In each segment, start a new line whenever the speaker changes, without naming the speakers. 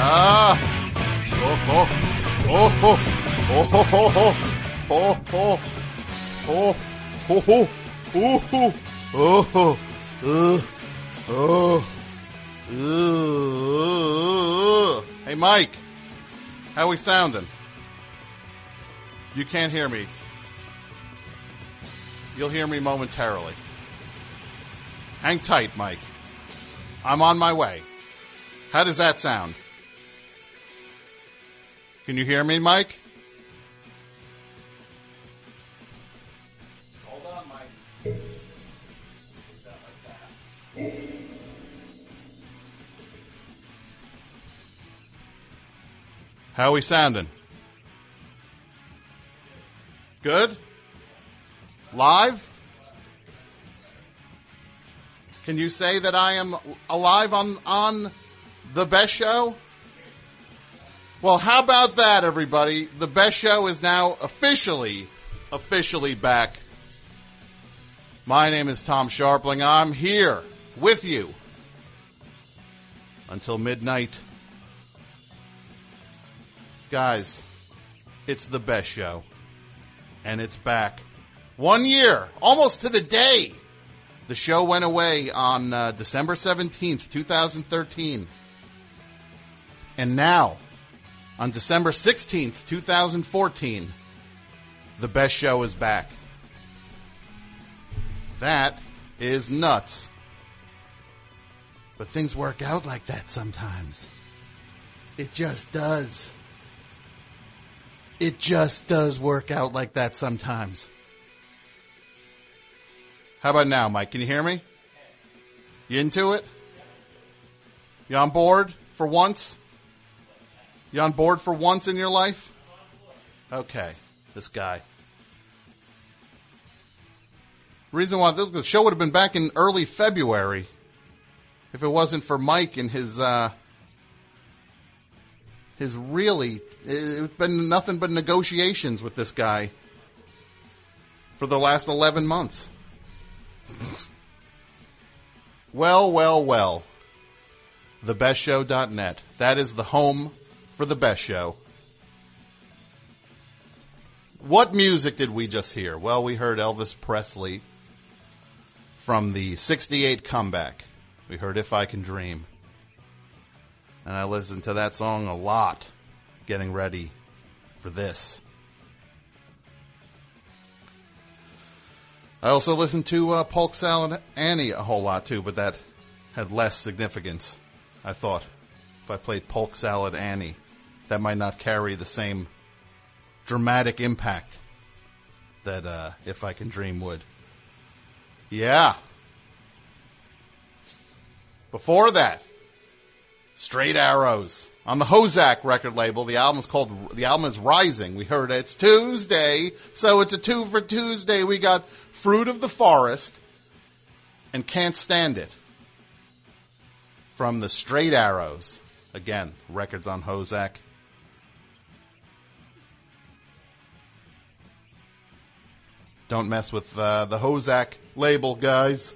Ah! Hey, Mike, how we sounding? You can't hear me. You'll hear me momentarily. Hang tight, Mike. I'm on my way. How does that sound? Can you hear me, Mike? Hold on, Mike. How we sounding? Good? Live? Can you say that I am alive on on the best show? Well, how about that everybody? The best show is now officially officially back. My name is Tom Sharpling. I'm here with you until midnight guys, it's the best show. And it's back. One year, almost to the day. The show went away on uh, December 17th, 2013. And now, on December 16th, 2014, the best show is back. That is nuts. But things work out like that sometimes. It just does it just does work out like that sometimes. How about now, Mike? Can you hear me? You into it? You on board for once? You on board for once in your life? Okay, this guy. Reason why this, the show would have been back in early February if it wasn't for Mike and his uh, his really it's been nothing but negotiations with this guy for the last 11 months. well, well, well. TheBestShow.net. That is the home for The Best Show. What music did we just hear? Well, we heard Elvis Presley from the 68 comeback. We heard If I Can Dream. And I listened to that song a lot getting ready for this. I also listened to uh, Polk Salad Annie a whole lot too, but that had less significance. I thought if I played Polk Salad Annie, that might not carry the same dramatic impact that uh, If I Can Dream would. Yeah. Before that, Straight Arrows On the Hozak record label, the album is called the album is Rising. We heard it's Tuesday, so it's a two for Tuesday. We got Fruit of the Forest and Can't Stand It from the Straight Arrows. Again, records on Hozak. Don't mess with uh, the Hozak label, guys.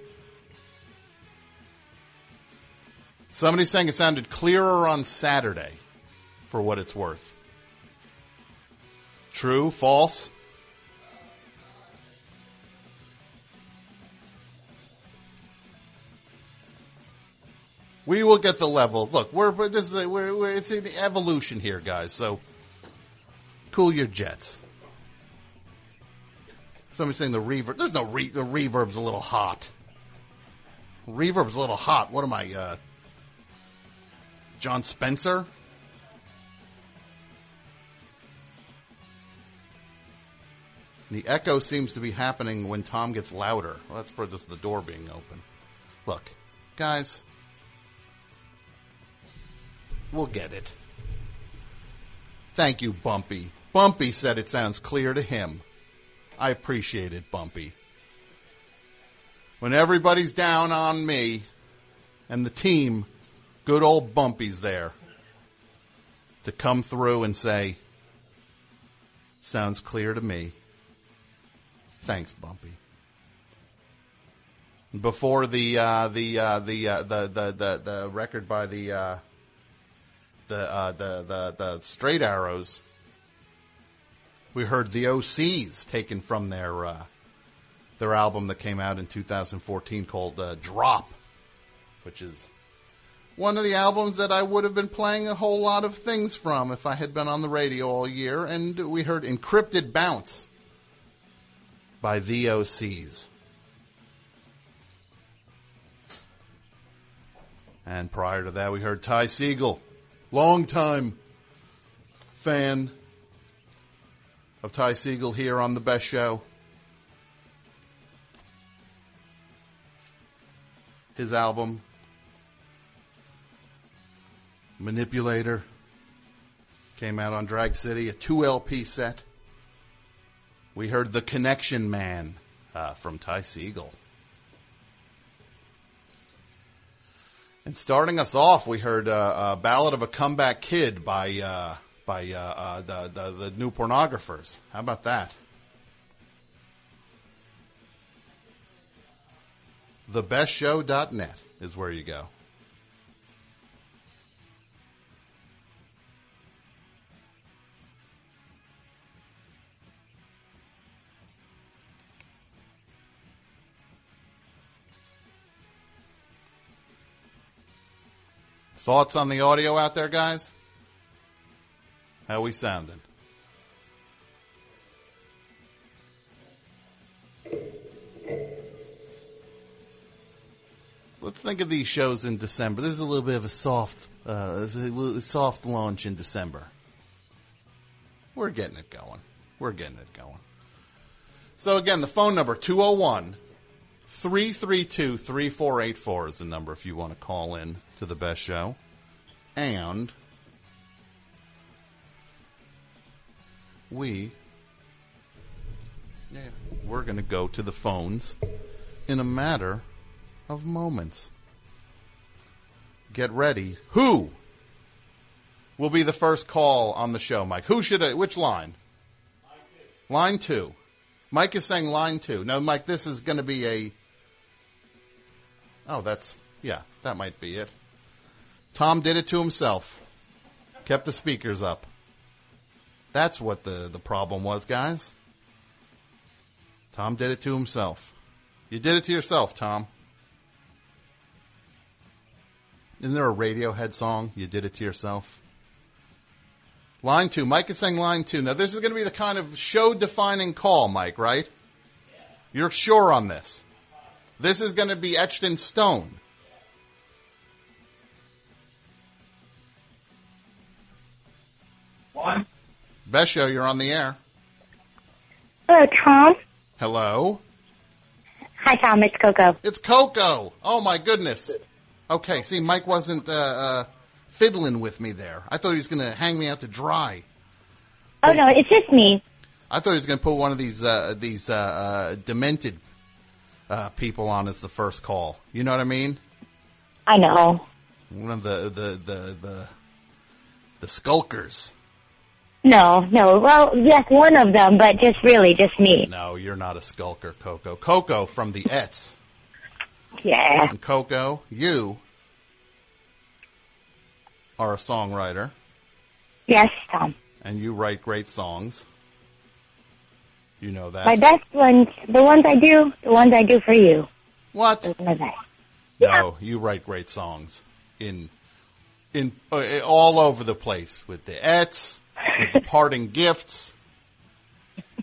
Somebody saying it sounded clearer on Saturday, for what it's worth. True, false? We will get the level. Look, we're, we're- this is a, we're, we're it's an evolution here, guys. So cool your jets. Somebody's saying the reverb. There's no re- the reverb's a little hot. Reverb's a little hot. What am I, uh, John Spencer? The echo seems to be happening when Tom gets louder. Well, that's for just the door being open. Look, guys, We'll get it. Thank you, Bumpy. Bumpy said it sounds clear to him. I appreciate it, Bumpy. When everybody's down on me and the team, good old Bumpy's there to come through and say, sounds clear to me. Thanks, Bumpy. Before the uh, the uh, the, uh, the the the the record by the uh, the uh, the the the straight arrows. We heard the OCs taken from their uh, their album that came out in 2014 called uh, Drop, which is one of the albums that I would have been playing a whole lot of things from if I had been on the radio all year. And we heard Encrypted Bounce by the OCs. And prior to that, we heard Ty Siegel, longtime fan of Ty Siegel here on The Best Show. His album, Manipulator, came out on Drag City, a 2 LP set. We heard The Connection Man uh, from Ty Siegel. And starting us off, we heard uh, uh, "Ballad of a Comeback Kid" by uh, by uh, uh, the, the the New Pornographers. How about that? TheBestShow.net is where you go. Thoughts on the audio out there, guys? How we sounding? Let's think of these shows in December. This is a little bit of a soft, uh, this is a little soft launch in December. We're getting it going. We're getting it going. So again, the phone number 201 332 3484 is the number if you want to call in to the best show. And we yeah, we're going to go to the phones in a matter of moments. Get ready. Who will be the first call on the show, Mike? Who should I, which line? Line two. Mike is saying line two. Now, Mike, this is going to be a. Oh, that's. Yeah, that might be it. Tom did it to himself. Kept the speakers up. That's what the, the problem was, guys. Tom did it to himself. You did it to yourself, Tom. Isn't there a Radiohead song? You did it to yourself. Line two. Mike is saying line two. Now, this is going to be the kind of show defining call, Mike, right? You're sure on this. This is going to be etched in stone.
One.
Besho, you're on the air.
Hello, Uh, Tom.
Hello?
Hi, Tom. It's Coco.
It's Coco. Oh, my goodness. Okay, see, Mike wasn't uh, uh, fiddling with me there. I thought he was going to hang me out to dry.
Oh no, it's just me.
I thought he was going to put one of these uh, these uh, uh, demented uh, people on as the first call. You know what I mean?
I know.
One of the the the the, the skulkers.
No, no. Well, yes, one of them, but just really just me.
No, you're not a skulker, Coco. Coco from the Ets.
Yeah.
And Coco, you are a songwriter,
Yes, Tom.
and you write great songs. You know that.
My best ones, the ones I do, the ones I do for you.
what?
Those are my best.
No, you write great songs in in uh, all over the place with the Ets, with the parting gifts.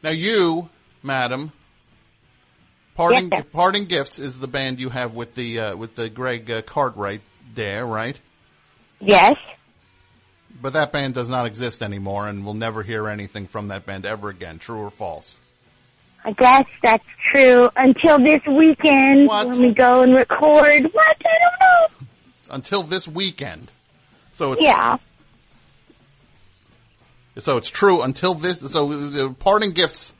Now you, madam, parting
Yes, sir.
parting gifts is the band you have with the uh, with the Greg uh, Cartwright there, right?
Yes.
But that band does not exist anymore, and we'll never hear anything from that band ever again. True or false?
I guess that's true until this weekend
What?
when we go and record. What? I don't know.
Until this weekend. So it's
Yeah.
So it's true until this. So the parting gifts.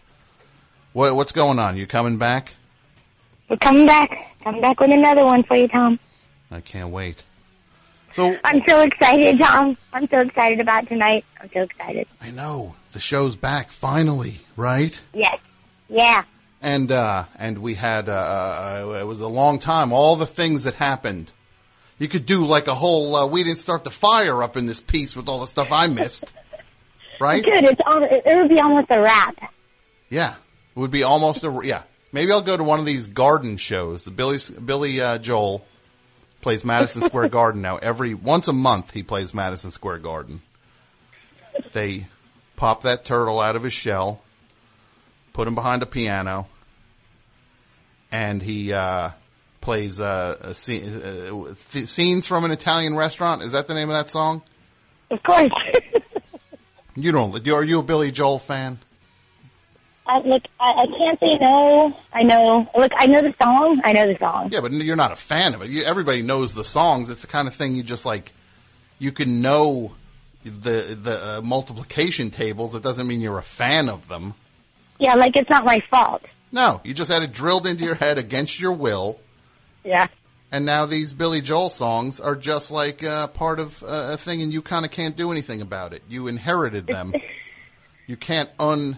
What, what's going on? You coming back?
We're coming back. Coming back with another one for you, Tom.
I can't wait. So
I'm so excited, Tom. I'm so excited about tonight. I'm so excited.
I know the show's back finally, right?
Yes. Yeah.
And uh, and we had uh, uh, it was a long time. All the things that happened. You could do like a whole. Uh, we didn't start the fire up in this piece with all the stuff I missed, right?
Dude, it's all, it, it would be almost a wrap.
Yeah, it would be almost a yeah. Maybe I'll go to one of these garden shows. The Billy Billy uh, Joel plays Madison Square Garden now. Every once a month, he plays Madison Square Garden. They pop that turtle out of his shell, put him behind a piano, and he uh, plays uh, a scene, uh, th- scenes from an Italian restaurant. Is that the name of that song?
Of course.
You don't. Are you a Billy Joel fan?
I, look, I, I can't say no. I know. Look, I know the song. I know the song.
Yeah, but you're not a fan of it. You, everybody knows the songs. It's the kind of thing you just like. You can know the the uh, multiplication tables. It doesn't mean you're a fan of them.
Yeah, like it's not my fault.
No, you just had it drilled into your head against your will,
Yeah.
and now these Billy Joel songs are just like uh, part of uh, a thing, and you kind of can't do anything about it. You inherited them. you can't un.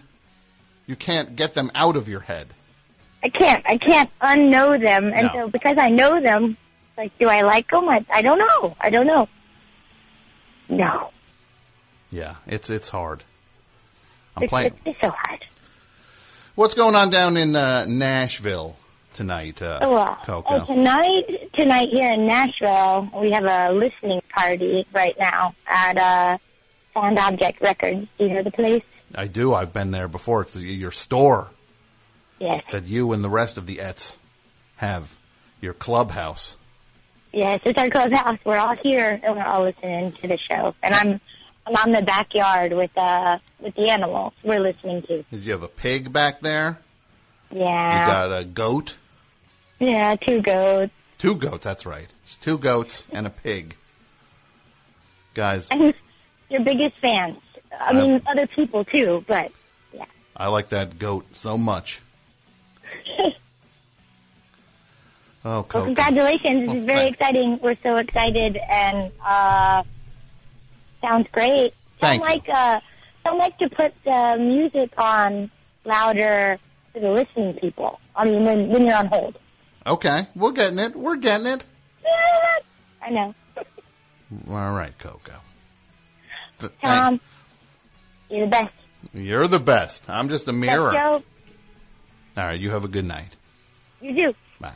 You can't get them out of your head.
I can't. I can't unknow them. And
No.
so because I know them, like, do I like them? I, I don't know. I don't know. No.
Yeah, it's it's hard. I'm
It's,
playing.
it's, it's so hard.
What's going on down in uh, Nashville tonight, uh,
Oh, well.
Coco?
Oh, tonight, tonight here in Nashville, we have a listening party right now at uh, Sound Object Records. Do you know the place?
I do. I've been there before. It's your store
Yes,
that you and the rest of the Ets have. Your clubhouse.
yes. It's our clubhouse. We're all here and we're all listening to the show. And I'm, I'm on the backyard with uh, with the animals. We're listening to.
Did you have a pig back there? You
Yeah,
got a goat.
yeah. Two goats.
Two goats. That's right. It's two goats and a pig. Guys,
Your biggest fans. I mean,
I'm-
other people too, but yeah.
I like that goat so much. Oh,
Well,
Coco.
congratulations.
Oh,
This is very
thanks.
exciting. We're so excited and uh sounds great.
Thank
sound
you.
like uh sound like to put the music on louder for the listening people. I mean when when you're on hold.
Okay, we're getting it. We're getting it.
I know.
All right, Coco. Th- thank-
Tom, you're the best.
You're the best. I'm just a
Best
mirror. All
Joe,
right, you have a good night.
you do.
Bye.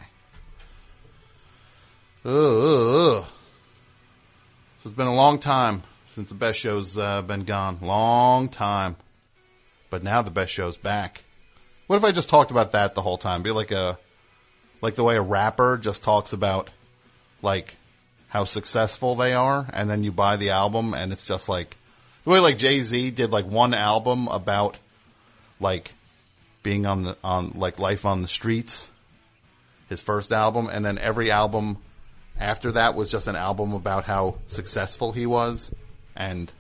Ugh, ugh, ugh. So it's been a long time since the best show's uh, been gone. Long time. But now the best show's back. What if I just talked about that the whole time? Be like a, like the way a rapper just talks about, like, how successful they are, and then you buy the album, and it's just like, the way like Jay Z did like one album about, like, being on the on like life on the streets his first album, and then every album After that was just an album about how successful he was and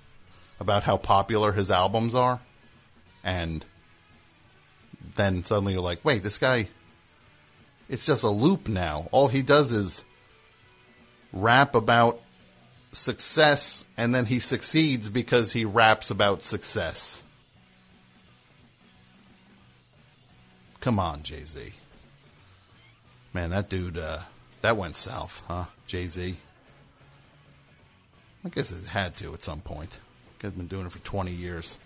about how popular his albums are. And then suddenly you're like, wait, this guy, it's just a loop now. All he does is rap about success and then he succeeds because he raps about success. Come on, Jay Z. Man, that dude, uh, that went south, huh? Jay Z. I guess it had to at some point. Guy's been doing it for 20 years.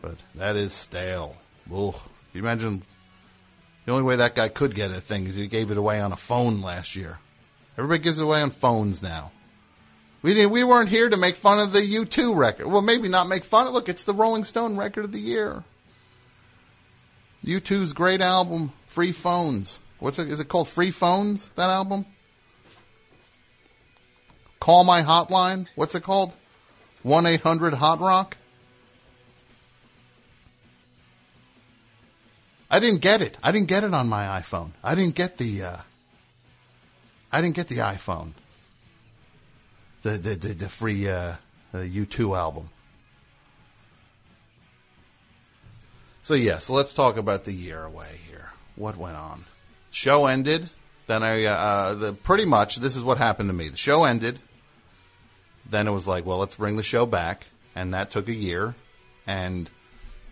But that is stale. Ugh. You imagine the only way that guy could get a thing is he gave it away on a phone last year. Everybody gives it away on phones now. We didn't, we weren't here to make fun of the U2 record. Well, maybe not make fun of, look, it's the Rolling Stone record of the year. U2's great album, Free Phones. What's it, is it called Free Phones, that album? Call My Hotline. What's it called? 1-800-HOT-ROCK? I didn't get it. I didn't get it on my iPhone. I didn't get the, uh, I didn't get the iPhone. The, the, the, the free, uh, uh, U2 album. So yeah, so let's talk about the year away here. What went on? Show ended. Then I, uh, the, pretty much this is what happened to me. The show ended. Then it was like, well, let's bring the show back. And that took a year. And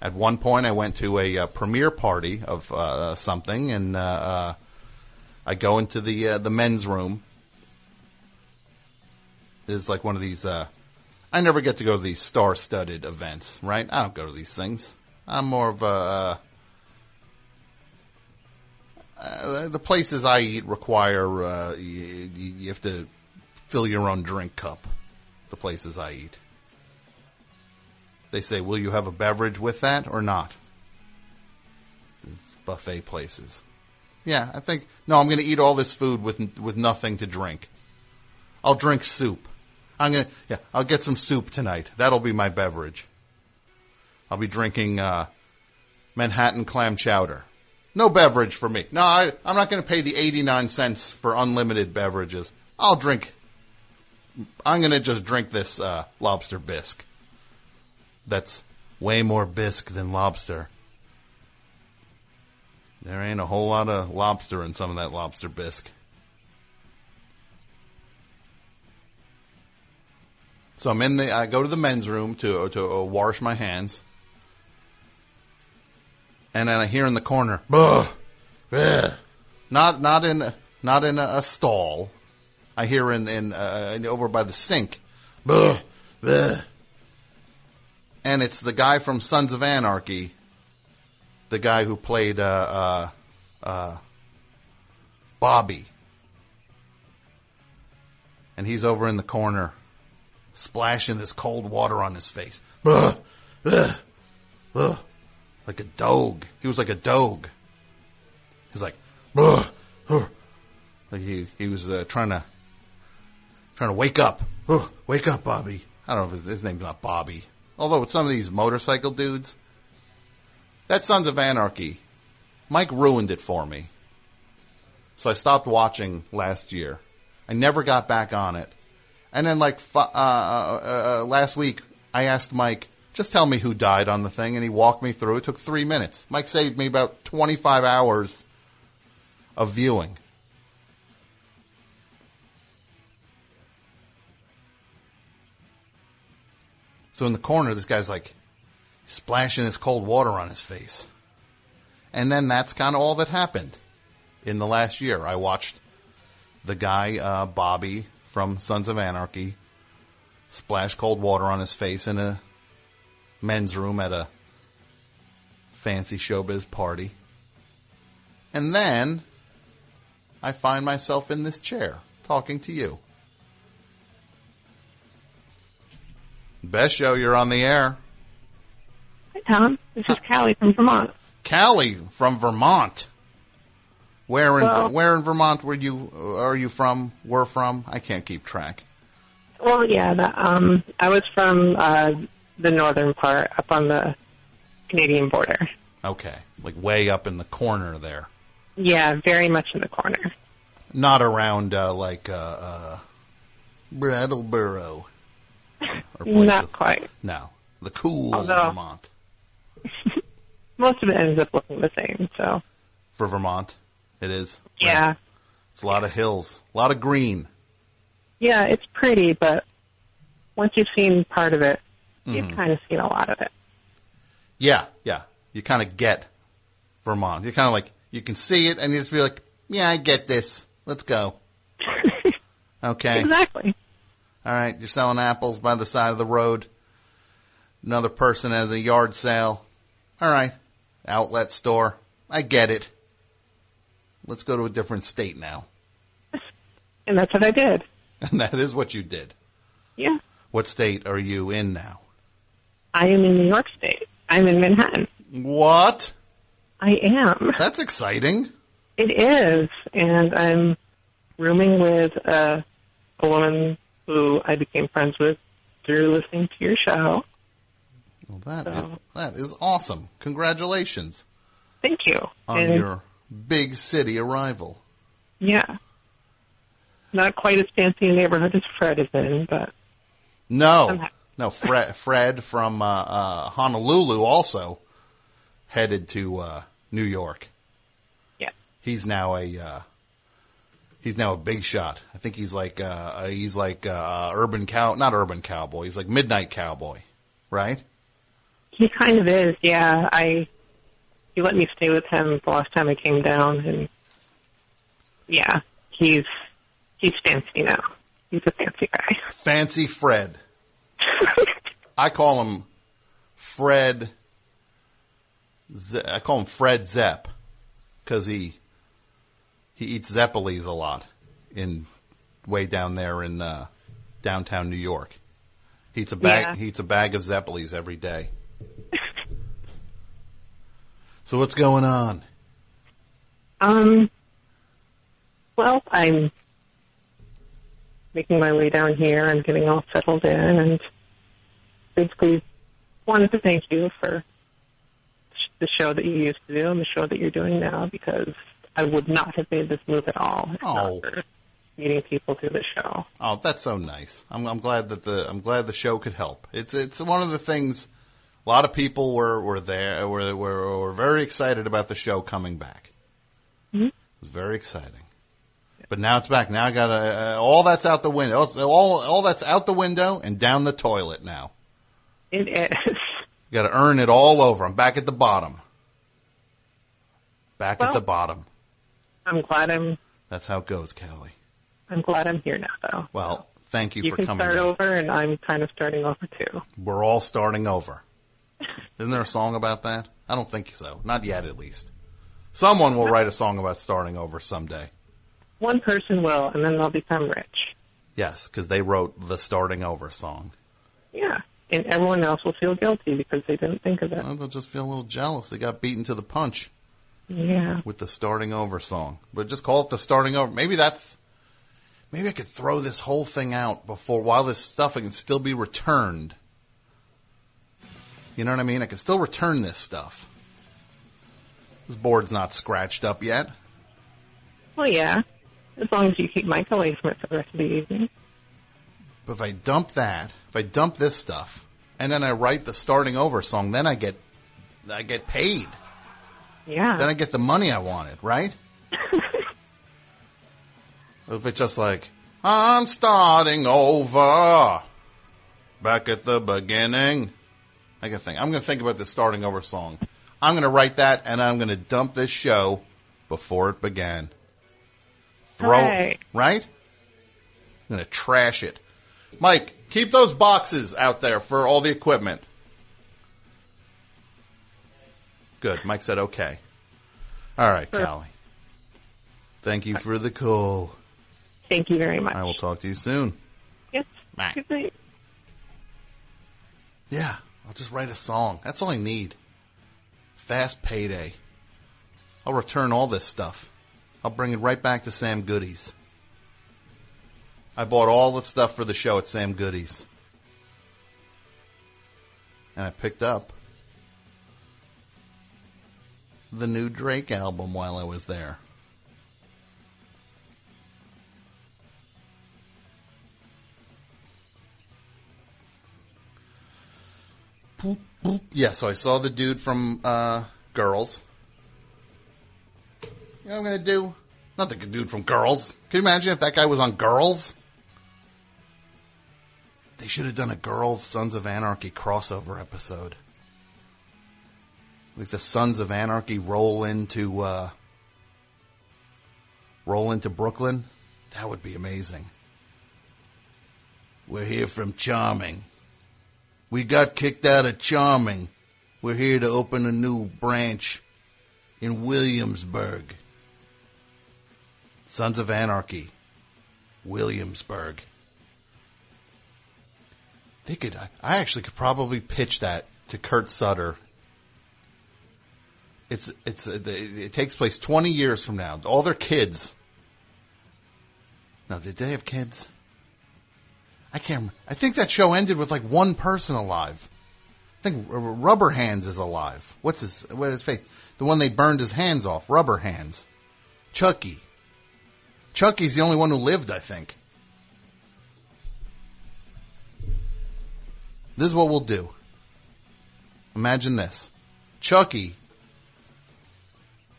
at one point I went to a, uh premiere party of, uh, something and, uh, uh, I go into the, uh, the men's room. There's like one of these, uh, I never get to go to these star studded events, right? I don't go to these things. I'm more of a, uh, uh, the places I eat require uh, you, you have to fill your own drink cup. The places I eat, they say, "Will you have a beverage with that or not?" It's buffet places. Yeah, I think no. I'm going to eat all this food with with nothing to drink. I'll drink soup. I'm gonna yeah. I'll get some soup tonight. That'll be my beverage. I'll be drinking uh, Manhattan clam chowder. No beverage for me. No, I, I'm not going to pay the 89 cents for unlimited beverages. I'll drink. I'm going to just drink this uh, lobster bisque. That's way more bisque than lobster. There ain't a whole lot of lobster in some of that lobster bisque. So I'm in the. I go to the men's room to to uh, wash my hands, and then I hear in the corner, "Bah, bah." not not in not in a, a stall. I hear in in, uh, in- over by the sink, "Bah, bah." and it's the guy from Sons of Anarchy, the guy who played uh, uh, uh, Bobby, and he's over in the corner splashing this cold water on his face. Ugh, ugh, ugh. Like a dog. He was like a dog. He's like, ugh, ugh. like he he was uh, trying to trying to wake up. Ugh, wake up, Bobby. I don't know if his, his name's not Bobby. Although with some of these motorcycle dudes, that Sons of Anarchy, Mike ruined it for me. So I stopped watching last year. I never got back on it. And then like fu- uh, uh, uh, last week, I asked Mike, just tell me who died on the thing, and he walked me through. It took three minutes. Mike saved me about 25 hours of viewing. So in the corner, this guy's like splashing his cold water on his face. And then that's kind of all that happened in the last year. I watched the guy uh, Bobby from Sons of Anarchy splash cold water on his face in a men's room at a fancy showbiz party. And then I find myself in this chair talking to you. Best show you're on the air.
Hi, Tom. This is Callie from Vermont.
Callie from Vermont. Where in
Well-
where in Vermont were you are you from? Were from? I can't keep track.
Well, yeah, the, um, I was from uh, the northern part, up on the Canadian border.
Okay, like way up in the corner there.
Yeah, very much in the corner.
not around uh, like uh, uh, Brattleboro. Or
Not quite.
No, the cool
Although-
Vermont
Most of it ends up looking the same. So
for Vermont. It is.
yeah,
It's a lot of hills, a lot of green.
yeah, it's pretty, but once you've seen part of it, you've kind of seen a lot of it.
Yeah, yeah. You kind of get Vermont. You're kind of like you can see it, and you just be like, "Yeah, I get this. Let's go." Okay.
Exactly.
All right, you're selling apples by the side of the road. Another person has a yard sale. All right, outlet store. I get it. Let's go to a different state now.
And that's what I did.
And that is what you did.
Yeah.
What state are you in now?
I am in New York State. I'm in Manhattan.
What?
I am.
That's exciting.
It is. And I'm rooming with a, a woman who I became friends with through listening to your show.
Well, that is, that is awesome. Congratulations
Thank you.
on
and
your big city arrival.
yeah. Not quite as fancy a neighborhood as Fred is in, but
No,
Somehow.
no. Fred, Fred from uh, uh, Honolulu also headed to uh, New York.
yeah.
he's now a uh, he's now a big shot. I think he's like uh, uh, he's like uh, urban cow, not urban cowboy. He's like midnight cowboy, right?
He kind of is, yeah. I he let me stay with him the last time I came down and yeah, he's he's fancy now. He's a fancy guy.
Fancy Fred. I call him Fred. Ze- I call him Fred Zepp because he he eats Zeppelis a lot in way down there in uh, downtown New York. He eats a bag.
Yeah.
He eats a bag of Zeppelis every day. so what's going on?
Um well, I'm making my way down here, I'm getting all settled in and basically wanted to thank you for sh- the show that you used to do and the show that you're doing now because I would not have made this move at all. if not
Oh.
for meeting people through the show.
Oh, that's so nice. I'm, I'm glad that the I'm glad the show could help. It's it's one of the things. A lot of people were were there were were, were very excited about the show coming back.
Mm-hmm.
It was very exciting, but now it's back. Now I got to uh, all that's out the window. All all that's out the window and down the toilet now.
It is.
Got to earn it all over. I'm back at the bottom. Back at
Well-
the bottom.
I'm glad I'm.
That's how it goes, Kelly.
I'm glad I'm here now, though.
Well, thank you,
you
for
can
coming.
start
in.
over, and I'm kind of starting over too.
we're all starting over. Isn't there a song about that? I don't think so. Not yet, at least. Someone will write a song about starting over someday.
One person will, and then they'll become rich.
Yes, because they wrote the starting over song.
Yeah, and everyone else will feel guilty because they didn't think of it.
Well, they'll just feel a little jealous. They got beaten to the punch
Yeah,
with the starting over song. But just call it the starting over. Maybe that's. Maybe I could throw this whole thing out before while this stuff can still be returned. You know what I mean? I can still return this stuff. This board's not scratched up yet.
well, oh, yeah. As long as you keep Mike away from it for the rest of the evening.
But if I dump that, if I dump this stuff, and then I write the starting over song, then I get, I get paid.
Yeah,
Then I get the money I wanted, right? if it's just like, I'm starting over, back at the beginning. I can think, I'm going to think about this starting over song. I'm going to write that and I'm going to dump this show before it began. Throw,
Hooray.
right? I'm going to trash it. Mike, keep those boxes out there for all the equipment. Good. Mike said okay. All right, Callie. Thank you for the call.
thank you very much.
I will talk to you soon.
Yes.
Bye.
Good night.
Yeah, I'll just write a song. That's all I need. Fast payday. I'll return all this stuff. I'll bring it right back to Sam Goody's. I bought all the stuff for the show at Sam Goody's. And I picked up the new Drake album while I was there. boop, boop. Yeah, so I saw the dude from uh, Girls. You know what I'm going to do? Not the dude from Girls. Can you imagine if that guy was on Girls? They should have done a Girls Sons of Anarchy crossover episode. Like the Sons of Anarchy roll into uh, roll into Brooklyn. That would be amazing. We're here from Charming. We got kicked out of Charming. We're here to open a new branch in Williamsburg. Sons of Anarchy, Williamsburg. They could. I- I actually could probably pitch that to Kurt Sutter. It's it's uh, the- it takes place twenty years from now. All their kids. Now, did they have kids? I can't. rem- I think that show ended with like one person alive. I think R- R- Rubber Hands is alive. What's his what's his face? The one they burned his hands off. Rubber Hands. Chucky. Chucky's the only one who lived, I think. This is what we'll do. Imagine this. Chucky.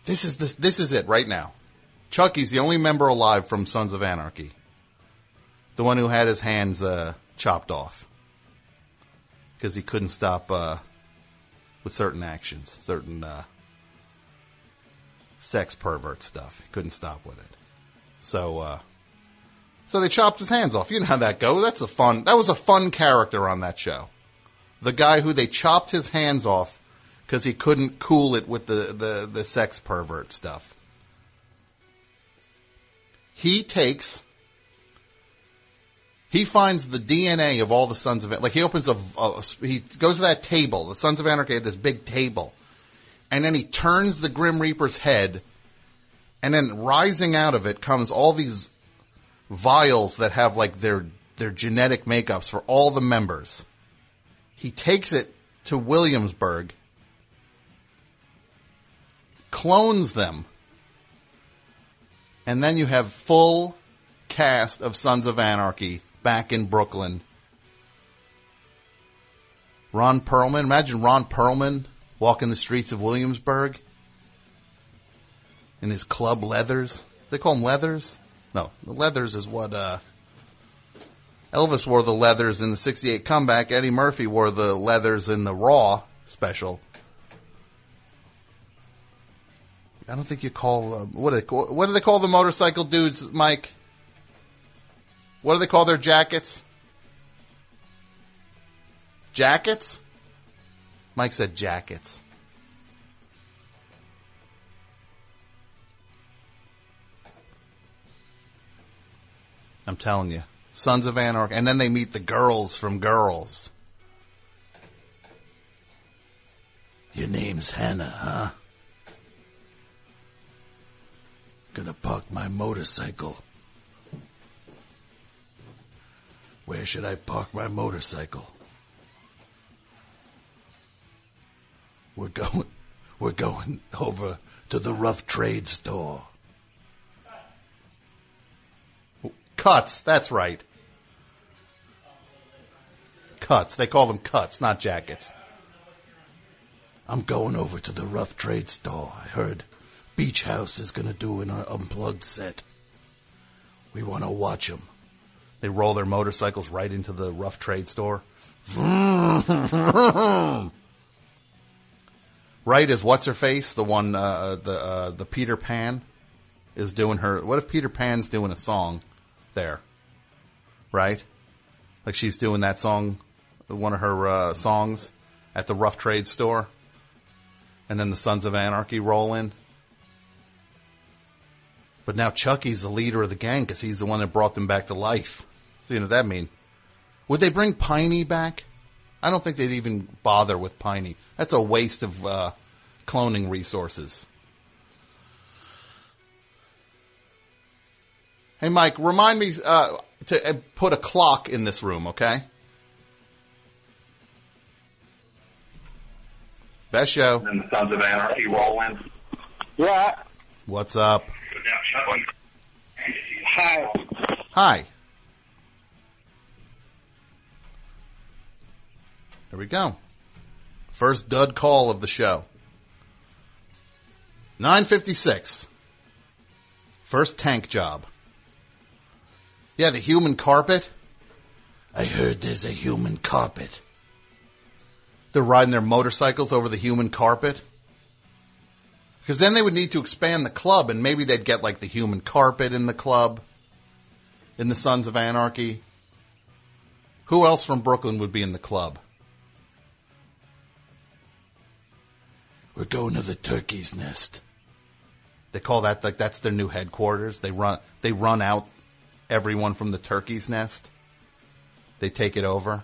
This is this this is it right now. Chucky's the only member alive from Sons of Anarchy. The one who had his hands uh, chopped off because he couldn't stop uh, with certain actions, certain uh, sex pervert stuff. He couldn't stop with it. So, uh, so they chopped his hands off. You know how that goes. That's a fun. That was a fun character on that show. The guy who they chopped his hands off because he couldn't cool it with the, the, the sex pervert stuff. He takes he finds the DNA of all the Sons of like he opens a, a he goes to that table. The Sons of Anarchy had this big table, and then he turns the Grim Reaper's head, and then rising out of it comes all these vials that have like their their genetic makeups for all the members. He takes it to Williamsburg, clones them, and then you have full cast of Sons of Anarchy back in Brooklyn. Ron Perlman, imagine Ron Perlman walking the streets of Williamsburg in his club leathers. They call him leathers? No, the leathers is what uh Elvis wore the leathers in the 68 comeback. Eddie Murphy wore the leathers in the Raw special. I don't think you call uh, what do they call, what do they call the motorcycle dudes, Mike? What do they call their jackets? Jackets? Mike said jackets. I'm telling you. Sons of Anarchy. And then they meet the girls from Girls. Your name's Hannah, huh? Gonna park my motorcycle. Where should I park my motorcycle? We're going we're going over to the rough trade store. Cuts, that's right. Cuts. They call them cuts, not jackets. I'm going over to the rough trade store. I heard Beach House is going to do an unplugged set. We want to watch 'em. They roll their motorcycles right into the rough trade store. right as what's her face, the one, uh, the uh, the Peter Pan, is doing her. What if Peter Pan's doing a song there? Right, like she's doing that song, one of her uh, songs at the rough trade store, and then the Sons of Anarchy roll in. But now Chucky's the leader of the gang because he's the one that brought them back to life. So you know what that mean? Would they bring Piney back? I don't think they'd even bother with Piney. That's a waste of uh, cloning resources. Hey, Mike, remind me uh, to uh, put a clock in this room, okay? Best show.
and the Sons of Anarchy roll in.
Yeah.
What's up?
Hi.
Hi. There we go. First dud call of the show. 956. First tank job. Yeah, the human carpet. I heard there's a human carpet. They're riding their motorcycles over the human carpet. Because then they would need to expand the club, and maybe they'd get like the human carpet in the club, in the Sons of Anarchy. Who else from Brooklyn would be in the club? We're going to the turkey's nest. They call that like that's their new headquarters. They run they run out everyone from the turkey's nest. They take it over.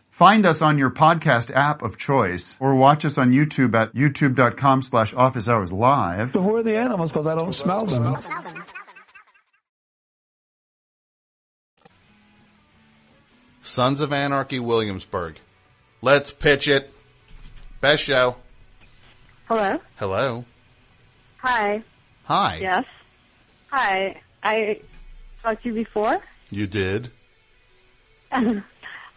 Find us on your podcast app of choice or watch us on YouTube at youtube.com slash office hours live.
Who are the animals? Because I don't smell them.
Sons of Anarchy Williamsburg. Let's pitch it. Best show.
Hello.
Hello.
Hi.
Hi.
Yes. Hi. I talked to you before.
You did.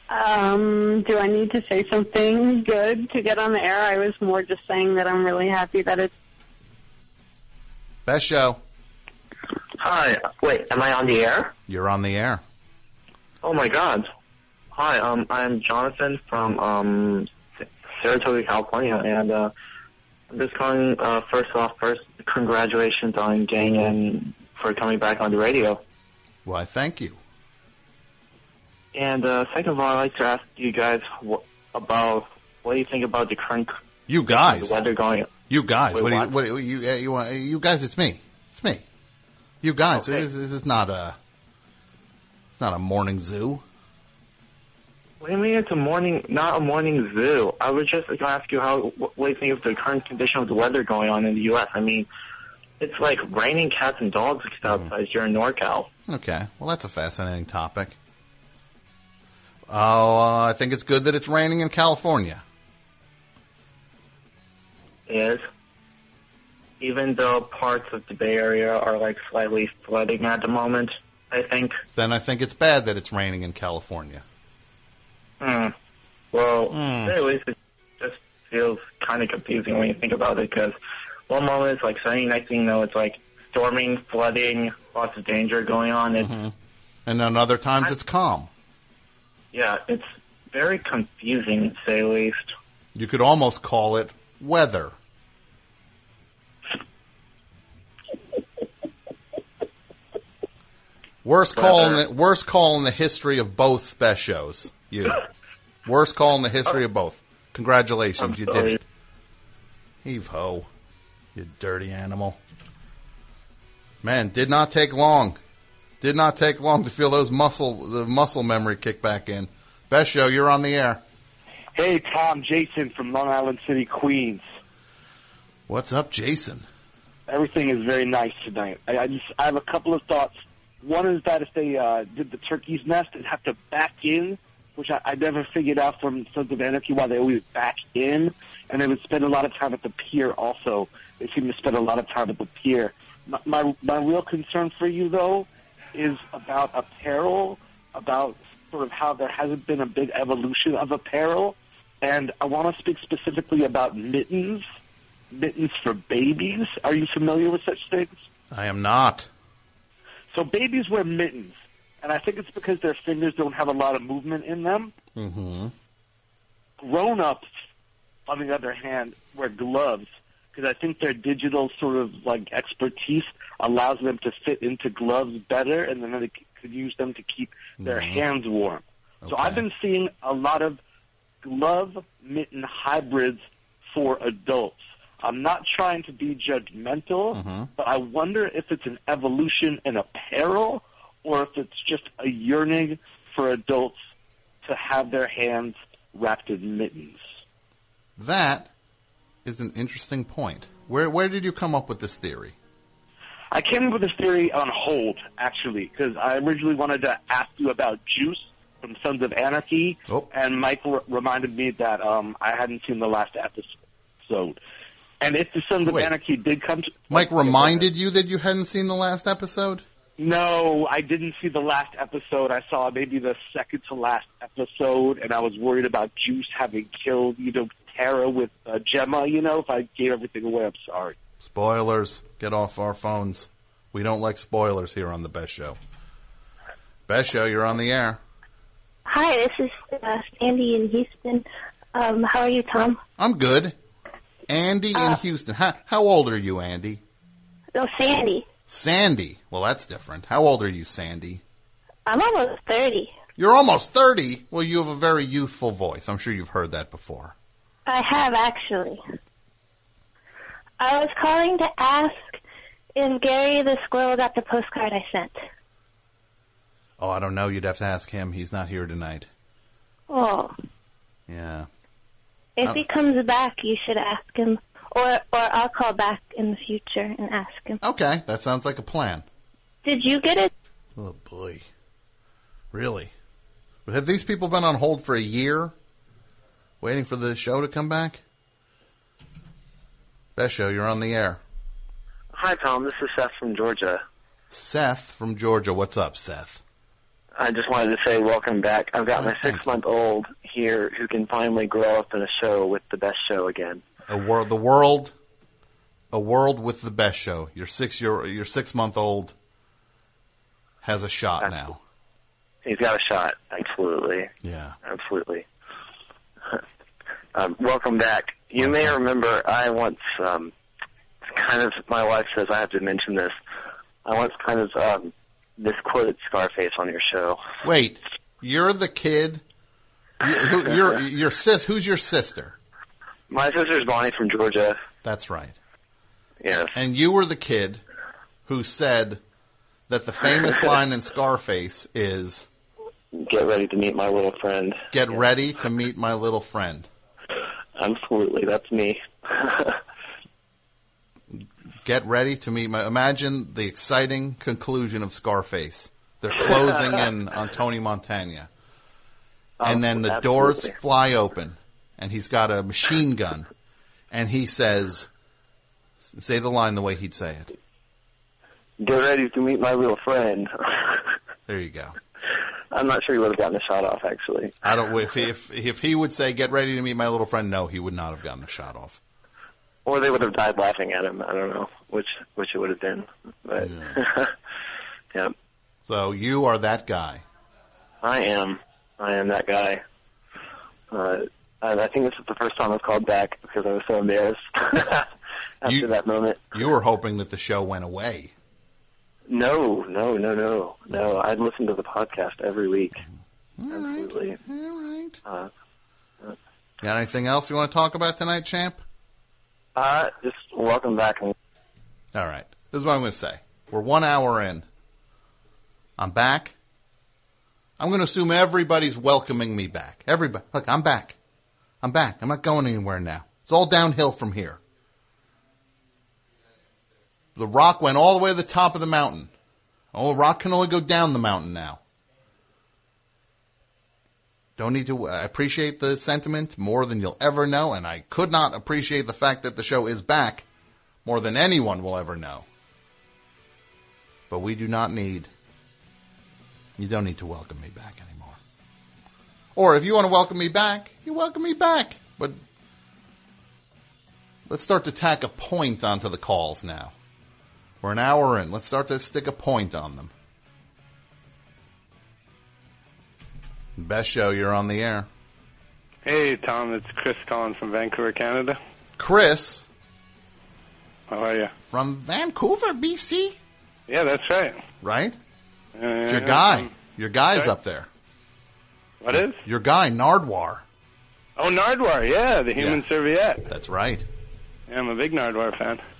Um, do I need to say something good to get on the air? I was more just saying that I'm really happy that it's.
Best show.
Hi. Wait, am I on the air?
You're on the air.
Oh my god. Hi, um, I'm Jonathan from um, Saratoga, California, and uh, I'm just calling uh, first off, first congratulations on getting in for coming back on the radio.
Why, thank you.
And uh, second of all, I'd like to ask you guys wh- about what do you think about the current
You guys.
the weather going?
You guys.
Wait,
what, do you,
what?
what do you, you, you, want- you guys, it's me. It's me. You guys.
Okay.
This, this is not a, it's not a morning zoo.
What do you mean it's a morning, not a morning zoo? I was just going to ask you how, what do you think of the current condition of the weather going on in the U.S.? I mean, it's like raining cats and dogs outside here in NorCal.
Okay. Well, that's a fascinating topic. Oh, uh, I think it's good that it's raining in California.
Is even though parts of the Bay Area are like slightly flooding at the moment, I think.
Then I think it's bad that it's raining in California.
Hmm. Well, at least it just feels kind of confusing when you think about it because one moment it's like sunny, next thing you know it's like storming, flooding, lots of danger going on. It's
And then other times it's calm.
Yeah, it's very confusing, to say the least.
You could almost call it weather. Worst call in the, worst call in the history of both best shows. You. Worst call in the history of both. Congratulations, you did it. Heave ho. You dirty animal. Man, did not take long. Did not take long to feel those muscle the muscle memory kick back in. Best show, you're on the air.
Hey, Tom, Jason from Long Island City, Queens.
What's up, Jason?
Everything is very nice tonight. I, I just I have a couple of thoughts. One is that if they uh, did the turkey's nest, they'd have to back in, which I, I never figured out from Sons of Anarchy why they always back in, and they would spend a lot of time at the pier. Also, they seem to spend a lot of time at the pier. My my, my real concern for you though is about apparel, about sort of how there hasn't been a big evolution of apparel, and I want to speak specifically about mittens mittens for babies. Are you familiar with such things?
I am not.
So babies wear mittens, and I think it's because their fingers don't have a lot of movement in them.
Mm-hmm.
Grown-ups, on the other hand, wear gloves because I think their digital sort of like expertise allows them to fit into gloves better, and then they c- could use them to keep their hands warm. So
Okay.
I've been seeing a lot of glove mitten hybrids for adults. I'm not trying to be judgmental, but I wonder if it's an evolution in apparel or if it's just a yearning for adults to have their hands wrapped in mittens.
That is an interesting point. Where where did you come up with this theory?
I came up with this theory on hold, actually, because I originally wanted to ask you about Juice from Sons of Anarchy,
Oh.
and Michael r- reminded me that um, I hadn't seen the last episode. And if the Sons
Wait.
of Anarchy did come to...
Mike reminded you that you hadn't seen the last episode?
No, I didn't see the last episode. I saw maybe the second to last episode, and I was worried about Juice having killed, you know, Tara with uh, Gemma, you know? If I gave everything away, I'm sorry.
Spoilers. Get off our phones. We don't like spoilers here on the Best Show. Best Show, you're on the air.
Hi, this is uh, Sandy in Houston. Um, how are you, Tom?
I'm good. Andy in Houston. How, how old are you, Andy?
Uh, No, Sandy.
Sandy. Well, that's different. How old are you, Sandy?
I'm almost 30.
You're almost 30. Well, you have a very youthful voice. I'm sure you've heard that before.
I have actually. I was calling to ask if Gary the squirrel got the postcard I sent.
Oh, I don't know. You'd have to ask him. He's not here tonight.
Oh,
Yeah.
if
Um,
he comes back, you should ask him, or or I'll call back in the future and ask him.
Okay, that sounds like a plan.
Did you get it?
Oh boy. Really? But have these people been on hold for a year? Waiting for the show to come back? Best show, you're on the air.
Hi, Tom. This is Seth from Georgia.
Seth from Georgia. What's up, Seth?
I just wanted to say welcome back. I've
Oh,
got my six-month-old here who can finally grow up in a show with the best show again.
A world the world a world with the best show. Your six year your six month old has a shot now.
He's got a shot. Absolutely.
Yeah.
Absolutely. um, welcome back. You may remember I once um, kind of, my wife says I have to mention this. I once kind of um, misquoted Scarface on your show.
Wait, you're the kid you, who, your your sis who's your sister?
My sister's Bonnie from Georgia.
That's right.
Yes.
and you were the kid who said that the famous line in Scarface is
Get ready to meet my little friend.
"Get ready to meet my little friend."
Absolutely. That's me.
Get ready to meet my. Imagine the exciting conclusion of Scarface. They're closing in on Tony Montana, and then the doors
Oh, absolutely.
fly open, and he's got a machine gun, and he says, "Say the line the way he'd say it."
Get ready to meet my little friend.
There you go.
I'm not sure he would have gotten a shot off, actually.
I don't. If if if he would say, "Get ready to meet my little friend," no, he would not have gotten the shot off.
Or they would have died laughing at him. I don't know which which it would have been. But yeah,
So you are that guy.
I am. I am that guy. Uh, and I think this is the first time I've called back because I was so embarrassed after
You-
that moment.
You were hoping that the show went away.
No, no, no, no, no. I'd listen to the podcast every week. Absolutely.
All right.
Uh,
Got anything else you want to talk about tonight, champ?
uh, just welcome back and
All right. This is what I'm going to say. We're one hour in. I'm back. I'm going to assume everybody's welcoming me back. Everybody. Look, I'm back. I'm back. I'm not going anywhere now. It's all downhill from here. The rock went all the way to the top of the mountain. Oh, the rock can only go down the mountain now. Don't need to. I appreciate the sentiment more than you'll ever know, and I could not appreciate the fact that the show is back more than anyone will ever know. But we do not need, you don't need to welcome me back anymore. Or if you want to welcome me back, you welcome me back. But let's start to tack a point onto the calls now. We're an hour in. Let's start to stick a point on them. Best show, you're on the air.
Hey, Tom, it's Chris calling from Vancouver, Canada.
Chris
How are you?
from Vancouver, BC,
Yeah, that's right.
right?
Uh,
It's your guy. Your guy's
Sorry?
up there.
What is?
Your guy, Nardwar.
Oh, Nardwar, yeah, the human
Yeah.
serviette.
That's right.
Yeah, I'm a big Nardwar fan.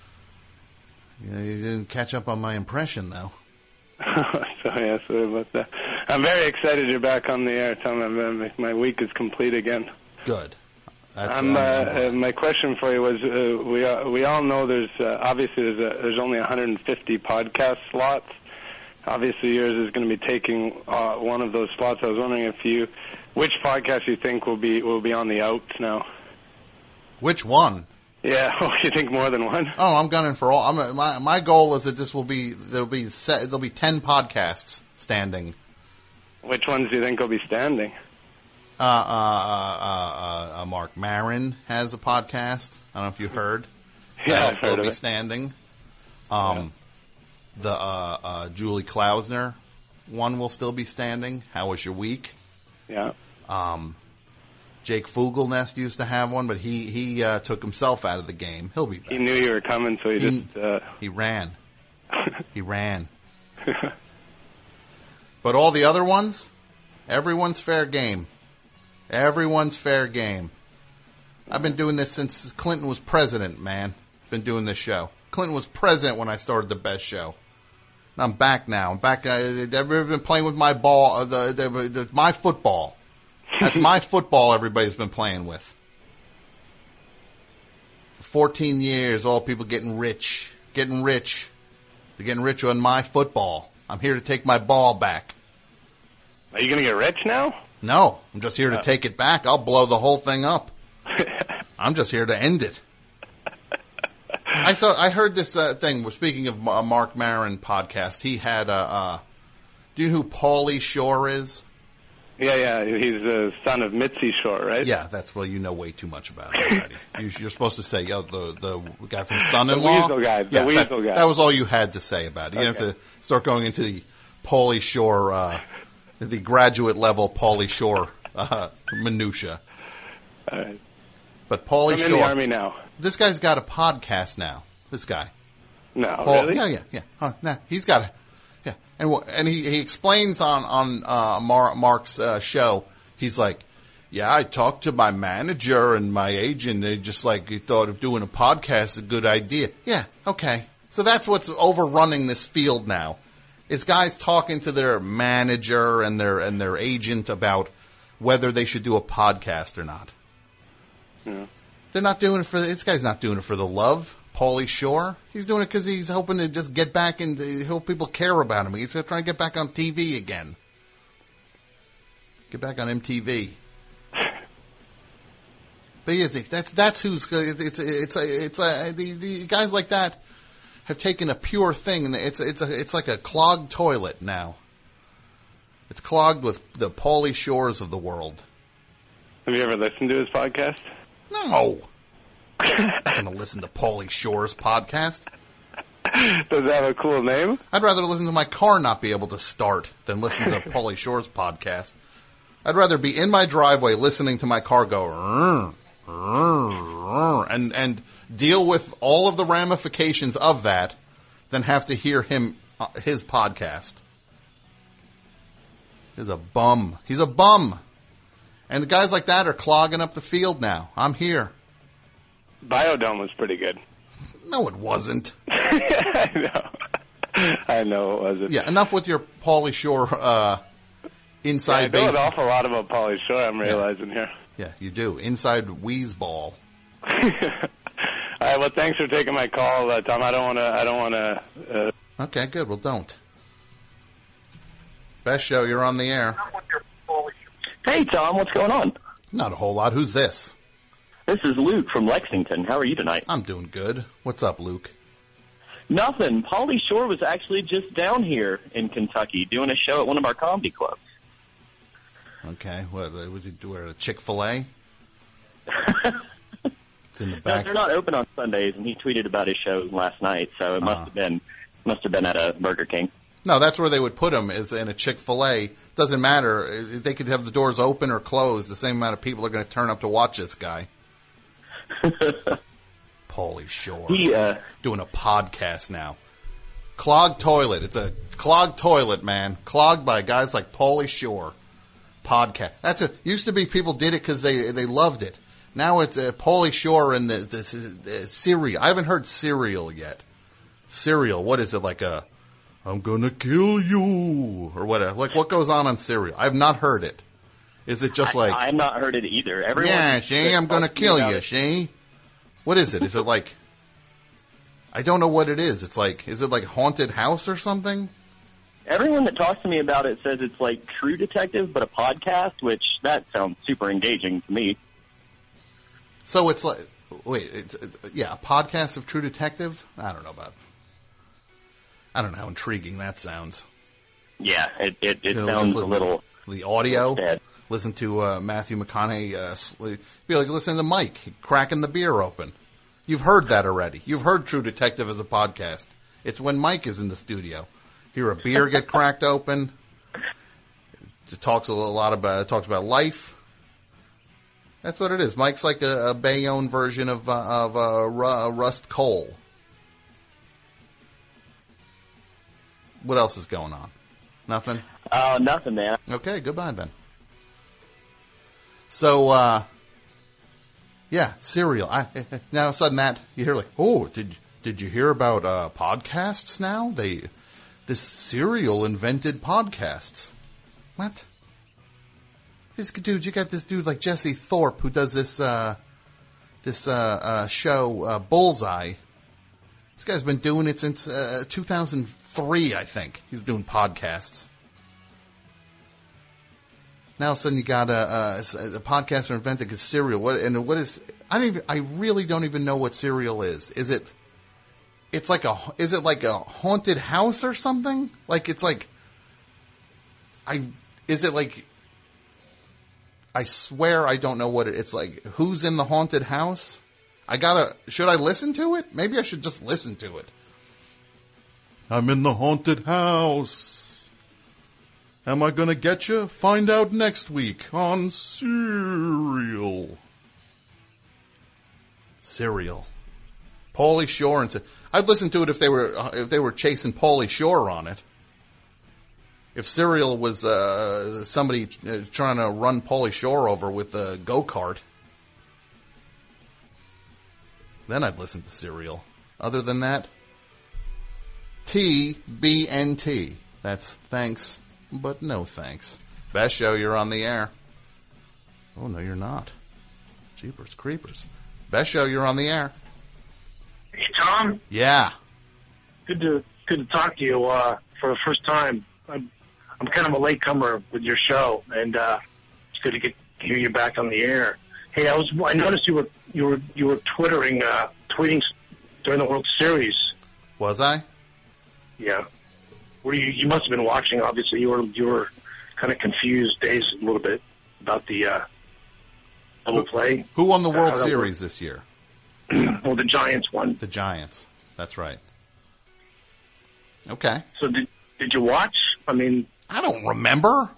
You, you didn't catch up on my impression, though.
so, uh, yeah, sorry about that. uh, I'm very excited you're back on the air, Tom. I'm, I'm- my week is complete again.
Good. That's
um, uh, uh, my question for you was: uh, we uh, we all know there's uh, obviously there's, a, there's only 150 podcast slots. Obviously, yours is going to be taking uh, one of those slots. I was wondering if you, which podcast you think will be will be on the outs now?
Which one?
Yeah, you think more than one?
Oh, I'm gunning for all. I'm my my goal is that this will be there'll be set, there'll be ten podcasts standing.
Which ones do you think will be standing?
Uh, uh, uh, uh, uh, Mark Marin has a podcast. I don't know if you heard.
Yeah,
That'll
I've
still
heard of
be
it.
standing. Um, the uh, uh, Julie Klausner one will still be standing. How was your week?
Yeah.
Um, Jake Fugelnest used to have one, but he he uh, took himself out of the game. He'll be. Back.
He knew you were coming, so he
He-
just uh,
He ran. he ran. but all the other ones, everyone's fair game. Everyone's fair game. I've been doing this since Clinton was president, man. Been doing this show. Clinton was president when I started the best show. And I'm back now. I'm back. uh, They've been playing with my ball, uh, the, the, the, my football. That's my football everybody's been playing with. For 14 years, all people getting rich, getting rich. They're getting rich on my football. I'm here to take my ball back.
Are you going to get rich now? Uh.
No, I'm just here to take it back. I'll blow the whole thing up. I'm just here to end it. I saw. I heard this uh, thing. We're speaking of Ma- Mark Maron podcast. He had a. Uh, do you know who Paulie Shore is?
Yeah, yeah. He's the son of Mitzi Shore, right?
Yeah, that's well. You know way too much about it already. you, you're supposed to say, "Yo, the the guy from Son-in-Law."
The weasel guy, the
Yeah, that-
weasel guy.
That was all you had to say about it. You didn't have
Okay.
to start going into the Pauly Shore, uh, the graduate level Pauly Shore uh, minutia.
All right.
But Pauly
I'm
Shore,
in the army now.
This guy's got a podcast now. This guy.
No,
Paul-
really?
Yeah, yeah, yeah. Huh, nah, he's got a yeah, and wha- and he, he explains on on uh, Mar- Mark's uh, show. He's like, yeah, I talked to my manager and my agent. They just like he thought of doing a podcast is a good idea. Yeah, okay. So that's what's overrunning this field now. Is guys talking to their manager and their and their agent about whether they should do a podcast or not.
Yeah.
They're not doing it for this guy's not doing it for the love. Paulie Shore, he's doing it because he's hoping to just get back and uh, hope people care about him. He's trying to get back on TV again. Get back on MTV. But yeah, that's that's who's it's it's it's a, it's a, the, the guys like that have taken a pure thing and it's it's a, it's like a clogged toilet now. It's clogged with the Paulie Shores of the world.
Have you ever listened to his podcast?
No. I'm not going to listen to Paulie Shore's podcast.
Does that have a cool name?
I'd rather listen to my car not be able to start than listen to Paulie Shore's podcast. I'd rather be in my driveway listening to my car go "Rrr, rrr, rrr," and and deal with all of the ramifications of that than have to hear him uh, his podcast. He's a bum. He's a bum. And the guys like that are clogging up the field now. I'm here.
Biodome was pretty good.
No, it wasn't.
I know. I know it wasn't.
Yeah, enough with your Paulie Shore uh,
I
inside
know an
base.
awful lot about Polly Shore, I'm realizing here.
Yeah, you do inside Weezball.
All right, well, thanks for taking my call, uh, Tom. I don't want to. I don't want to. Uh,
Okay, good. Well, don't. Best show you're on the air.
Hey, Tom, what's going on?
Not a whole lot. Who's this?
This is Luke from Lexington. How are you tonight?
I'm doing good. What's up, Luke?
Nothing. Polly Shore was actually just down here in Kentucky doing a show at one of our comedy clubs.
Okay, what uh, was it? Where Chick Fil A? it's in the
No,
back.
they're not open on Sundays, and he tweeted about his show last night, so it must
Ah.
have been must have been at a Burger King.
No, that's where they would put them is in a Chick-fil-A. Doesn't matter. Uh, They could have the doors open or closed. The same amount of people are going to turn up to watch this guy. Paulie Shore.
He, uh,
Doing a podcast now. Clogged toilet. It's a clogged toilet, man. Clogged by guys like Paulie Shore. Podcast. That's a, used to be people did it because they, they loved it. Now it's uh, Paulie Shore and the, this is, uh, cereal. I haven't heard cereal yet. Cereal. What is it like a, I'm gonna kill you or whatever. Like what goes on on Serial? I've not heard it. Is it just like
I've not heard it either. Everyone,
yeah, she, I'm gonna kill you, she. What is it? Is it like? I don't know what it is. It's like, is it like haunted house or something?
Everyone that talks to me about it says it's like True Detective, but a podcast, which that sounds super engaging to me.
So it's like, wait, it's, it, yeah, a podcast of True Detective. I don't know about. I don't know how intriguing that sounds.
Yeah, it it, it
It'll
sounds
just
a
look-
little.
the audio. Listen to uh, Matthew McConaughey. Uh, sl- be like listening to Mike cracking the beer open. You've heard that already. You've heard True Detective as a podcast. It's when Mike is in the studio. Hear a beer get cracked open. It talks a lot about it talks about life. That's what it is. Mike's like a, a Bayonne version of uh, of uh, Ru- Rust Cole. What else is going on? Nothing.
Oh, nothing, man.
Okay, goodbye then. So, uh, yeah, cereal. I, now, sudden that you hear like, oh, did did you hear about uh, podcasts? Now they this cereal invented podcasts. What? This dude, you got this dude like Jesse Thorpe who does this uh, this uh, uh, show uh, Bullseye. This guy's been doing it since uh, 2003, I think. He's doing podcasts. Now all of a sudden you got a, a, a podcast or invented a cereal. What and what is? I don't even. I really don't even know what cereal is. Is it? It's like a. Is it like a haunted house or something? Like it's like. I is it like. I swear I don't know what it, it's like. Who's in the haunted house? I gotta. Should I listen to it? Maybe I should just listen to it. I'm in the haunted house. Am I gonna get you? Find out next week on Serial. Serial. Paulie Shore and I'd listen to it if they were uh, if they were chasing Paulie Shore on it. If Serial was uh, somebody uh, trying to run Paulie Shore over with a go kart, then I'd listen to Serial. Other than that, TBNT. That's thanks, but no thanks. Best show, you're on the air. Oh, no, you're not. Jeepers creepers. Best show, you're on the air.
Hey, Tom.
Yeah.
Good to good to talk to you uh, for the first time. I'm I'm kind of a latecomer with your show, and uh, it's good to get hear you back on the air. Hey, I was I noticed you were you were you were twittering uh, tweeting during the World Series.
Was I?
Yeah. Were you you must have been watching? Obviously, you were you were kind of confused, dazed a little bit about the uh, double play.
Who won the
Uh,
World
how that
Series this year?
worked. well, the Giants won.
The Giants. That's right. Okay.
So did did you watch? I mean,
I don't remember.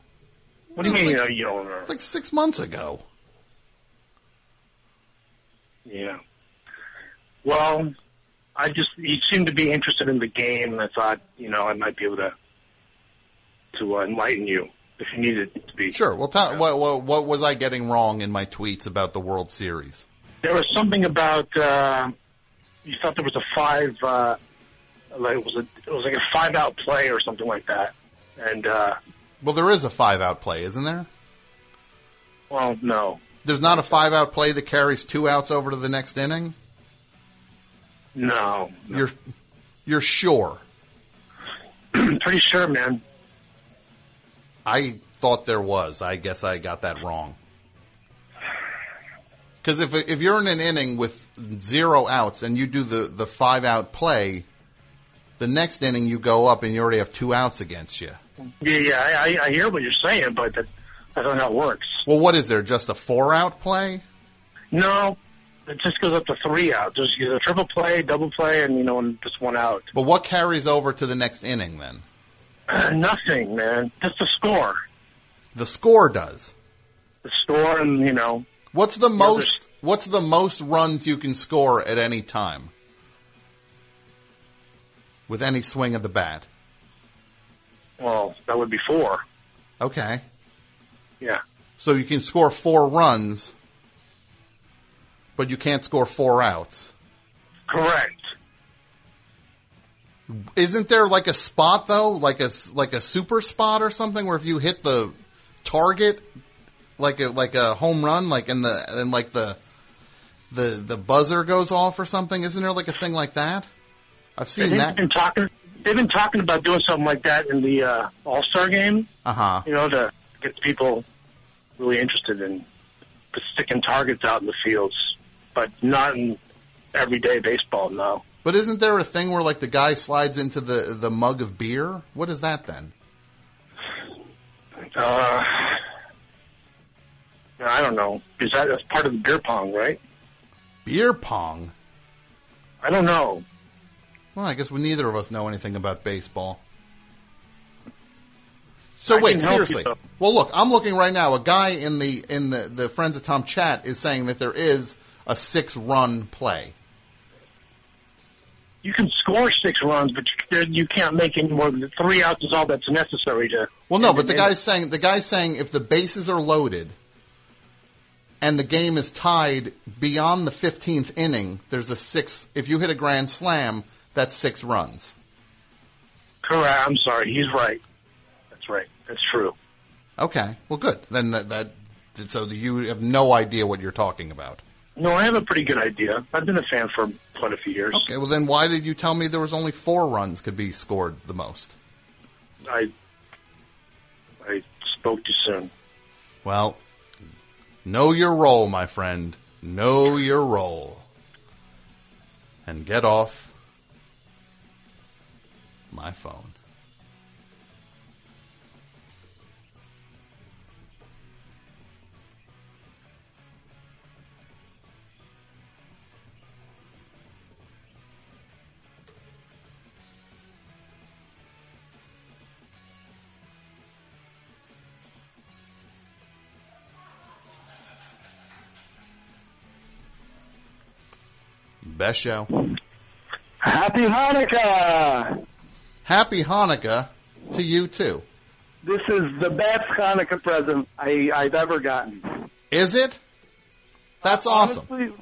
What do you mean? uh, you don't remember?
It's like six months ago.
Yeah. Well, I just you seemed to be interested in the game, and I thought you know I might be able to to uh, enlighten you if you needed to be.
Sure. Well, tell, what, what, what was I getting wrong in my tweets about the World Series?
There was something about uh, you thought there was a five, uh, like it was a it was like a five out play or something like that, and uh,
Well, there is a five out play, isn't there?
well, no,
There's not a five out play that carries two outs over to the next inning?
no,
You're you're sure?
Pretty sure, man.
I thought there was. I guess I got that wrong. Because if if you're in an inning with zero outs and you do the the five out play, the next inning you go up and you already have two outs against you.
yeah, yeah, I, I I hear what you're saying, but that, that's not how it works.
Well, what is there? Just a four out play?
No, it just goes up to three out. There's either triple play, double play, and you know, and just one out.
But what carries over to the next inning then?
Nothing, man. Just the score.
The score does.
The score, and you know,
What's the most? What's the most runs you can score at any time with any swing of the bat?
well, that would be four.
Okay,
Yeah.
so you can score four runs, but you can't score four outs.
Correct.
Isn't there like a spot though, like a like a super spot or something, where if you hit the target, like a like a home run, like in the and like the the the buzzer goes off or something? Isn't there like a thing like that? I've seen
they've
that.
Been talking, they've been talking about doing something like that in the uh, All Star game.
Uh huh.
You know, to get people really interested in sticking targets out in the fields, but not in everyday baseball. No.
But isn't there a thing where like the guy slides into the the mug of beer? What is that then?
Uh, I don't know. Is that that's part of the beer pong, right?
Beer pong.
I don't know.
Well, I guess we neither of us know anything about baseball. So
I
wait,
can help you,
seriously.
though.
well, look, I'm looking right now. A guy in the in the the friends of Tom chat is saying that there is a six run play.
You can score six runs, but you- there- you can't make any more than three outs. Is all that's necessary to.
Well, no, but the guy's saying the guy's saying if the bases are loaded and the game is tied beyond the 15th inning, there's a six. If you hit a grand slam, that's six runs.
Correct. I'm sorry. He's right. That's right. That's true.
Okay, well, good. Then that, that so you have no idea what you're talking about.
No, I have a pretty good idea. I've been a fan for quite a few years.
Okay, well then why did you tell me there was only four runs could be scored the most?
I I spoke too soon.
Well, know your role, my friend. Know your role. And get off my phone. Best show.
Happy Hanukkah!
Happy Hanukkah to you too.
This is the best Hanukkah present I, I've ever gotten.
Is it? That's awesome.
Honestly,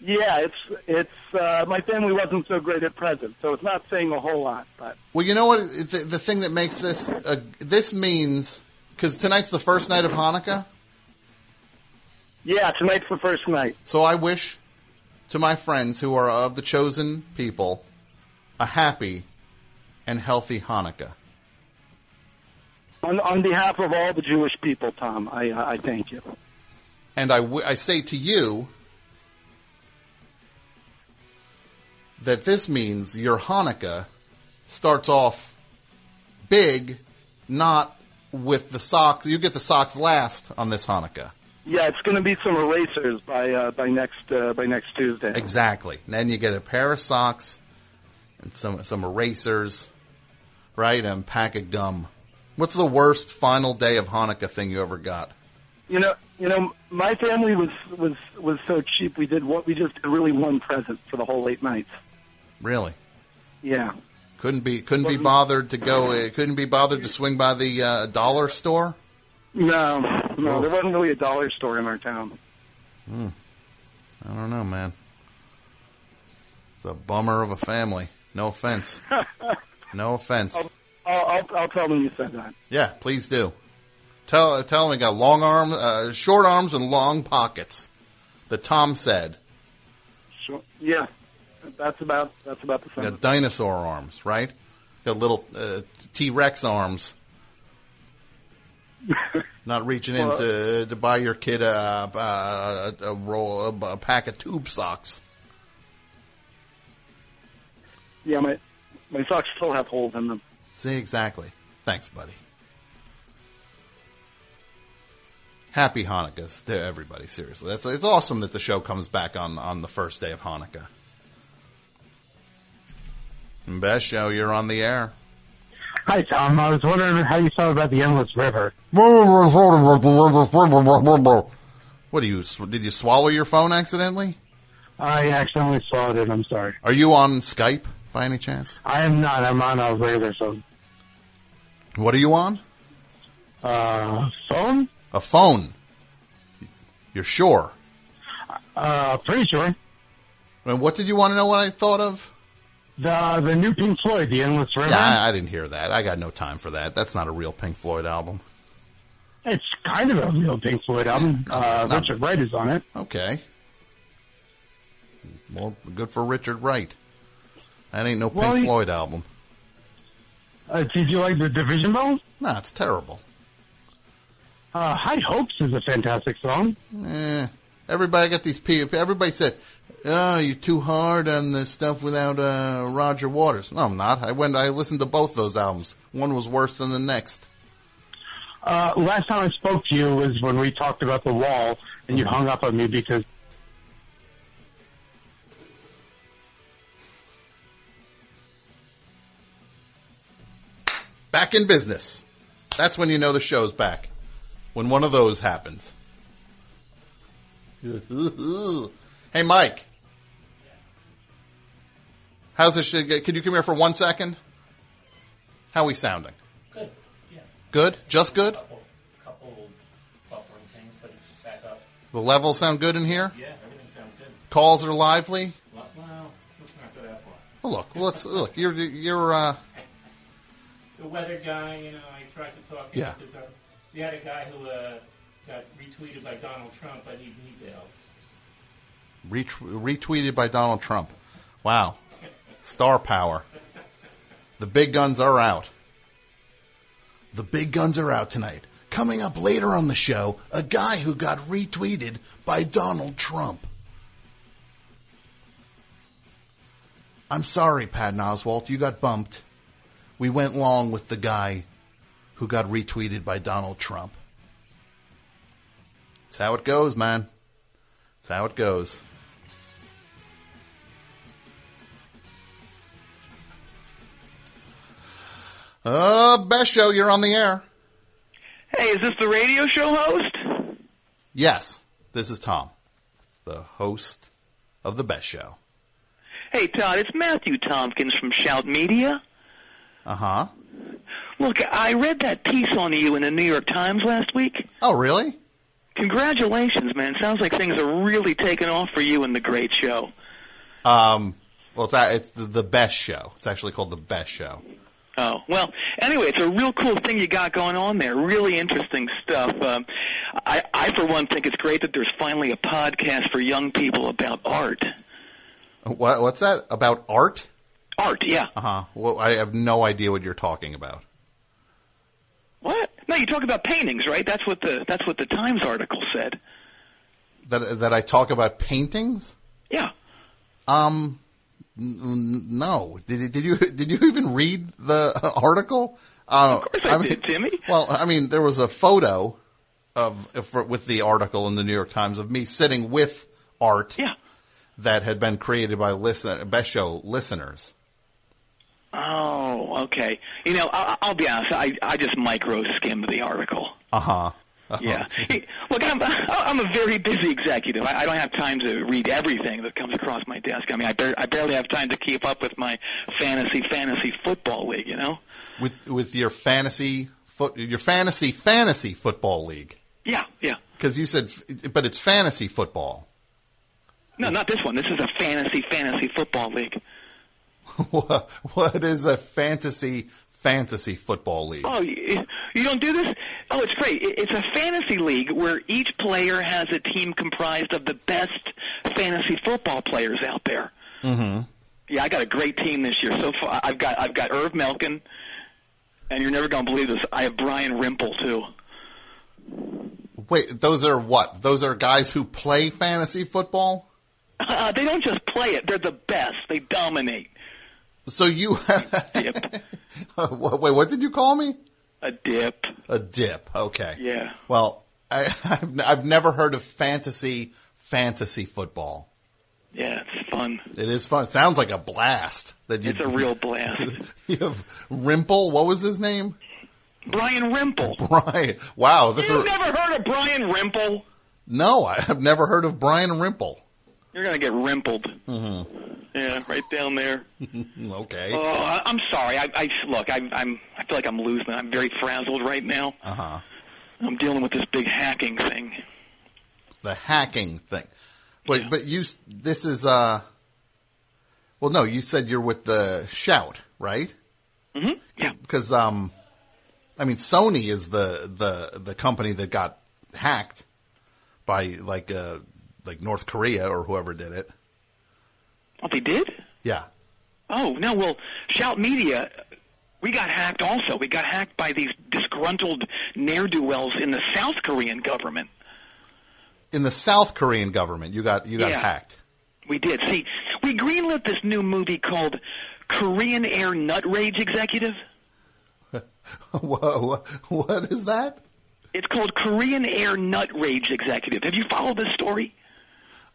yeah, it's it's uh, my family wasn't so great at presents, so it's not saying a whole lot. But
Well, you know what? It- The, the thing that makes this uh, this means because tonight's the first night of Hanukkah.
Yeah, tonight's the first night.
So I wish to my friends who are of the chosen people a happy and healthy Hanukkah.
on on behalf of all the Jewish people, Tom, I uh, I thank you.
And I, w- I say to you that this means your Hanukkah starts off big, not with the socks. You get the socks last on this Hanukkah.
Yeah, it's going to be some erasers by uh, by next uh, by next Tuesday.
Exactly. And then you get a pair of socks and some some erasers, right? And a pack of gum. What's the worst final day of Hanukkah thing you ever got?
You know, you know, my family was was was so cheap. We did what we just did really one present for the whole eight nights.
Really?
Yeah.
Couldn't be couldn't be bothered to go. uh, Couldn't be bothered to swing by the uh, dollar store.
No,
Oh.
no, there wasn't really a dollar store in our town.
Hmm. I don't know, man. It's a bummer of a family. No offense. No offense.
I'll, I'll, I'll, I'll tell them you said that.
Yeah, please do. Tell tell him he got long arms, uh, short arms, and long pockets. The Tom said,
Sure. Yeah, that's about that's about the
"You
same.
got dinosaur arms, right? You got little uh, T Rex arms." Not reaching in
Well-
to, to buy your kid a, a, a roll a, a pack of tube socks.
Yeah, my my socks still have holes in them.
See exactly. Thanks, buddy. Happy Hanukkah to everybody. Seriously, that's it's awesome that the show comes back on on the first day of Hanukkah. Best show, you're on the air.
Hi, Tom. I was wondering how you felt about the endless river.
What do you sw- did you swallow your phone accidentally?
I accidentally swallowed it. I'm sorry.
Are you on Skype by any chance?
I am not. I'm on a regular phone.
What are you on?
Uh, phone?
A phone. You're sure?
Uh, pretty sure.
And what did you want to know? What I thought of?
The the new Pink Floyd, The Endless River.
Yeah, I, I didn't hear that. I got no time for that. That's not a real Pink Floyd album.
It's kind of a real Pink Floyd album. Uh, Richard Wright is on it.
Hmm. Okay. Well, good for Richard Wright. That ain't no Pink
Well, he-
Floyd album.
Uh, did you like the Division Bell?
No, it's terrible.
Uh, High Hopes is a fantastic song.
Eh, everybody got these people. Everybody said, "Oh, you're too hard on the stuff without uh, Roger Waters." No, I'm not. I went. I listened to both those albums. One was worse than the next.
Uh, last time I spoke to you was when we talked about the wall, and you hung up on me because
Back in business. That's when you know the show's back. When one of those happens. hey, Mike. How's this shit? get- Could you come here for one second? How we sounding?
Good. Yeah.
Good? Just good?
Couple, couple buffering things, but it's back up.
The levels sound good in here?
Yeah, everything sounds good.
Calls are lively?
Well, well, let's not go that far.
Well, look, let's look. You're you're uh,
The weather guy, you know, I tried to talk him
Yeah.
because uh, we had a guy who uh, got retweeted by Donald Trump. I need need the help.
retw- retweeted by Donald Trump. Wow, star power. The big guns are out. The big guns are out tonight. Coming up later on the show, a guy who got retweeted by Donald Trump. I'm sorry, Patton Oswalt, you got bumped. We went long with the guy who got retweeted by Donald Trump. That's how it goes, man. That's how it goes. Uh, best show, you're on the air.
Hey, is this the radio show host?
Yes, this is Tom, the host of the best show.
Hey, Todd, it's Matthew Tompkins from Shout Media.
Uh huh.
Look, I read that piece on you in the New York Times last week.
Oh, really?
Congratulations, man. Sounds like things are really taking off for you and the great show.
Um, well, it's, a- it's the, the best show. It's actually called the best show.
Oh, well, anyway, it's a real cool thing you got going on there. Really interesting stuff. Um, I, I, for one, think it's great that there's finally a podcast for young people about art.
What, what's that about art?
Art, yeah.
Uh huh. Well, I have no idea what you're talking about.
What? No, you talk about paintings, right? That's what the that's what the Times article said.
That that I talk about paintings?
Yeah.
Um, n- n- no. Did did you did you even read the uh, article? Uh, of course I, did,
Timmy.
Well, I mean, there was a photo of if- with the article in the New York Times of me sitting with art. That had been created by listen best show listeners.
Oh, okay. You know, I, I'll be honest. I I just micro skimmed the article.
Uh huh.
Yeah. Hey, look, I'm I'm a very busy executive. I, I don't have time to read everything that comes across my desk. I mean, I, bar- I barely have time to keep up with my fantasy fantasy football league. You know.
With with your fantasy foot your fantasy fantasy football league
Yeah. Yeah.
because you said f- but it's fantasy football.
No, not this one. This is a fantasy fantasy football league.
What what is a fantasy fantasy football league?
Oh, you, you don't do this? Oh, it's great. It- It's a fantasy league where each player has a team comprised of the best fantasy football players out there.
Mm-hmm.
Yeah, I got a great team this year so far. I've got I've got Irv Melkin, and you're never gonna believe this. I have Brian Rimple too.
Wait, those are what? Those are guys who play fantasy football?
Uh, they don't just play it; they're the best. They dominate.
So you Wait, what did you call me?
A dip.
A dip. Okay.
Yeah.
Well, I, I've, n- I've never heard of fantasy fantasy football.
Yeah, it's fun.
It is fun. It sounds like a blast. That you,
It's a real blast.
you have Rimple. What was his name?
Brian Rimple.
Brian. Wow. This
You've
is,
never heard of Brian Rimple?
no, I have never heard of Brian Rimple. Mm-hmm.
You're gonna get rimpled. Yeah, right down there.
okay.
Oh, I- I'm sorry. I, I look. I, I'm. I feel like I'm losing. it. I'm very frazzled right now.
Uh huh.
I'm dealing with this big hacking thing.
the hacking thing. But but you s- this is uh well no you said you're with the shout right
mm-hmm. yeah
because um I mean, Sony is the the the company that got hacked by like uh like North Korea or whoever did it.
Oh, they did?
Yeah.
Oh no! Well, Shout Media, we got hacked. Also, we got hacked by these disgruntled ne'er do wells in the South Korean government.
In the South Korean government, you got you got
Yeah.
hacked.
We did. See, we greenlit this new movie called Korean Air Nut Rage Executive.
Whoa! What is that?
It's called Korean Air Nut Rage Executive. Have you followed this story?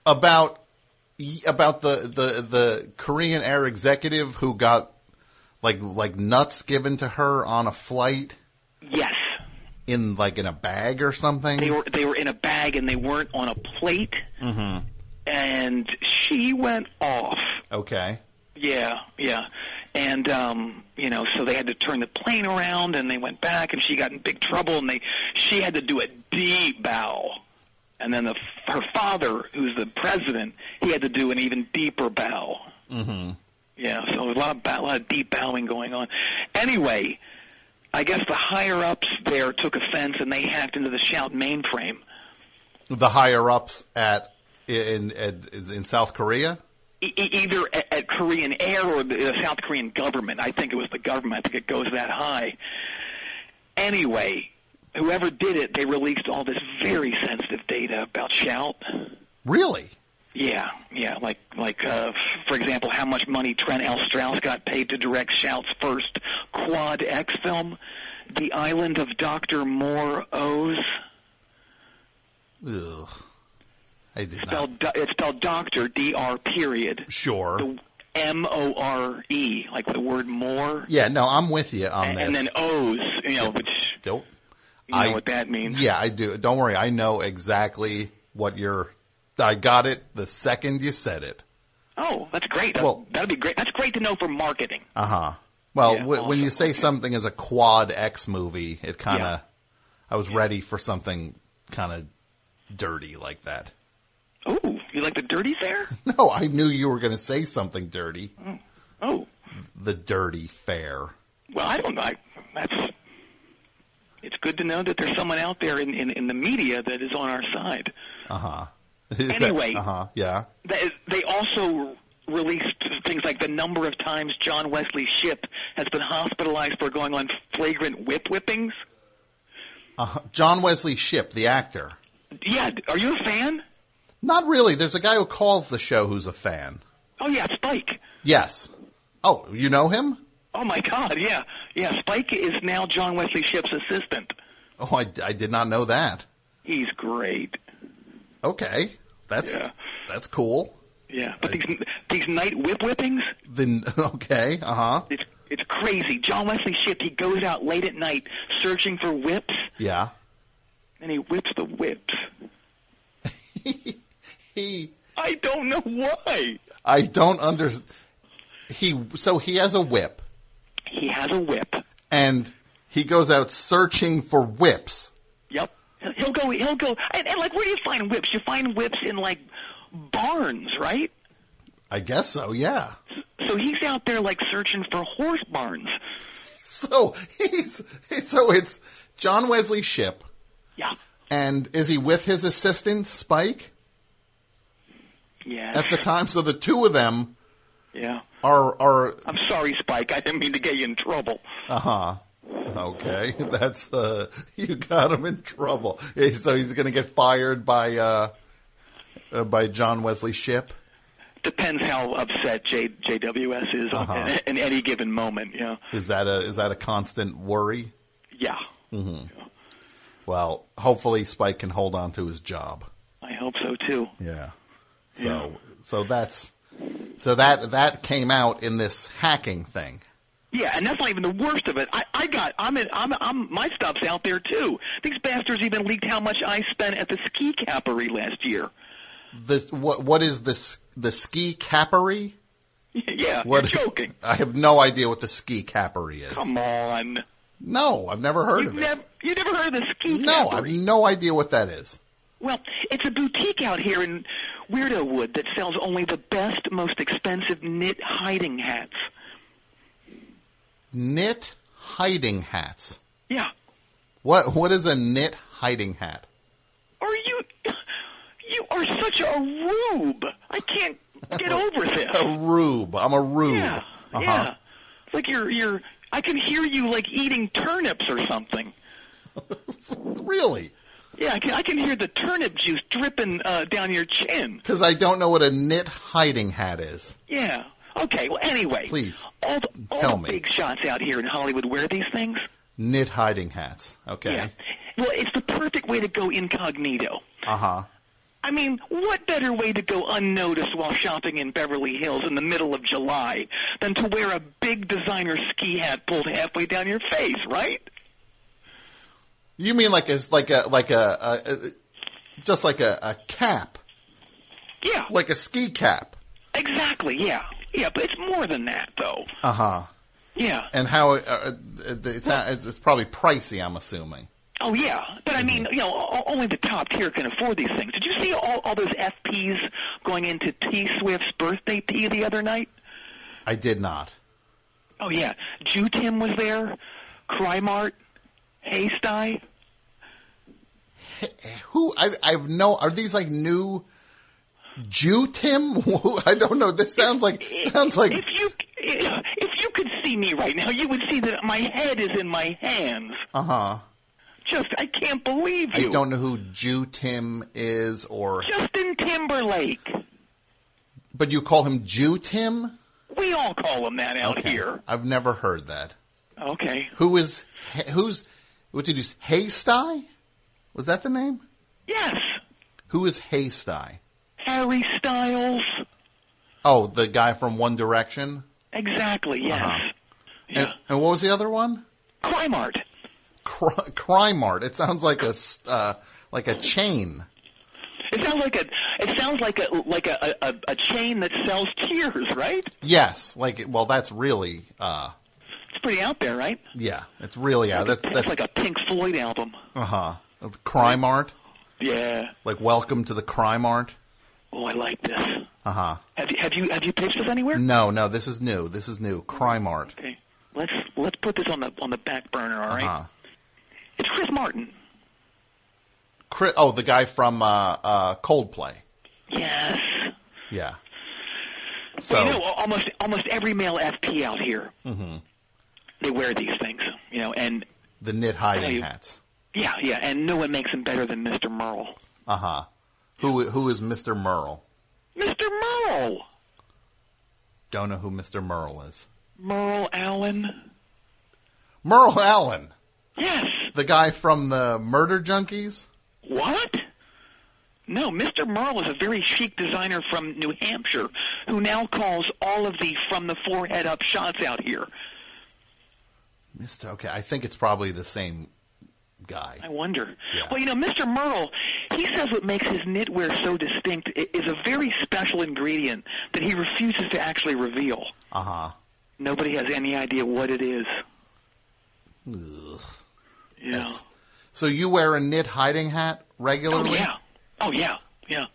About about the the the Korean air executive who got like like nuts given to her on a flight.
Yes.
In like in a bag or something.
They were they were in a bag and they weren't on a plate,
hmm
Mm-hmm.
and she went off.
Okay.
Yeah, yeah. And um, you know, so they had to turn the plane around and they went back and she got in big trouble and they she had to do a deep bow. And then the her father, who's the president, he had to do an even deeper bow.
Mm-hmm.
Yeah, so a lot of bow, a lot of deep bowing going on. Anyway, I guess the higher ups there took offense and they hacked into the shout mainframe.
The higher ups at in in, in South Korea.
E- e- either at, at Korean Air or the uh, South Korean government. I think it was the government. I think it goes that high. Anyway, whoever did it, they released all this very sensitive data about Shout.
Really?
Yeah, yeah. Like, like uh, f- for example, how much money Trent L. Strauss got paid to direct Shout's first Quad X film, The Island of Doctor Moore O's.
Ugh. I did not.
Spelled, do- it's spelled Doctor D R period.
Sure.
M O R E, like the word more.
Yeah, no, I'm with you on
and,
this.
and then O's, you know, which
Don't.
you know what that means.
Yeah, I do. Don't worry, I know exactly what you're. I got it the second you said it.
Oh, that's great. That,
Well-
that'd be great. That's great to know for marketing.
Uh huh. Well, w- when you say something is a quad X movie, it kind of. I was ready for something kind of dirty like that.
Ooh, you like the dirty fare?
No, I knew you were going to say something dirty.
Oh,
The dirty fair.
well, I don't know. I, that's it's good to know that there's someone out there in, in, in the media that is on our side.
Uh huh.
Anyway.
Uh huh. Yeah.
They, they also released things like the number of times John Wesley Ship has been hospitalized for going on flagrant whip whippings.
Uh, John Wesley Ship, the actor.
Yeah, are you a fan?
Not really. There's a guy who calls the show who's a fan.
Oh yeah, Spike.
Yes. Oh, you know him?
Oh my God, yeah, yeah. Spike is now John Wesley Ship's assistant.
Oh, I, I did not know that.
He's great.
Okay, that's that's cool.
Yeah, but these these night whip whippings,
Then okay, uh huh.
it's it's crazy. John Wesley Ship, he goes out late at night searching for whips,
Yeah,
and he whips the whips.
he.
I don't know why.
I don't under. He so he has a whip.
He has a whip.
and he goes out searching for whips.
Yep. He'll go. He'll go. And, and like, where do you find whips? You find whips in like barns, right?
I guess so. Yeah.
So he's out there like searching for horse barns.
So he's so it's John Wesley Ship.
Yeah.
And is he with his assistant Spike
Yeah.
at the time? So the two of them
Yeah.
are are
I'm sorry, Spike. I didn't mean to get you in trouble.
Uh huh. Okay, that's uh, you got him in trouble. Eh, So he's going to get fired by uh, uh, by John Wesley Ship.
Depends how upset J, JWS is on-
Uh-huh.
in, in any given moment. You know.
Is that a is that a constant worry?
Yeah.
hmm Well, hopefully Spike can hold on to his job.
I hope so too.
Yeah. So so that's so that that came out in this hacking thing.
Yeah, and that's not even the worst of it. I, I got, I'm in, I'm, I'm, my stuff's out there too. These bastards even leaked how much I spent at the ski cappery last year.
The what what is this the ski cappery?
Yeah,
What-
you're joking.
I have no idea what the ski cappery is.
Come on.
No, I've never heard
You've
of it.
never, you never heard of the ski
No, I have
cappery?
no idea what that is.
Well, it's a boutique out here in Weirdo Wood that sells only the best, most expensive knit hiding hats.
Knit hiding hats.
Yeah.
What what is a knit hiding hat?
Are you? You are such a rube. I can't get over this.
A rube. I'm a rube.
Yeah,
Uh-huh.
yeah. Like you're, you're. I can hear you like eating turnips or something.
really?
Yeah, I can, I can hear the turnip juice dripping uh, down your chin.
Because I don't know what a knit hiding hat is.
Yeah. Okay. Well, anyway,
Please
all the, all
tell
the
me.
big shots out here in Hollywood wear these things.
Knit hiding hats. Okay.
Yeah. Well, it's the perfect way to go incognito.
Uh huh.
I mean, what better way to go unnoticed while shopping in Beverly Hills in the middle of July than to wear a big designer ski hat pulled halfway down your face, right?
You mean like it's like a like a, a, a just like a, a cap?
Yeah.
Like a ski cap.
Exactly, yeah. Yeah, but it's more than that, though.
Uh huh.
Yeah.
And how uh, uh, it's not, it's probably pricey. I'm assuming.
Oh, yeah. But
Mm-hmm.
I mean, you know, o- only the top tier can afford these things. Did you see all, all those FPs going into T Swift's birthday tea the other night?
I did not.
Oh, yeah. Jew Tim was there, Crymart, Haysty.
Who I I have no. Are these like new? Jew Tim? I don't know. This sounds like sounds like
If you, if you could see me right now, you would see that my head is in my hands.
uh huh.
Just, I can't believe
I
you.
don't know who Jew Tim is or
Justin Timberlake.
But you call him Jew Tim?
We all call him that out here.
I've never heard that.
Okay.
Who is who's what did you say? Haysty? Was that the name?
Yes.
Who is Haysty?
Harry Styles.
Oh, the guy from One Direction? Uh-huh.
Exactly, yes.
And, and what was the other one?
Crime Art.
Cri- Crime Art. It sounds like a s- uh, like a chain.
It sounds like a it sounds like a like a, a, a chain that sells tears, right?
Yes, like well that's really uh
It's pretty out there, right?
yeah, it's really yeah, that's
It's
that's
like a Pink Floyd album.
uh-huh. Crime Art?
Yeah.
Like Welcome to the Crime Art?
Oh, I like this.
Uh-huh.
Have you have you have you pitched this anywhere?
No, no, this is new. This is new. Crime Art.
Okay. Let's let's put this on the on the back burner, all right?
Uh-huh.
It's Chris Martin.
Chris, oh, the guy from uh, uh, Coldplay.
Yes.
Yeah.
well, you know,
So-
uh, al- almost almost every male FP out here
hmm
they wear these things, you know, and
The knit hiding
Hey.
hats.
yeah, yeah, and no one makes them better than Mr. Merle.
Uh huh. Who who is Mr. Merle?
Mr. Merle.
Don't know who Mr. Merle is.
Merle Allen.
Merle Allen,
Yes.
the guy from the Murder Junkies.
What? No, Mr. Merle is a very chic designer from New Hampshire who now calls all of the from the forehead up shots out here.
Mr. Okay, I think it's probably the same guy.
I wonder. Well, you know, Mr. Merle, he says what makes his knitwear so distinct i- is a very special ingredient that he refuses to actually reveal.
Uh huh.
Nobody has any idea what it is. Yeah.
So you wear a knit hiding hat regularly?
Oh yeah. Oh yeah. Yeah.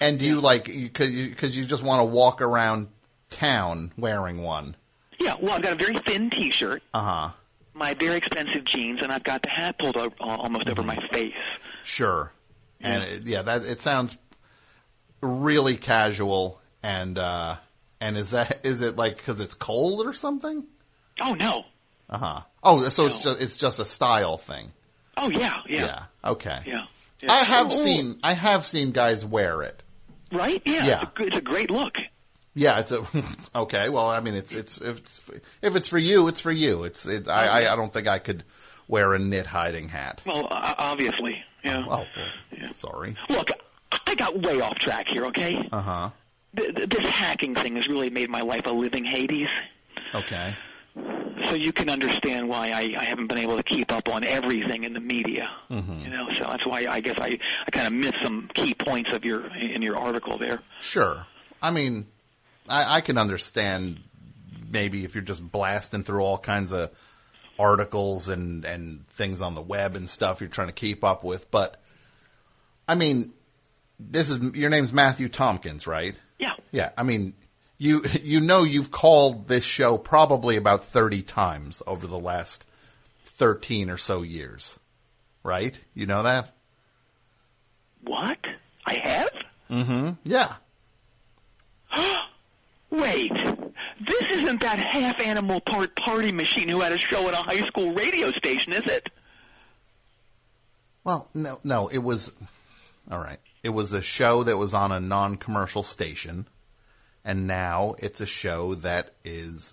And do you like because you, 'cause you just want to walk around town wearing one?
Yeah. Well, I've got a very thin T-shirt,
Uh huh.
my very expensive jeans, and I've got the hat pulled o- al- almost over my face.
Sure. And it, yeah, that it sounds really casual and uh and is that is it like cuz it's cold or something?
Oh no.
Uh-huh. Oh, so it's just it's just a style thing.
Oh yeah. Yeah. Yeah.
Okay.
Yeah.
I have
Oh,
seen I have seen guys wear it.
Right. Yeah.
Yeah.
It's, a, g- it's a great look.
Yeah, it's a okay. Well, I mean, it's it's if it's, if it's for you, it's for you. It's it, I, I I don't think I could wear a knit hiding hat.
Well, uh, obviously. Yeah.
Oh, well, sorry.
Look, I- I got way off track here. Okay.
Uh huh.
Th- th- This hacking thing has really made my life a living Hades.
Okay.
So you can understand why I, I haven't been able to keep up on everything in the media.
Mm-hmm.
You know, so that's why I guess I, I kind of missed some key points of your in your article there.
Sure. I mean, I, I can understand maybe if you're just blasting through all kinds of articles and, and things on the web and stuff you're trying to keep up with, but I mean, this is your name's Matthew Tompkins, right?
Yeah.
Yeah. I mean, you you know you've called this show probably about thirty times over the last 13 or so years. Right? You know that?
What? I have?
Mm-hmm. Yeah.
Wait, this isn't that half animal part party machine who had a show at a high school radio station, is it?
Well, no, no, it was, all right. It was a show that was on a non-commercial station. And now it's a show that is,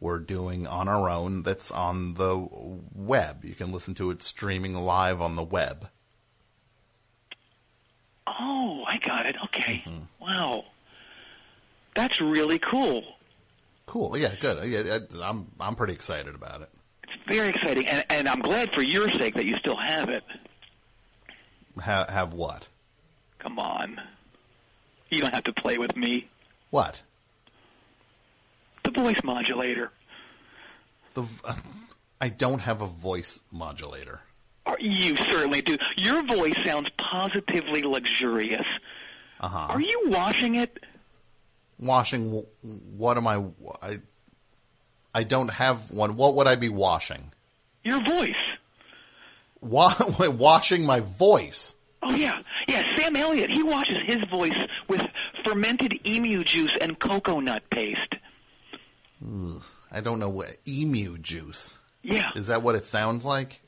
we're doing on our own that's on the web. You can listen to it streaming live on the web.
Oh, I got it. Okay. Wow. That's really cool.
Cool. Yeah, good. Yeah, I- I'm, I'm pretty excited about it.
Very exciting. And, and I'm glad for your sake that you still have it.
Have, have what?
Come on. You don't have to play with me.
What?
The voice modulator.
The, v- I don't have a voice modulator.
Are- You certainly do. Your voice sounds positively luxurious.
Uh huh.
Are you washing it?
washing wh- what am I, I I don't have one what would I be washing
Your voice.
Wa- washing my voice
Oh yeah, yeah. Sam Elliott he washes his voice with fermented emu juice and cocoa nut paste.
Ugh, I don't know what emu juice
Yeah,
is that what it sounds like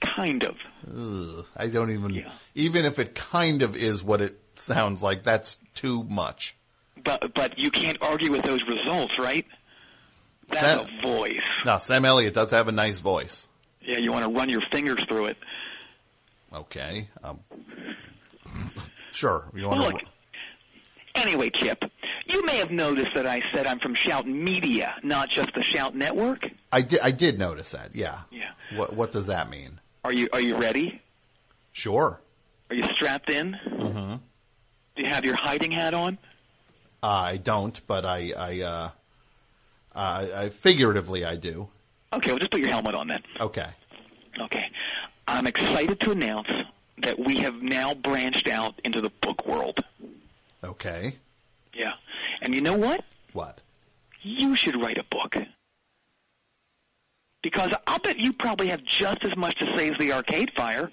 kind of
Ugh, I don't even even if it kind of is what it sounds like that's too much
but but you can't argue with those results, right? That's
Sam-
a voice.
now Sam Elliott does have a nice voice
Yeah, you want to run your fingers through it.
okay um, sure you want
Well, look. Anyway, Chip, you may have noticed that I said I'm from Shout Media, not just the Shout Network.
I did I did notice that yeah
Yeah.
what what does that mean
Are you Are you ready?
sure
Are you strapped in?
mm-hmm
Do you have your hiding hat on?
I don't, but I, I, uh, I, I figuratively I do.
Okay, well, just put your helmet on then.
Okay.
Okay. I'm excited to announce that we have now branched out into the book world.
Okay.
Yeah. And you know what?
What?
You should write a book. Because I'll bet you probably have just as much to say as the arcade fire.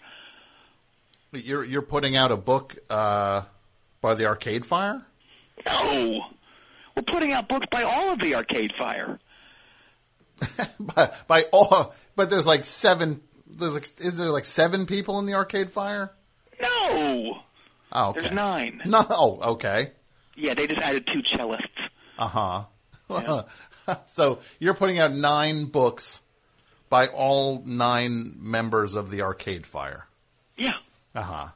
But You're you're putting out a book uh, by the Arcade Fire.
No. We're putting out books by all of the arcade fire.
by, by all, but there's like seven. There's like, is there like seven people in the Arcade Fire?
No.
Oh, okay.
There's nine.
No. oh, Okay.
Yeah, they just added two cellists.
Uh huh. so you're putting out nine books by all nine members of the Arcade Fire.
Yeah.
Uh huh.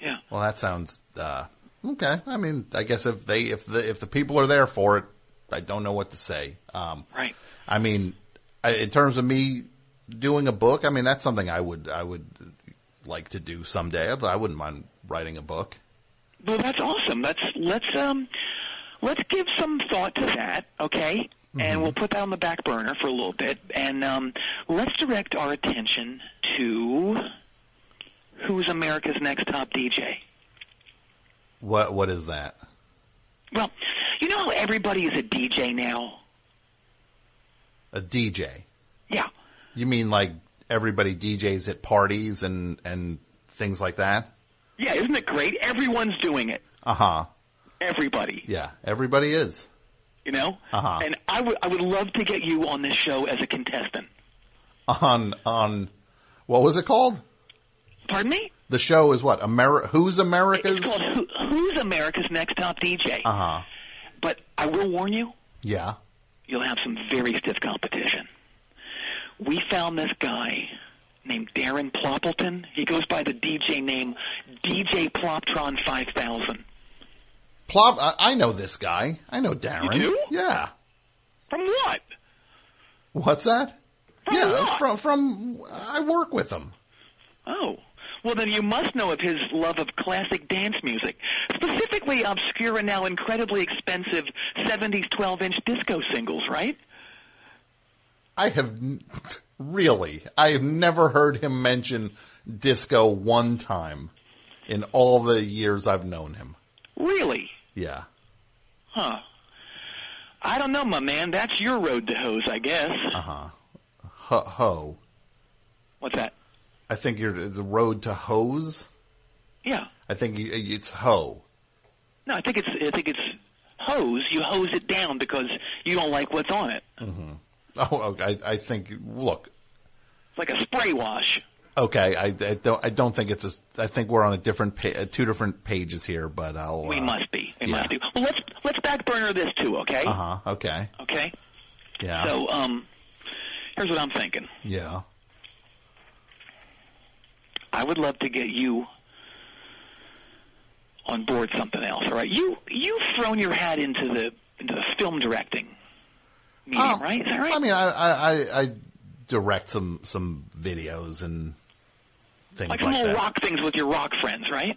Yeah.
Well, that sounds uh, okay. I mean, I guess if they if the if the people are there for it, I don't know what to say. Um,
right.
I mean, I, in terms of me doing a book, I mean that's something I would I would like to do someday. I, I wouldn't mind writing a book.
Well, that's awesome. Let's let's um let's give some thought to that, okay? And we'll put that on the back burner for a little bit, and um, let's direct our attention to who's America's next top DJ.
What what is that?
Well, you know how everybody is a DJ now.
A DJ?
Yeah.
You mean like everybody DJs at parties and and things like that?
Yeah, isn't it great? Everyone's doing it.
Uh huh.
Everybody,
Yeah, everybody is.
you know.
Uh huh.
And I would I would love to get you on this show as a contestant.
on on what was it called?
Pardon me?
The show is what? Ameri- Who's America's?
It's called Who, Who's America's Next Top DJ.
Uh huh.
But I will warn you,
Yeah.
you'll have some very stiff competition. We found this guy named Darren Ploppleton. He goes by the DJ name DJ Ploptron 5000.
Plop. I, I know this guy. I know Darren.
You do?
Yeah.
From what?
What's that? yeah. From from I work with him.
Oh. Well, then you must know of his love of classic dance music, specifically obscure and now incredibly expensive 70s 12 inch disco singles, right?
I have n- really. I have never heard him mention disco one time in all the years I've known him.
Really?
Yeah.
Huh. I don't know, my man. That's your road to hose, I guess.
Uh huh. ho ho.
What's that?
I think you're the road to hose.
Yeah.
I think you- it's ho.
No, I think it's I think it's hose. You hose it down because you don't like what's on it.
hmm Oh, okay. I, I think. Look,
It's like a spray wash.
okay. I, I don't. I don't think it's. A, I think we're on a different, pa- uh, two different pages here. But I'll.
We
uh,
must be. We
yeah.
must be. Well, let's let's back burner this too. Okay.
Uh huh. Okay.
Okay.
Yeah.
So um, here's what I'm thinking.
yeah.
I would love to get you on board something else. All right, you you've thrown your hat into the into the film directing medium,
Oh,
right? Is that right?
I mean, I, I, I, I direct some some videos and things
like
like,
some little
that.
rock things with your rock friends, right?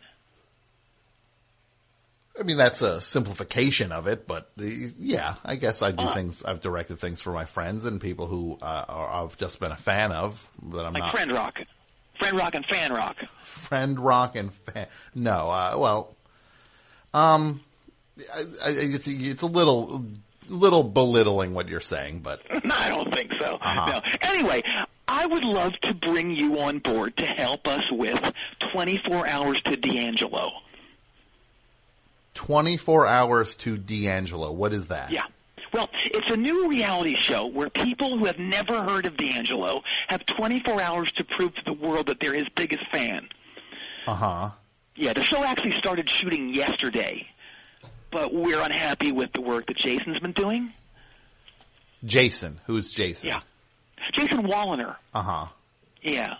I mean, that's a simplification of it, but the, yeah, I guess I do things. I've directed things for my friends and people who uh, are, I've just been a fan of that I'm
Like
not
friend rock, friend rock, and fan rock.
friend rock and fan. No, uh, well, um, I, I, it's, it's a little little belittling what you're saying, but Uh-huh.
No, I don't think so. No. Anyway, I would love to bring you on board to help us with 24 hours to D'Angelo.
24 hours to D'Angelo. What is that?
Yeah. Well, it's a new reality show where people who have never heard of D'Angelo have 24 hours to prove to the world that they're his biggest fan.
Uh huh.
Yeah, the show actually started shooting yesterday, but we're unhappy with the work that Jason's been doing.
Jason. Who's Jason?
Yeah. Jason Walliner.
Uh huh.
Yeah.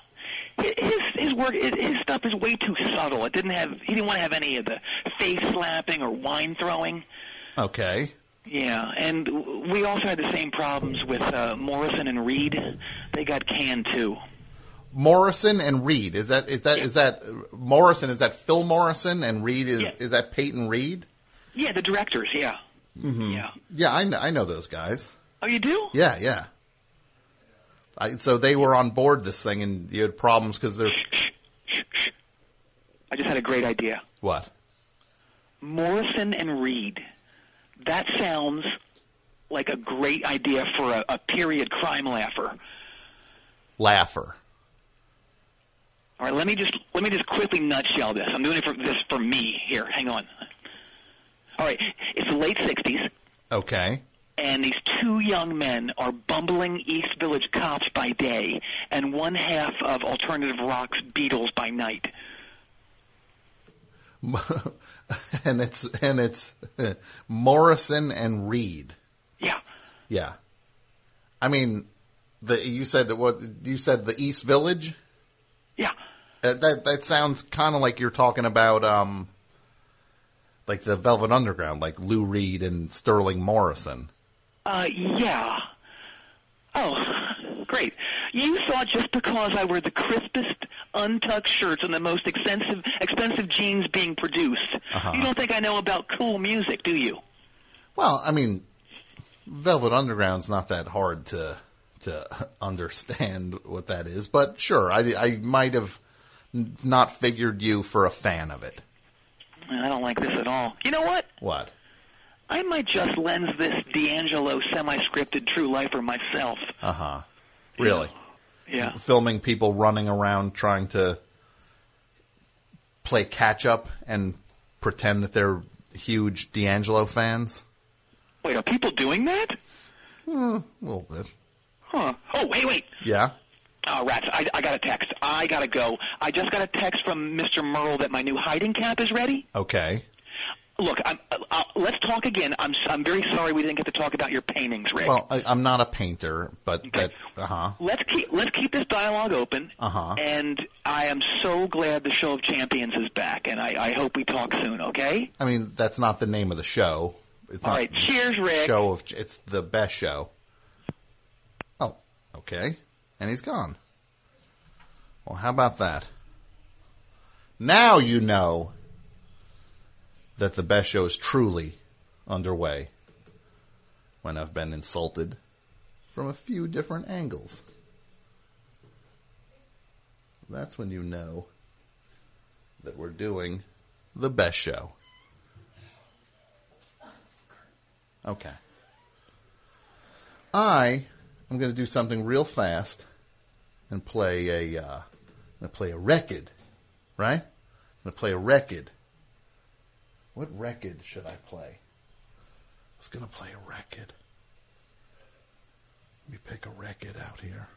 His his work his- his stuff is way too subtle. It didn't have he didn't want to have any of the face slapping or wine throwing.
Okay.
Yeah, and w- we also had the same problems with uh, Morrison and Reed. They got canned too.
Morrison and Reed. Is that is that is that Morrison? Is that Phil Morrison and Reed? Is is that Peyton Reed?
Yeah, the directors. Yeah.
Mm-hmm.
Yeah.
Yeah, I know, I know those guys.
Oh, you do?
Yeah, yeah. I, so they were on board this thing, and you had problems because they're
I just had a great idea.
what?
Morrison and Reed. That sounds like a great idea for a, a period crime laugher.
Laugher.
All right, let me just let me just quickly nutshell this. I'm doing it for this for me here. Hang on. All right, it's the late '60s,
Okay.
and these two young men are bumbling East Village cops by day, and one half of alternative rock's Beatles by night.
and it's and it's Morrison and Reed.
Yeah.
Yeah. I mean, the you said that what you said the East Village.
Yeah.
That that, that sounds kind of like you're talking about um, like the Velvet Underground, like Lou Reed and Sterling Morrison.
Uh, yeah. Oh, great. You thought just because I wear the crispest untucked shirts and the most expensive expensive jeans being produced,
Uh-huh.
you don't think I know about cool music, do you?
Well, I mean, Velvet Underground's not that hard to to understand what that is, but sure, I I might have n- not figured you for a fan of it.
I don't like this at all. You know what?
What?
I might just lens this D'Angelo semi-scripted True Lifer myself.
Uh huh. Really?
Yeah.
Filming people running around trying to play catch up and pretend that they're huge D'Angelo fans.
Wait, are people doing that?
Hmm, a little bit.
Huh. Oh, wait, wait.
Yeah.
Oh, rats. I, I got a text. I gotta go. I just got a text from Mr. Merle that my new hiding cap is ready.
Okay.
Look, I'm, uh, uh, let's talk again. I'm, s- I'm very sorry we didn't get to talk about your paintings, Rick.
Well, I, I'm not a painter, but that's uh huh.
let's keep let's keep this dialogue open.
Uh huh.
And I am so glad the show of champions is back, and I, I hope we talk soon. Okay.
I mean, that's not the name of the show. It's
All
not
right, cheers, Rick.
Show of it's the best show. Oh, okay, and he's gone. Well, how about that? Now you know that the best show is truly underway. When I've been insulted from a few different angles. That's when you know that we're doing the best show. Okay. I I'm going to do something real fast and play a, uh, I'm going to play a record, right? I'm going to play a record. What record should I play? I was going to play a record. Let me pick a record out here.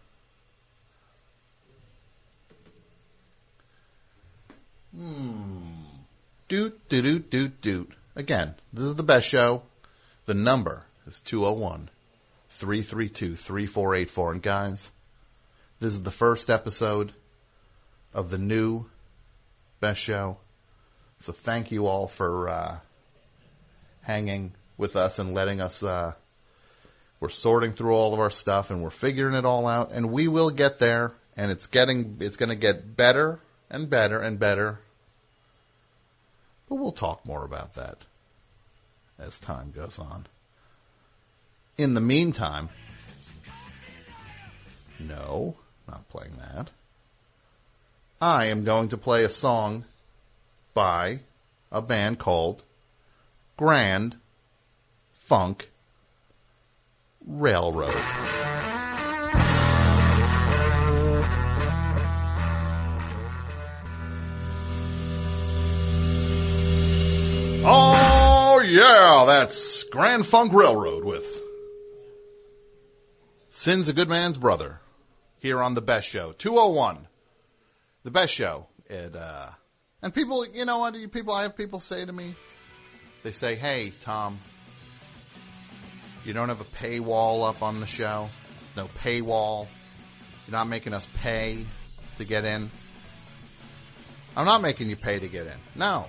Hmm. Doot, doot, doot, doot, doot. Again, this is the best show. The number is 201 332 3484. And guys, this is the first episode of the new best show. So thank you all for, uh, hanging with us and letting us, uh, we're sorting through all of our stuff and we're figuring it all out and we will get there and it's getting, it's going to get better and better and better. But we'll talk more about that as time goes on. In the meantime, no, not playing that. I am going to play a song by a band called Grand Funk Railroad. Oh yeah, that's Grand Funk Railroad with Sin's a Good Man's Brother here on The Best Show. 201. The Best Show. It, uh, and people, you know what, you people, I have people say to me, they say, hey, Tom, you don't have a paywall up on the show. There's no paywall. You're not making us pay to get in. I'm not making you pay to get in. No.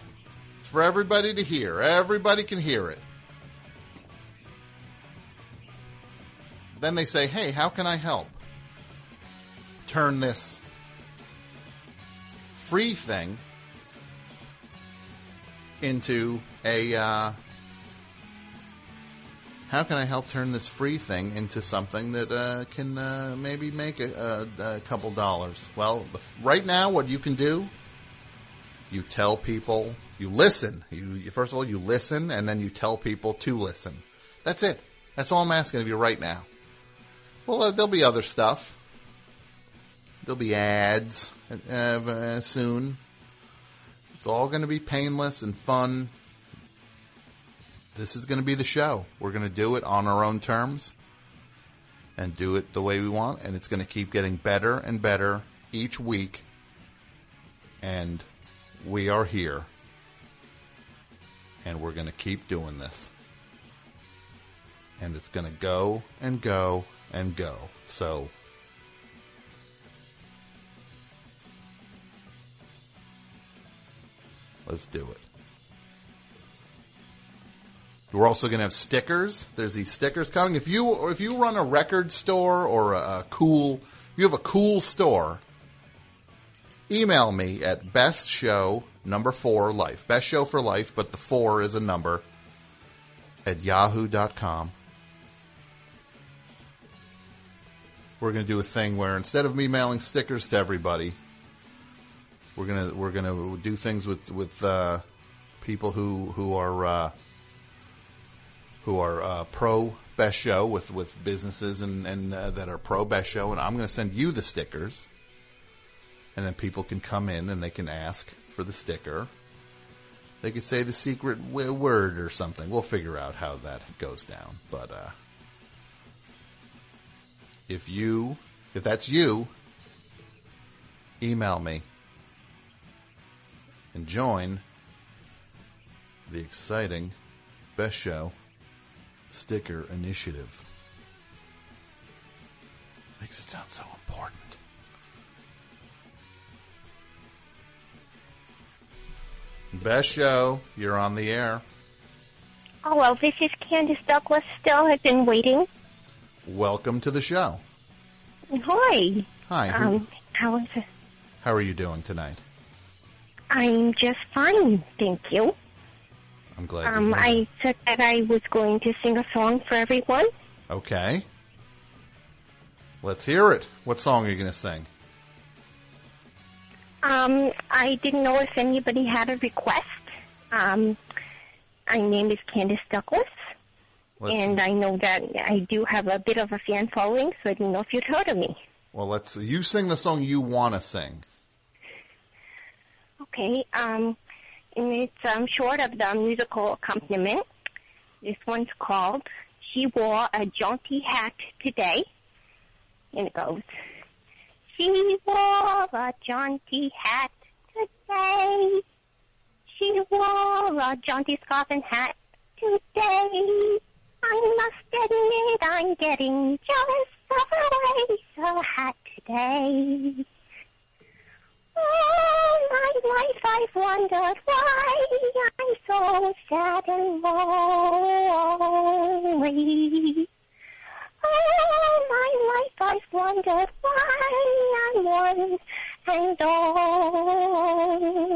It's for everybody to hear. Everybody can hear it. Then they say, hey, how can I help? Turn this free thing into a, uh, how can I help turn this free thing into something that uh, can uh, maybe make a, a, a couple dollars? Well, the, right now, what you can do, you tell people, you listen. You, you first of all, you listen, and then you tell people to listen. That's it. That's all I'm asking of you right now. Well, uh, there'll be other stuff. There'll be ads uh, uh, soon. It's all going to be painless and fun. This is going to be the show. We're going to do it on our own terms and do it the way we want. And it's going to keep getting better and better each week. And we are here. And we're going to keep doing this. And it's going to go and go and go. So Let's do it. We're also going to have stickers. There's these stickers coming. If you or if you run a record store or a, a cool, you have a cool store. Email me at best show number four life. Best show for life, but the four is a number at yahoo.com. We're going to do a thing where instead of me mailing stickers to everybody, we're gonna we're gonna do things with with uh, people who who are uh, who are uh, pro best show with with businesses and and uh, that are pro best show, and I'm gonna send you the stickers, and then people can come in and they can ask for the sticker. They could say the secret w- word or something. We'll figure out how that goes down, but uh, if you if that's you, email me and join the exciting Best Show sticker initiative. Makes it sound so important. Best Show, you're on the air.
Oh, well, this is Candace Douglas still. I've been waiting.
Welcome to the show.
Hi.
Hi. who-
Um, how is it?
how are you doing tonight?
I'm just fine, thank you.
I'm glad. to
Um,
hear
I said that I was going to sing a song for everyone.
it. Okay. Let's hear it. What song are you going to sing?
Um, I didn't know if anybody had a request. Um, my name is Candace Douglas,
Let's-
and I know that I do have a bit of a fan following, so I didn't know if you'd heard of me.
Well, let's. You sing the song you want to sing.
Okay, um, and it's um, short of the musical accompaniment. This one's called She Wore a Jaunty Hat Today. And it goes, She wore a jaunty hat today. She wore a jaunty scarf and hat today. I must admit I'm getting jealous of her ways, her hat today. All my life I've wondered why I'm so sad and lonely. All my life I've wondered why I'm one and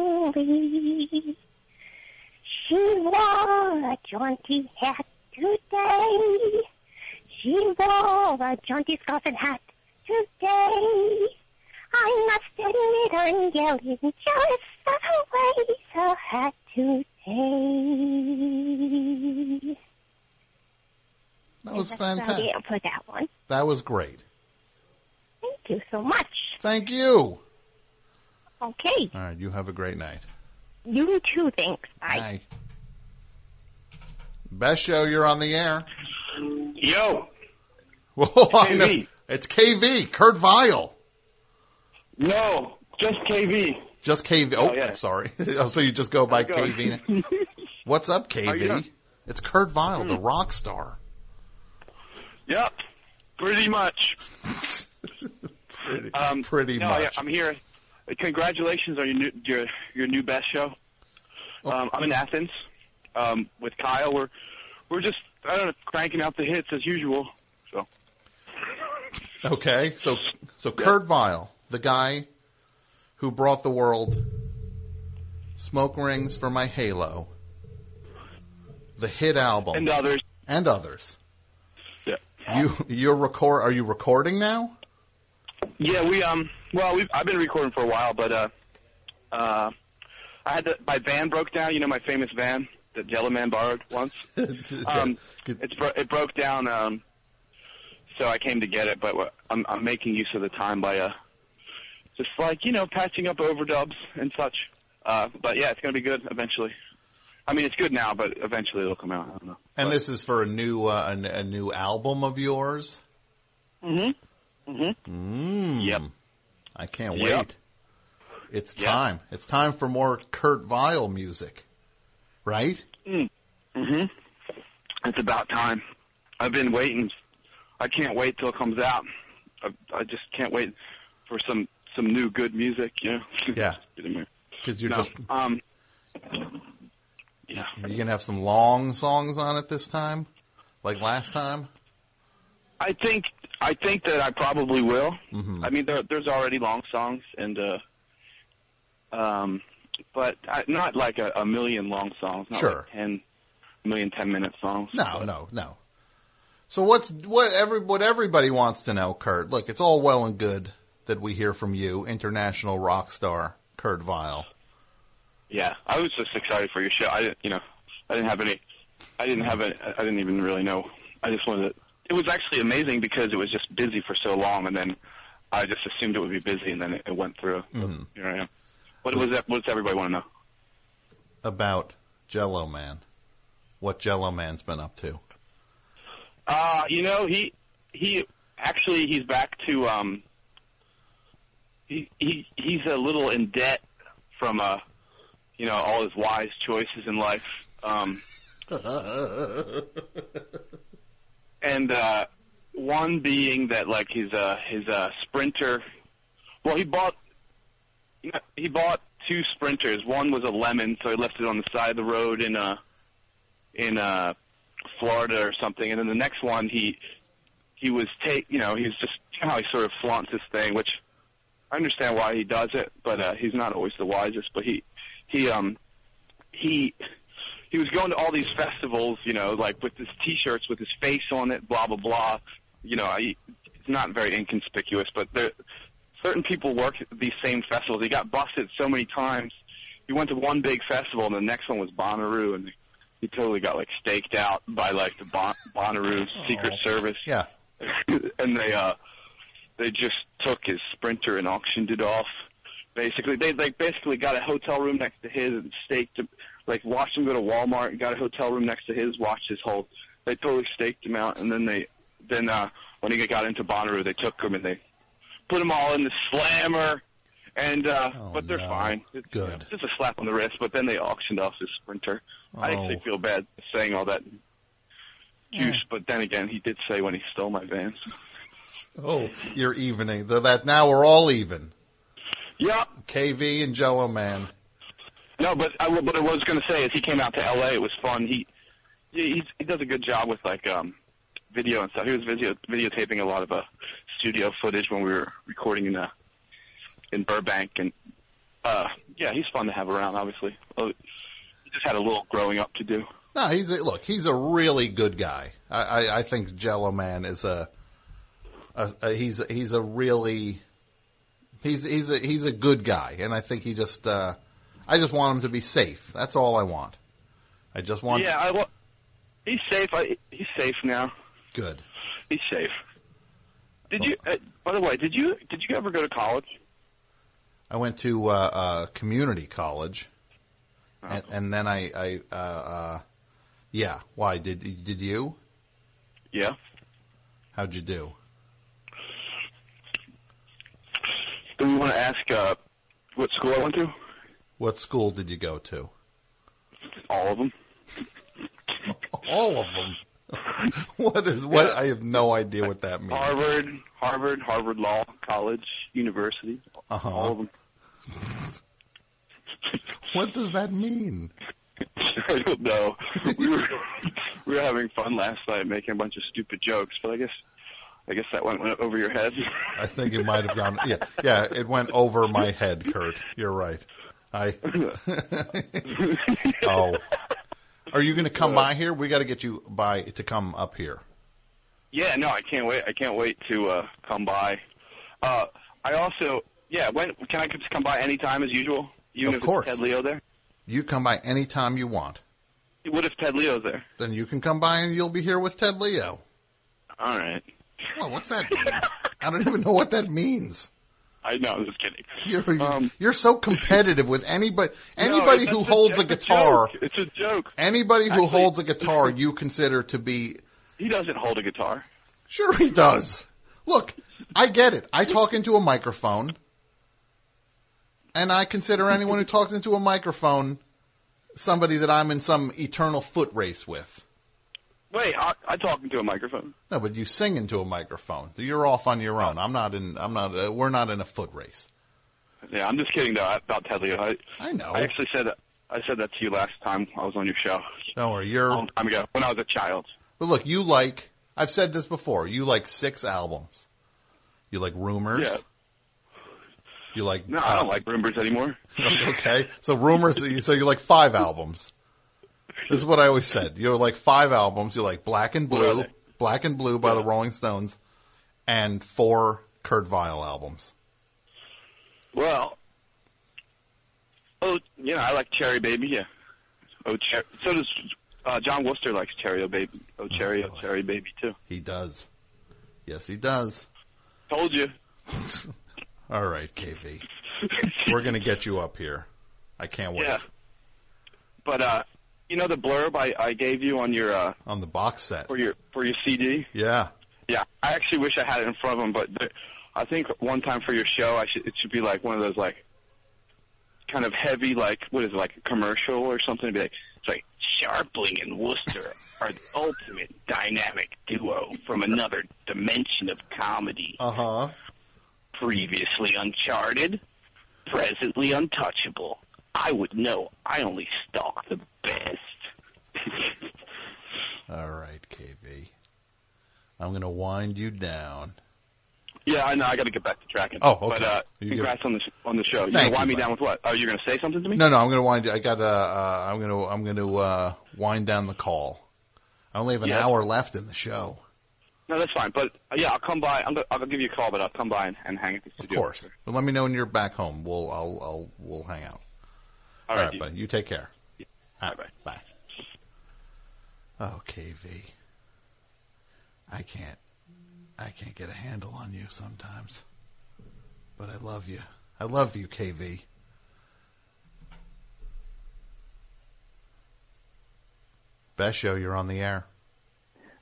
only. She wore a jaunty hat today. She wore a jaunty scarf and hat today. I must admit I'm yelling jealous of her ways, her hat today.
That
And
was
that's about
fantastic.
it for that one.
That was great.
Thank you so much.
Thank you.
Okay,
All right. You have a great night.
you too. Thanks. Bye.
Bye. Best show. You're on the air.
Yo.
Whoa, I know. It's KV. Kurt Vile.
No, just KV.
Just KV. Oh,
Oh, yeah.
I'm sorry. Oh, so you just go by
it going?
KV. now. What's up,
How you doing?
KV? It's Kurt Vile, the rock star.
Yep. Pretty much.
Pretty,
um,
pretty
no,
much.
I, I'm here. Congratulations on your new your your new best show.
Oh.
Um, I'm in Athens um, with Kyle. We're we're just I don't know cranking out the hits as usual. So
Okay, so so Kurt Vile, the guy who brought the world smoke rings for my Halo, the hit album, and
others,
and others.
Yeah.
You you're record? Are you recording now?
yeah, we um well we've I've been recording for a while, but uh uh I had to, my van broke down. You know my famous van that Yellow Man borrowed once. um, it's bro- it broke down. Um, so I came to get it, but what- I'm, I'm making use of the time by uh, just like you know patching up overdubs and such. Uh, but yeah, it's gonna be good eventually. I mean, it's good now, but eventually it'll come out. I don't know.
And this is for a new uh, a, n- a new album of yours.
Mm-hmm. Mm-hmm.
Mm. Yep. I can't
Yep.
wait. It's time. It's time for more Kurt Vile music, right?
Mm-hmm. It's about time. I've been waiting. I can't wait till it comes out. I, I just can't wait for some some new good music. You know.
Yeah.
Because
you're
no,
just-
um.
Are you gonna have some long songs on it this time, like last time?
I think I think that I probably will.
Hmm.
I mean, there, there's already long songs and uh, um, but I, not like a, a million long songs. Not
Sure.
Like ten million ten minute songs.
No, no, no. So what's what every what everybody wants to know, Kurt? Look, it's all well and good that we hear from you, international rock star Kurt Vile.
Yeah, I was just excited for your show. I didn't, you know, I didn't have any, I didn't have any, I didn't even really know. I just wanted. To, it was actually amazing because it was just busy for so long, and then I just assumed it would be busy, and then it, it went through.
Mhm.
Here I am. What was that? What does everybody want to know?
About Jello Man, what Jello Man's been up to?
Uh, you know, he he actually he's back to um he he he's a little in debt from uh you know all his wise choices in life. Um and uh one being that like his uh his uh sprinter well he bought you know, he bought two sprinters. One was a lemon, so he left it on the side of the road in uh in uh Florida or something, and then the next one he he was take you know he was just you know how he sort of flaunts his thing, which I understand why he does it, but uh, he's not always the wisest. But he he um he he was going to all these festivals, you know, like with his T-shirts with his face on it, blah blah blah. You know, I, it's not very inconspicuous, but there certain people work at these same festivals. He got busted so many times. He went to one big festival, and the next one was Bonnaroo, and he totally got like staked out by like the bon- Bonnaroo Secret Service.
Yeah.
and they uh they just took his sprinter and auctioned it off. Basically, they like basically got a hotel room next to his and staked him. Like watched him go to Walmart and got a hotel room next to his. Watched his whole. They totally staked him out, and then they then uh when he got into Bonnaroo, they took him and they put them all in the slammer. And uh but they're fine. It's, Good. Just a slap on the wrist. But then they auctioned off his sprinter. I
Oh.
actually feel bad saying all that juice. But then again, he did say when he stole my vans.
Oh, you're evening. Though that now we're all even.
Yep.
KV and Jello Man.
No, but I, what I was going to say is he came out to L.A. It was fun. He he, he's- he does a good job with like um video and stuff. He was video videotaping a lot of uh, studio footage when we were recording in uh, in Burbank, and uh yeah, he's fun to have around. Obviously, Uh, he just had a little growing up to do.
No, he's a, look. He's a really good guy. I, I, I think Jello Man is a, a, a he's a- he's a really he's he's a he's a good guy, and I think he just uh, I just want him to be safe. That's all I want. I just want
Yeah, I, wa- he's safe. I, he's safe now.
good.
He's safe. Did you? Uh, by the way, did you did you ever go to college?
I went to uh, uh, community college,
Oh.
and, and then I, I uh, uh, yeah. Why did did you?
Yeah.
How'd you do?
Do we want to ask uh, what school I went to?
What school did you go to?
All of them.
All of them. what is what? I have no idea what that means.
Harvard, Harvard, Harvard Law College, University,
Uh-huh.
all of them.
What does that mean?
I don't know. We were we were having fun last night making a bunch of stupid jokes, but I guess I guess that went, went over your head.
I think it might have gone. Yeah, yeah. It went over my head, Kurt. You're right. I. oh, are you going to come by here? We got to get you by to come up here.
yeah, no, I can't wait. I can't wait to uh, come by. Uh, I also, yeah, when can I just come by anytime as usual? Even if
Of course.
it's Ted Leo there.
You come by anytime you want.
What if Ted Leo's there?
Then you can come by and you'll be here with Ted Leo.
All right.
Well, what's that? Mean? I don't even know what that means.
I know. I'm just kidding. Um,
You're, you're, you're so competitive with anybody anybody
it's-
who
it's a-
holds a
it's a
guitar.
joke. It's a joke.
Anybody who
Actually-
holds a guitar, you consider to be.
He doesn't hold a guitar.
Sure, he does. Look, I get it. I talk into a microphone, and I consider anyone who talks into a microphone somebody that I'm in some eternal foot race with.
Wait, I, I talk into a microphone.
No, but you sing into a microphone. You're off on your own. I'm not in. I'm not. Uh, we're not in a foot race.
Yeah, I'm just kidding though about Ted Leo. I,
I know.
I actually said that. I said that to you last time I was on your show.
Don't worry. You're.
A long time ago when I was a child.
But look, you like, I've said this before, you like six albums. You like Rumors.
Yeah.
You like,
No, I don't like rumors anymore.
okay. So Rumors, so you like five albums. This is what I always said. You're like five albums. You like Black and
What are
Blue,
they?
Black and Blue by the Rolling Stones, and four Kurt Vile albums.
Well, oh, you know, I like Cherry Baby. Yeah. Oh, Cher- so does uh, John Worcester likes Cherry Baby. Oh, Cherry, oh, Cherry Baby too.
He does. Yes, he does.
Told you.
All right, KV. We're going to get you up here. I can't wait.
Yeah. But uh, you know the blurb I, I gave you on your uh,
On the box set.
for your for your CD.
Yeah.
Yeah, I actually wish I had it in front of them, but the, I think one time for your show, I should it should be like one of those like kind of heavy like what is it like a commercial or something? It'd be like it's like Sharpling and Worcester are the ultimate dynamic duo from another dimension of comedy.
Uh huh.
Previously uncharted, presently untouchable. I would know. I only stalk the best.
All right, KV. I'm going to wind you down.
Yeah, I know. I got to get back to tracking.
Oh, okay.
But uh,
You
congrats on the sh- on the show. You
Thank
gonna wind
you,
me down with what? Oh, you're gonna say something to me?
No, no, I'm going to wind. I got. Uh, uh, I'm going to. I'm going to uh, wind down the call. I only have an
Yeah.
hour left in the show.
No, that's fine. But uh, yeah, I'll come by. I'm gonna, I'll give you a call, but I'll come by and, and hang at the studio.
Of course. But let me know when you're back home. We'll. I'll. I'll. We'll hang out.
All
All
right,
right,
dude.
buddy. You take care. All right, bye. Oh, KV. I can't. I can't get a handle on you sometimes. But I love you. I love you, KV. Best show you're on the air.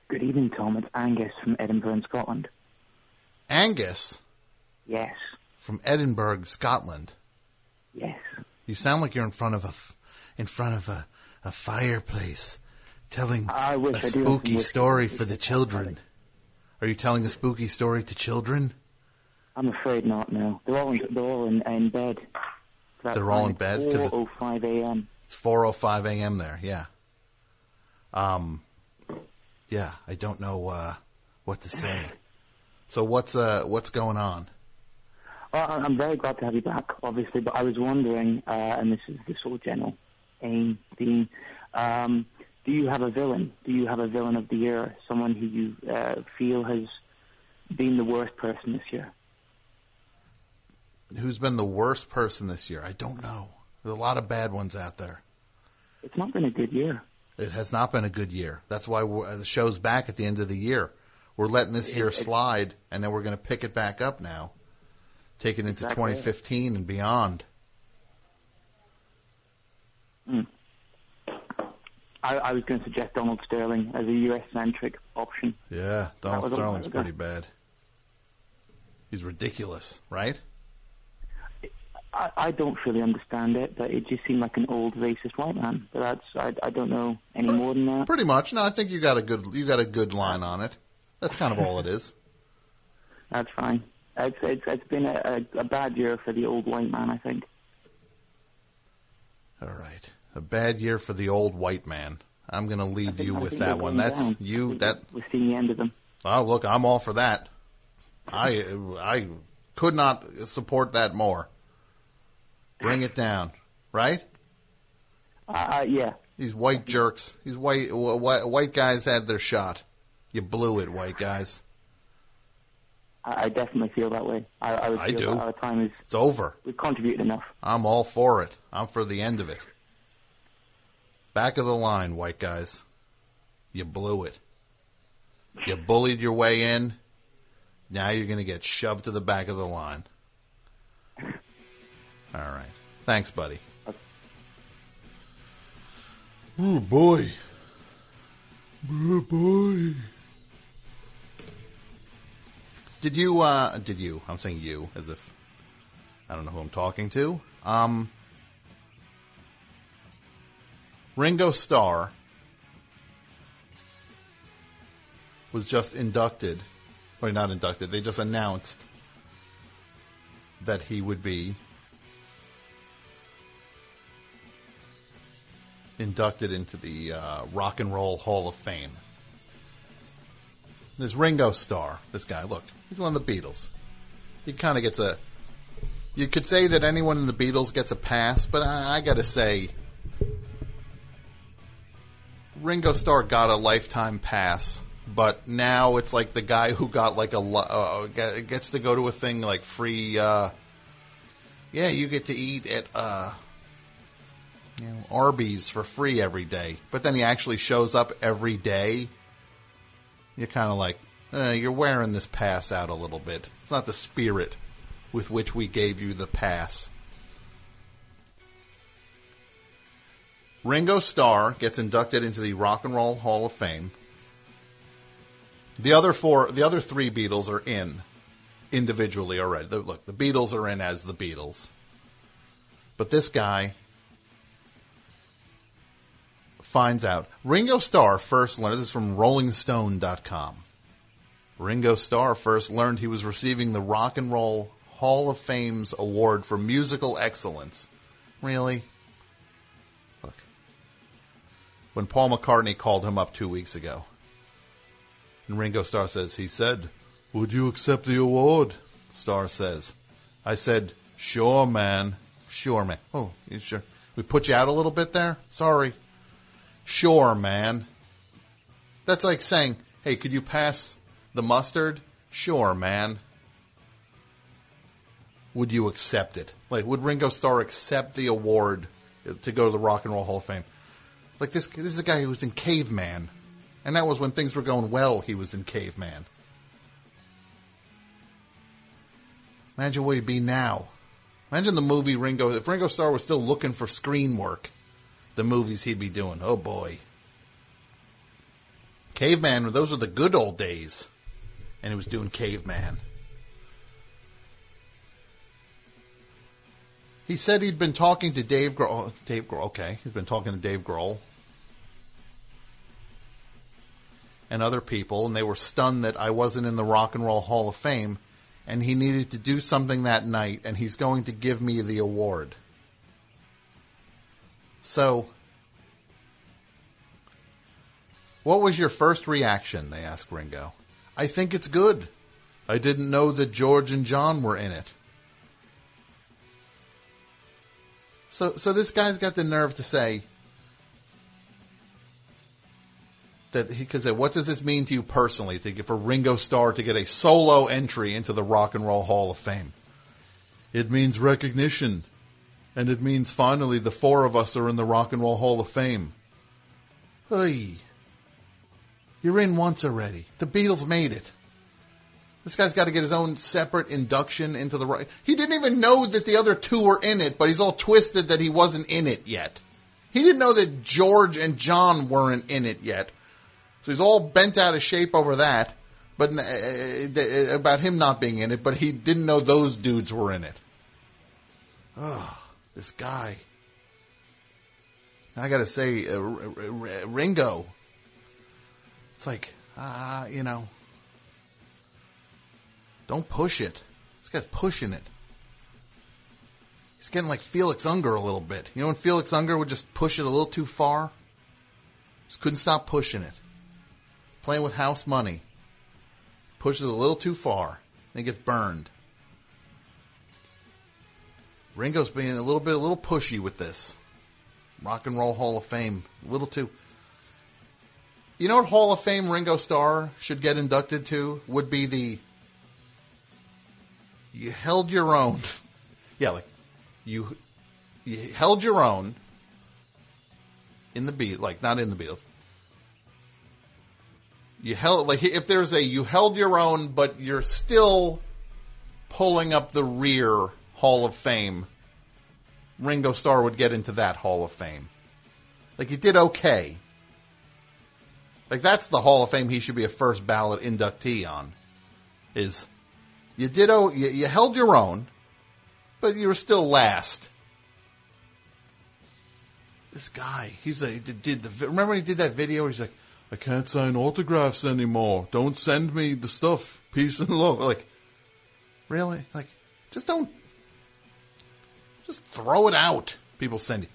Good evening, Tom. It's Angus from Edinburgh in Scotland.
Angus
Yes,
from Edinburgh, Scotland.
yes.
You sound like you're in front of a f- in front of a, a fireplace telling
I wish I
a
do have some
spooky
whiskey.
story for the children. Are you telling a spooky story to children?
I'm afraid not. No, they're all in, they're all in, in bed. That
They're all
time,
in bed? 'Cause it-
4:05 a.m.
It's 4:05 a.m. there. Yeah. Um yeah, I don't know uh what to say. So what's uh what's going on?
Well, I- I'm very glad to have you back, obviously, but I was wondering, uh, and this is the sort of general aim, Dean, um, do you have a villain? Do you have a villain of the year? Someone who you uh, feel has been the worst person this year?
Who's been the worst person this year? I don't know. There's a lot of bad ones out there.
It's not been a good year.
It has not been a good year. That's why we're, uh, the show's back at the end of the year. We're letting this year slide, and then we're going to pick it back up now, take it into
Exactly.
2015 and beyond.
I, I was going to suggest Donald Sterling as a US-centric option.
Yeah,
That
Donald
was a
Sterling's
while ago.
pretty bad. He's ridiculous, right?
I, I don't really understand it, but it just seemed like an old racist white man. But that's I, I don't know any more than that.
Pretty much. No, I think you got a good you got a good line on it. That's kind of all it is.
That's fine. It's it's, it's been a, a, a bad year for the old white man, I think.
All right. A bad year for the old white man. I'm going to leave you
I
with
think
that
we're
one.
going
That's
down.
you that
We're seeing the end of them.
Oh, look, I'm all for that. I I could not support that more. Bring it down, right?
Uh, yeah.
These white jerks, these white white white guys had their shot. You blew it, white guys.
I, I definitely feel that way. I, I, would
I
feel
do.
That our time is
It's over.
we've contributed enough.
I'm all for it. I'm for the end of it. Back of the line, white guys. You blew it. You bullied your way in. Now you're going to get shoved to the back of the line. All right. Thanks, buddy. Oh, boy. Oh, boy. Did you, uh, did you, I'm saying you as if I don't know who I'm talking to. Um, Ringo Starr was just inducted, or not inducted, they just announced that he would be inducted into the uh, Rock and Roll Hall of Fame. This Ringo Starr, this guy, look, he's one of the Beatles. He kind of gets a. You could say that anyone in the Beatles gets a pass, but I, I gotta say, Ringo Starr got a lifetime pass. But now it's like the guy who got like a li- uh, get- gets to go to a thing like free. Uh, yeah, you get to eat at uh, you know, Arby's for free every day, but then he actually shows up every day. You're kind of like, eh, you're wearing this pass out a little bit. It's not the spirit with which we gave you the pass. Ringo Starr gets inducted into the Rock and Roll Hall of Fame. The other four, the other three Beatles are in individually already. The- Look, the Beatles are in as the Beatles. But this guy finds out. Ringo Starr first learned, this is from RollingStone.com. Ringo Starr first learned he was receiving the Rock and Roll Hall of Fame's award for musical excellence. Really? Look. When Paul McCartney called him up two weeks ago. And Ringo Starr says, he said, would you accept the award? Starr says, I said, sure man, sure man. Oh, you sure? We put you out a little bit there? Sorry. Sure, man. That's like saying, hey, could you pass the mustard? Sure, man. Would you accept it? Like, would Ringo Starr accept the award to go to the Rock and Roll Hall of Fame? Like this, this is a guy who was in Caveman. And that was when things were going well, he was in Caveman. Imagine where he'd be now. Imagine the movie Ringo. If Ringo Starr was still looking for screen work, the movies he'd be doing. Oh boy. Caveman, those were the good old days. And he was doing Caveman. He said he'd been talking to Dave Grohl. Oh, Dave Grohl, okay. He's been talking to Dave Grohl. and other people, and they were stunned that I wasn't in the Rock and Roll Hall of Fame, and he needed to do something that night, and he's going to give me the award. So, what was your first reaction? They asked Ringo. I think it's good. I didn't know that George and John were in it. So, so this guy's got the nerve to say, that he could say, "What does this mean to you personally?" To for Ringo Starr to get a solo entry into the Rock and Roll Hall of Fame, it means recognition, and it means finally the four of us are in the Rock and Roll Hall of Fame. Hey, you're in once already. The Beatles made it. This guy's got to get his own separate induction into the right. He didn't even know that the other two were in it, but he's all twisted that he wasn't in it yet. He didn't know that George and John weren't in it yet. So he's all bent out of shape over that, but uh, about him not being in it, but he didn't know those dudes were in it. Oh, this guy. I gotta say, uh, R- R- R- Ringo. It's like, ah, you know, don't push it. This guy's pushing it. He's getting like Felix Unger a little bit. You know when Felix Unger would just push it a little too far? Just couldn't stop pushing it. Playing with house money. Pushes it a little too far. And gets burned. Ringo's being a little bit, a little pushy with this. Rock and Roll Hall of Fame. A little too. You know what Hall of Fame Ringo Starr should get inducted to? Would be the. You held your own. yeah, like you you held your own in the beat like not in the Beatles. You held like if there's a you held your own, but you're still pulling up the rear Hall of Fame. Ringo Starr would get into that Hall of Fame. Like he did okay. Like that's the Hall of Fame he should be a first ballot inductee on. Is you did oh you, you held your own, but you were still last. This guy, he's a he did, did the vi- remember he did that video. Where he's like, I can't sign autographs anymore. Don't send me the stuff. Peace and love. Like, really? Like, just don't. Just throw it out. People send you.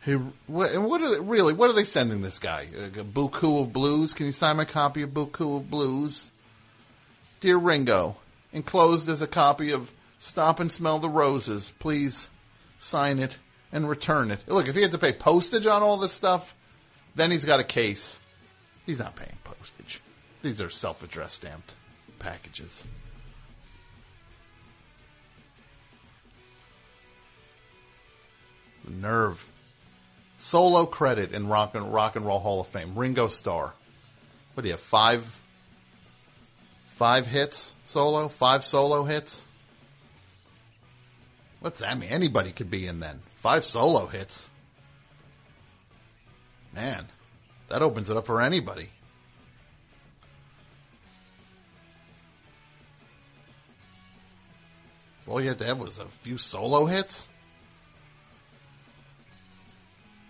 Hey, what, and what are they, really? What are they sending this guy? Like a Buku of Blues? Can you sign my copy of Buku of Blues? Dear Ringo, enclosed is a copy of Stop and Smell the Roses. Please sign it and return it. Look, if he had to pay postage on all this stuff, then he's got a case. He's not paying postage. These are self-addressed stamped packages. The nerve. Solo credit in Rock and Rock and Roll Hall of Fame. Ringo Starr. What do you have? Five, five hits solo. Five solo hits. What's that mean? Anybody could be in then. Five solo hits. Man, that opens it up for anybody. So all you had to have was a few solo hits.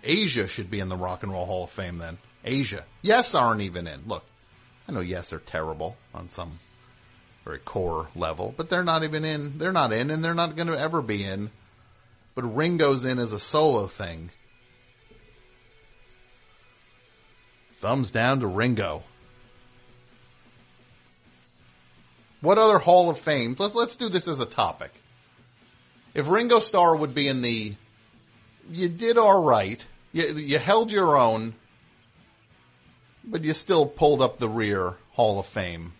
Asia should be in the Rock and Roll Hall of Fame then. Asia. Yes aren't even in. Look, I know yes are terrible on some very core level, but they're not even in. They're not in, and they're not going to ever be in. But Ringo's in as a solo thing. Thumbs down to Ringo. What other Hall of Fame? Let's let's do this as a topic. If Ringo Starr would be in the, you did all right. You you held your own, but you still pulled up the rear Hall of Fame.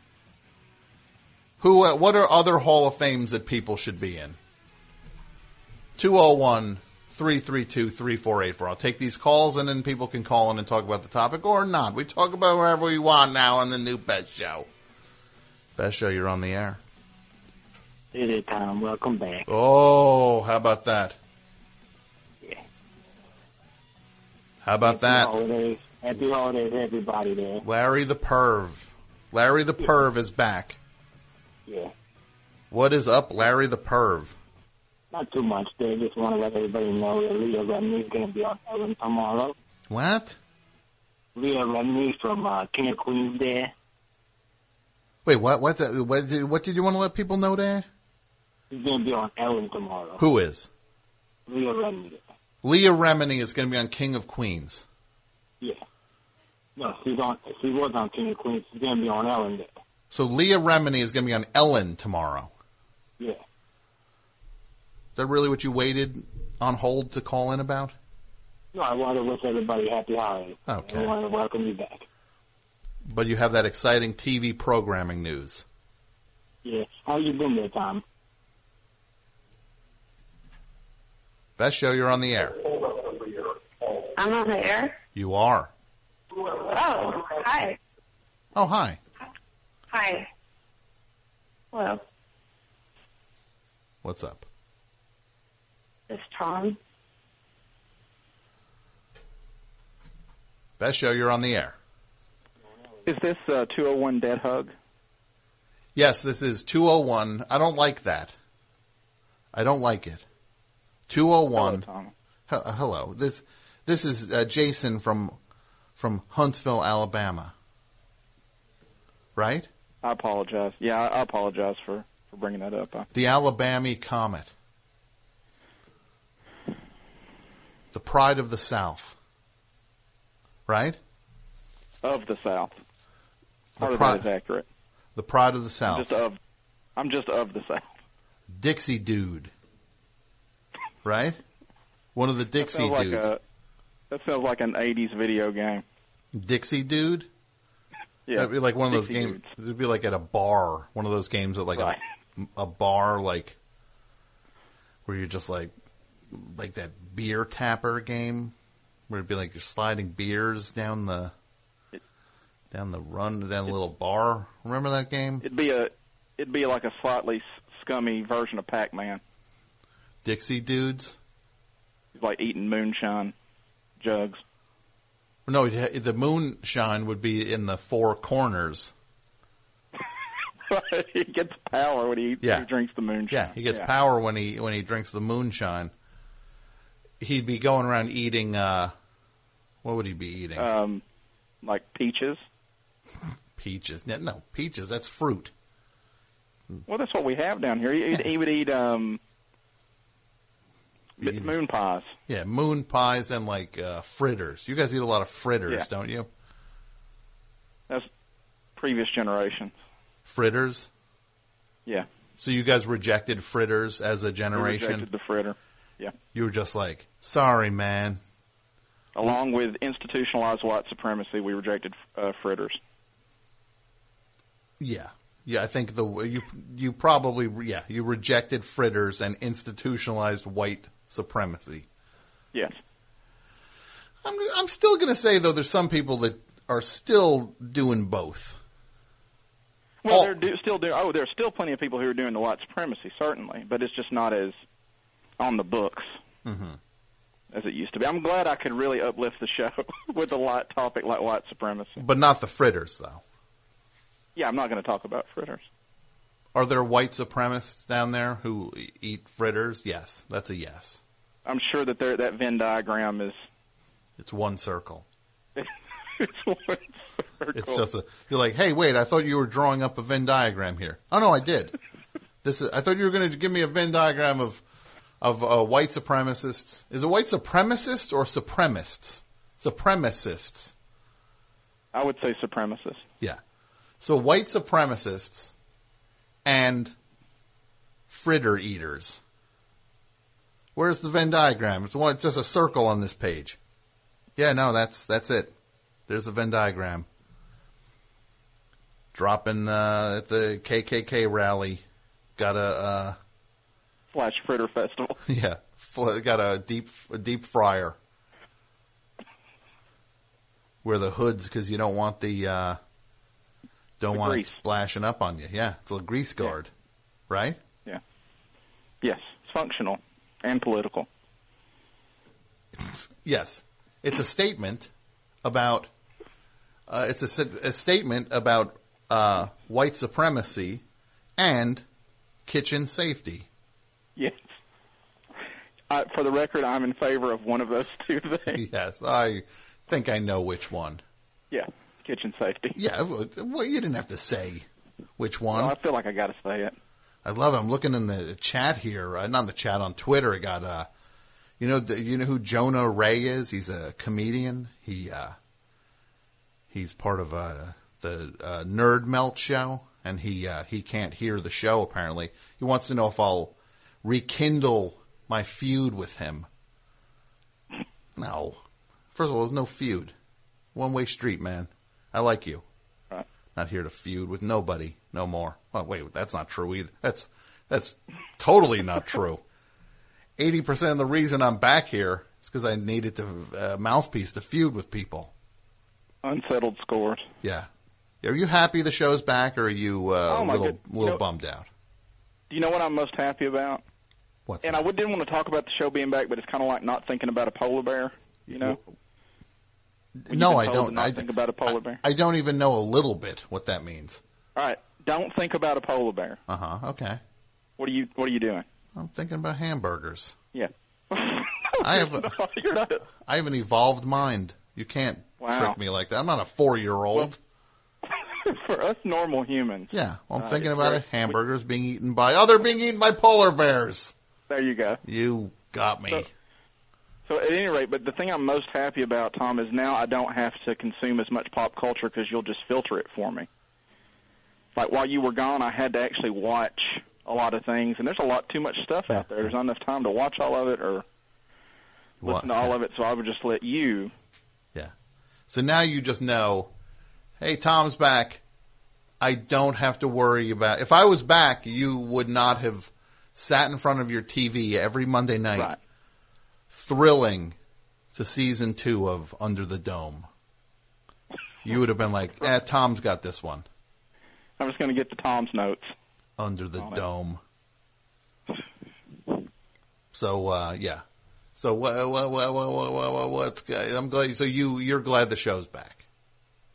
Who? Uh, oh what are other Hall of Fames that people should be in? 201 332-3484. I'll take these calls and then people can call in and talk about the topic or not. We talk about whatever we want now on the new Best Show. Best Show, you're on the air.
It is Tom. Welcome back.
Oh, how about that? How about that?
Holidays. Happy holidays, everybody there.
Larry the Perv. Larry the Perv is back.
Yeah.
What is up, Larry the Perv?
Not too much there. Just want to let everybody know that Leah Remney is going to be on Ellen tomorrow.
What?
Leah Remney from uh, King of Queens there.
Wait, what? What's that? What did, what did you want to let people know there?
She's going to be on Ellen tomorrow.
Who is?
Leah Remney.
Leah Remini is going to be on King of Queens.
Yeah. No, she's on. She was on King of Queens. She's going to be on Ellen there.
So Leah Remini is going to be on Ellen tomorrow.
Yeah.
Is that really what you waited on hold to call in about?
No, I want to wish everybody happy holidays.
Okay.
I want to welcome you back.
But you have that exciting TV programming news.
Yeah. How you been there, Tom?
Best show you're on the air.
I'm on the air.
You are.
Oh, hi.
Oh, hi.
Hi. Hello.
What's up?
This is Tom.
Best show you're on the air.
Is this uh, 201 Dead Hug?
Yes, this is 201. I don't like that. I don't like it. 201. Hello. uh, hello. This this is uh, Jason from from Huntsville, Alabama. Right?
I apologize. Yeah, I I apologize for, for bringing that up. Uh, I,
The Alabama Comet. The pride of the South. Right?
of the South. Part of
pri-
that is accurate.
The pride of the
I'm
South.
just of, I'm just of the South.
Dixie dude. Right? One of the Dixie
sounds like
dudes.
a, that sounds like an 80s video game.
Dixie dude?
Yeah.
That'd be like one of those
Dixie
games. It'd be like at a bar, one of those games at like a, a bar, like where you're just like like that beer tapper game, where it'd be like you're sliding beers down the down the run down the little bar. Remember that game,
It'd be a it'd be like a slightly s- scummy version of Pac-Man.
Dixie dudes?
It's like eating moonshine jugs.
No, it ha- the moonshine would be in the four corners.
he gets power when he,
Yeah.
he drinks the moonshine.
Yeah, he gets power when he when he drinks the moonshine. He'd be going around eating. uh What would he be eating?
Um, like peaches.
Peaches? No, no, peaches. That's fruit.
Well, that's what we have down here. He, he would eat um, m- moon pies.
Yeah, moon pies and like uh, fritters. You guys eat a lot of fritters,
Yeah.
don't you?
That's previous generation.
Fritters.
Yeah.
So you guys rejected fritters as a generation.
We rejected the fritter. Yeah.
You were just like, sorry, man.
Along with institutionalized white supremacy, we rejected uh, fritters.
Yeah, yeah. I think the you you probably yeah you rejected fritters and institutionalized white supremacy.
Yes.
I'm I'm still gonna say though, there's some people that are still doing both.
Well, there do, still do. Oh, there are still plenty of people who are doing the white supremacy, certainly, but it's just not as on the books
Mm-hmm.
as it used to be. I'm glad I could really uplift the show with a light topic like white supremacy.
But not the fritters though.
Yeah, I'm not going to talk about fritters.
Are there white supremacists down there who e- eat fritters? Yes, that's a yes.
I'm sure that there that Venn diagram is
It's one circle.
it's one circle.
It's just a you're like, hey, wait, I thought you were drawing up a Venn diagram here. Oh no, I did. this is, I thought you were going to give me a Venn diagram of of uh, white supremacists. Is it white supremacists or supremacists? Supremacists.
I would say supremacists.
Yeah. So white supremacists and fritter eaters. Where's the Venn diagram? It's one. It's just a circle on this page. Yeah, no, that's that's it. There's the Venn diagram. Dropping uh, at the KKK rally. Got a uh,
slash fritter festival.
yeah. fl- got a deep a deep fryer where the hoods because you don't want the uh, don't
The
want
grease.
it splashing up on you. Yeah, it's a little grease guard, right?
Yeah. Yes, it's functional and political.
Yes, it's a statement about uh, it's a, s- a statement about uh, white supremacy and kitchen safety.
Yes. I, for the record, I'm in favor of one of those two things.
Yes, I think I know which one.
Yeah, kitchen safety.
Yeah, well, you didn't have to say which one.
Well, I feel like I got to say it.
I love it. I'm looking in the chat here, uh, not in the chat on Twitter. I got uh, you know, you know who Jonah Ray is? He's a comedian. He uh, he's part of uh, the uh, Nerd Melt show, and he uh, he can't hear the show apparently. He wants to know if I'll rekindle my feud with him. No, first of all, there's no feud. One way street, man. I like you.
Right.
Not here to feud with nobody no more. Well, wait, that's not true either. That's that's totally not true. Eighty percent of the reason I'm back here is because I needed to uh, mouthpiece to feud with people.
Unsettled scores.
Yeah. Are you happy the show's back, or are you uh,
Oh,
a
my
little
good- you
little
know-
bummed out?
Do you know what I'm most happy about?
What's
and I would, didn't want to talk about the show being back, but it's kind of like not thinking about a polar bear. You know? When
no,
you've been
I
told
don't.
to Not
I,
think about a polar bear.
I don't even know a little bit what that means.
All right, don't think about a polar bear.
Uh huh. Okay.
What are you What are you doing?
I'm thinking about hamburgers.
Yeah.
I have. A, I have an evolved mind. You can't
Wow.
trick me like that. I'm not a four year old.
For us normal humans.
Yeah, well, I'm
Uh,
thinking
it's
about
great.
it. Hamburgers being eaten by other being eaten by polar bears.
There you go.
You got me.
So at any rate, but the thing I'm most happy about, Tom, is now I don't have to consume as much pop culture because you'll just filter it for me. Like while you were gone, I had to actually watch a lot of things, and there's a lot too much stuff out there. There's not enough time to watch all of it or listen to all of it. So I would just let you.
Yeah. So now you just know, hey, Tom's back. I don't have to worry about. If I was back, you would not have sat in front of your TV every Monday night, thrilling to season two of Under the Dome. You would have been like, eh, Tom's got this one.
I'm just going to get to Tom's notes.
Under the dome. So uh, yeah. So what? What? What? What? What? What? what- What's? go- I'm glad. So you you're glad the show's back.